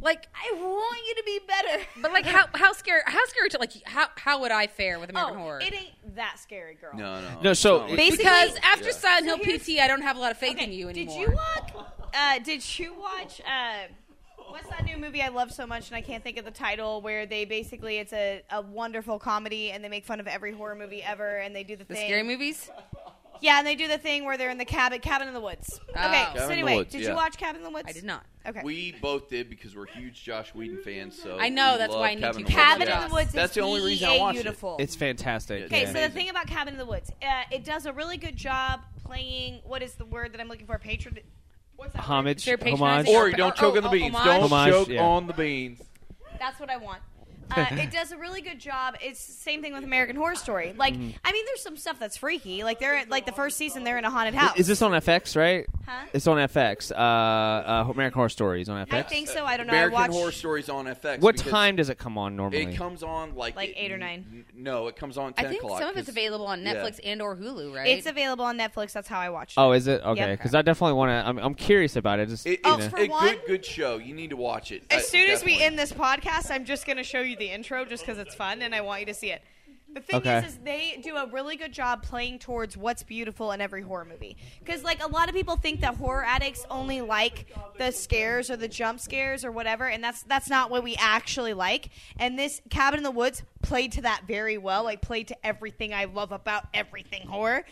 Speaker 7: like,
Speaker 4: I want you to be better.
Speaker 7: but
Speaker 4: [laughs]
Speaker 7: like, how how scary? How scary to like? How how would I fare with American Horror?
Speaker 4: Oh, it ain't that scary, girl.
Speaker 2: No, no.
Speaker 1: No, so-
Speaker 2: it's not.
Speaker 4: Basically-
Speaker 7: because after Silent
Speaker 4: So
Speaker 7: Hill
Speaker 4: here's-
Speaker 7: PT, I don't have a lot of faith
Speaker 4: Okay,
Speaker 7: in you anymore.
Speaker 4: Did you watch? Uh, did you watch? Uh, what's that new movie I love so much and I can't think of the title? Where they basically it's a, a wonderful comedy and they make fun of every horror movie ever and they do the,
Speaker 7: the
Speaker 4: thing.
Speaker 7: scary movies?
Speaker 4: Yeah, and they do the thing where they're in the cabin, cabin in the woods. Okay,
Speaker 7: Cabin
Speaker 2: in
Speaker 4: so
Speaker 2: the
Speaker 4: anyway,
Speaker 2: Woods,
Speaker 4: did
Speaker 2: yeah.
Speaker 4: you watch Cabin in the Woods?
Speaker 7: Oh. I did not.
Speaker 4: Okay.
Speaker 2: We both did because we're huge Josh Whedon fans. So
Speaker 7: I know,
Speaker 2: we
Speaker 7: that's
Speaker 2: love
Speaker 7: why I need
Speaker 2: Cabin
Speaker 7: to-
Speaker 2: in the
Speaker 4: Cabin
Speaker 2: Woods.
Speaker 4: in the Woods.
Speaker 2: That's
Speaker 4: is
Speaker 2: the only reason I watched it.
Speaker 4: beautiful.
Speaker 1: It's fantastic.
Speaker 2: Yeah.
Speaker 4: Okay, so the
Speaker 2: Amazing.
Speaker 4: thing about Cabin in the Woods, uh, it does a really good job playing. What is the word that I'm looking for? Patron. What's that? word?
Speaker 1: homage,
Speaker 7: They're
Speaker 1: homage.
Speaker 7: patronizing.
Speaker 2: Or you don't
Speaker 7: Oh,
Speaker 2: choke on the
Speaker 7: oh,
Speaker 2: beans.
Speaker 7: homage.
Speaker 2: Don't
Speaker 1: Homage,
Speaker 2: choke
Speaker 1: yeah.
Speaker 2: on the beans.
Speaker 4: That's what I want.
Speaker 1: [laughs]
Speaker 4: Uh, it does a really good job. It's the same thing with American Horror Story. Like,
Speaker 1: Mm-hmm.
Speaker 4: I mean, there's some stuff that's freaky. Like they're like the first season, they're in a haunted house.
Speaker 1: Is this on FX? Right?
Speaker 4: Huh?
Speaker 1: It's on FX. Uh, uh, American Horror Stories on FX.
Speaker 4: I think so. I don't know.
Speaker 2: uh, American
Speaker 4: I watched.
Speaker 2: Horror Stories on FX.
Speaker 1: what
Speaker 2: because
Speaker 1: time does it come on normally?
Speaker 2: It comes on like
Speaker 4: Like
Speaker 2: it-
Speaker 4: eight or nine.
Speaker 2: n- No, it comes on
Speaker 7: I
Speaker 2: ten
Speaker 7: think
Speaker 2: o'clock.
Speaker 7: some of it's
Speaker 2: 'cause-
Speaker 7: available on
Speaker 2: yeah.
Speaker 7: Netflix and or Hulu, right?
Speaker 4: It's available on Netflix. That's how I watched. it.
Speaker 1: oh, is it okay?
Speaker 4: Yep.
Speaker 1: Because I definitely want to. I'm, I'm curious about it. Just
Speaker 2: It,
Speaker 4: Oh,
Speaker 2: it's
Speaker 4: for
Speaker 2: a
Speaker 4: one?
Speaker 2: good, good show. You need to watch it.
Speaker 4: As
Speaker 2: at
Speaker 4: soon as
Speaker 2: that
Speaker 4: we
Speaker 2: point.
Speaker 4: end this podcast, I'm just going to show you the intro just because it's fun and I want you to see it. The thing
Speaker 1: Okay.
Speaker 4: is, is they do a really good job playing towards what's beautiful in every horror movie. Because like a lot of people think that horror addicts only like the scares or the jump scares or whatever, and that's that's not what we actually like. And this Cabin in the Woods played to that very well. Like played to everything I love about everything horror,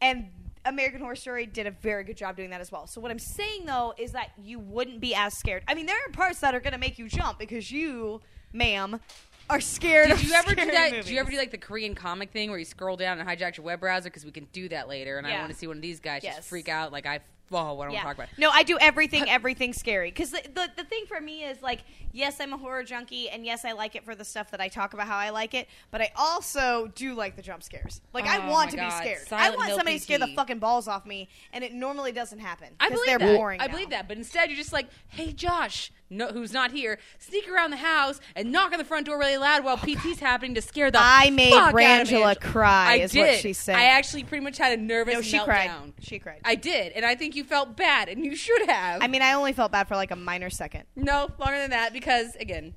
Speaker 4: and. American Horror Story did a very good job doing that as well. So what I'm saying though is that you wouldn't be as scared. I mean, there are parts that are going to make you jump because you, ma'am, are scared.
Speaker 7: Did
Speaker 4: of
Speaker 7: you ever do
Speaker 4: scary
Speaker 7: that?
Speaker 4: Movies.
Speaker 7: Did you ever do like the Korean comic thing where you scroll down and hijack your web browser because we can do that later? And I
Speaker 4: Yeah.
Speaker 7: want to see one of these guys
Speaker 4: Yes.
Speaker 7: just freak out like I. Oh, I don't
Speaker 4: Yeah.
Speaker 7: talk about.
Speaker 4: No, I do
Speaker 7: [laughs]
Speaker 4: everything, everything scary. Because the, the, the thing for me is like, yes, I'm a horror junkie, and yes, I like it for the stuff that I talk about how I like it, but I also do like the jump scares. Like, I
Speaker 7: Oh
Speaker 4: want
Speaker 7: my
Speaker 4: to be
Speaker 7: God.
Speaker 4: scared. I
Speaker 7: Silent
Speaker 4: want
Speaker 7: Hill
Speaker 4: somebody to scare the
Speaker 7: PT.
Speaker 4: fucking balls off me, and it normally doesn't happen.
Speaker 7: I
Speaker 4: 'cause
Speaker 7: believe
Speaker 4: they're
Speaker 7: that.
Speaker 4: boring.
Speaker 7: I
Speaker 4: now.
Speaker 7: believe that. But instead, you're just like, "Hey, Josh, no, who's not here? Sneak around the house and knock on the front door really loud while PT's happening to scare the."
Speaker 4: Oh, I made
Speaker 7: fuck out of
Speaker 4: Rangela
Speaker 7: Angela.
Speaker 4: cry,
Speaker 7: I
Speaker 4: is
Speaker 7: did.
Speaker 4: what she said.
Speaker 7: I actually pretty much had a nervous
Speaker 4: No, she
Speaker 7: meltdown.
Speaker 4: cried. She cried.
Speaker 7: I did, and I think you felt bad, and you should have.
Speaker 4: I mean, I only felt bad for like a minor second.
Speaker 7: no, longer than that because again,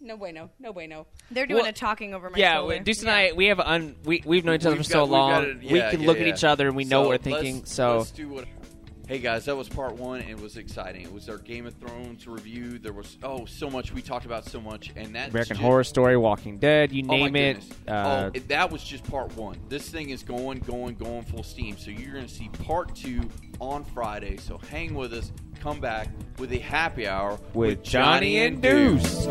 Speaker 7: no bueno, no bueno.
Speaker 4: They're doing
Speaker 1: Well,
Speaker 4: a talking over my
Speaker 1: yeah,
Speaker 4: shoulder.
Speaker 1: we- Deuce and I we have un we we've known each other
Speaker 2: We've
Speaker 1: for so
Speaker 2: got- we've
Speaker 1: long.
Speaker 2: got it-
Speaker 1: we
Speaker 2: yeah,
Speaker 1: can
Speaker 2: yeah,
Speaker 1: look at
Speaker 2: yeah.
Speaker 1: each other and we know
Speaker 2: So
Speaker 1: what we're
Speaker 2: let's-
Speaker 1: thinking. so
Speaker 2: let's do what- Hey guys, that was part one. It was exciting. It was our Game of Thrones review. There was oh so much we talked about so much, and that
Speaker 1: American Horror Story, Walking Dead, you
Speaker 2: Oh my
Speaker 1: name it.
Speaker 2: goodness.
Speaker 1: Uh,
Speaker 2: oh, that was just part one. This thing is going, going, going full steam. So you're going to see part two on Friday. So hang with us. Come back with a happy hour
Speaker 1: with Johnny and Deuce.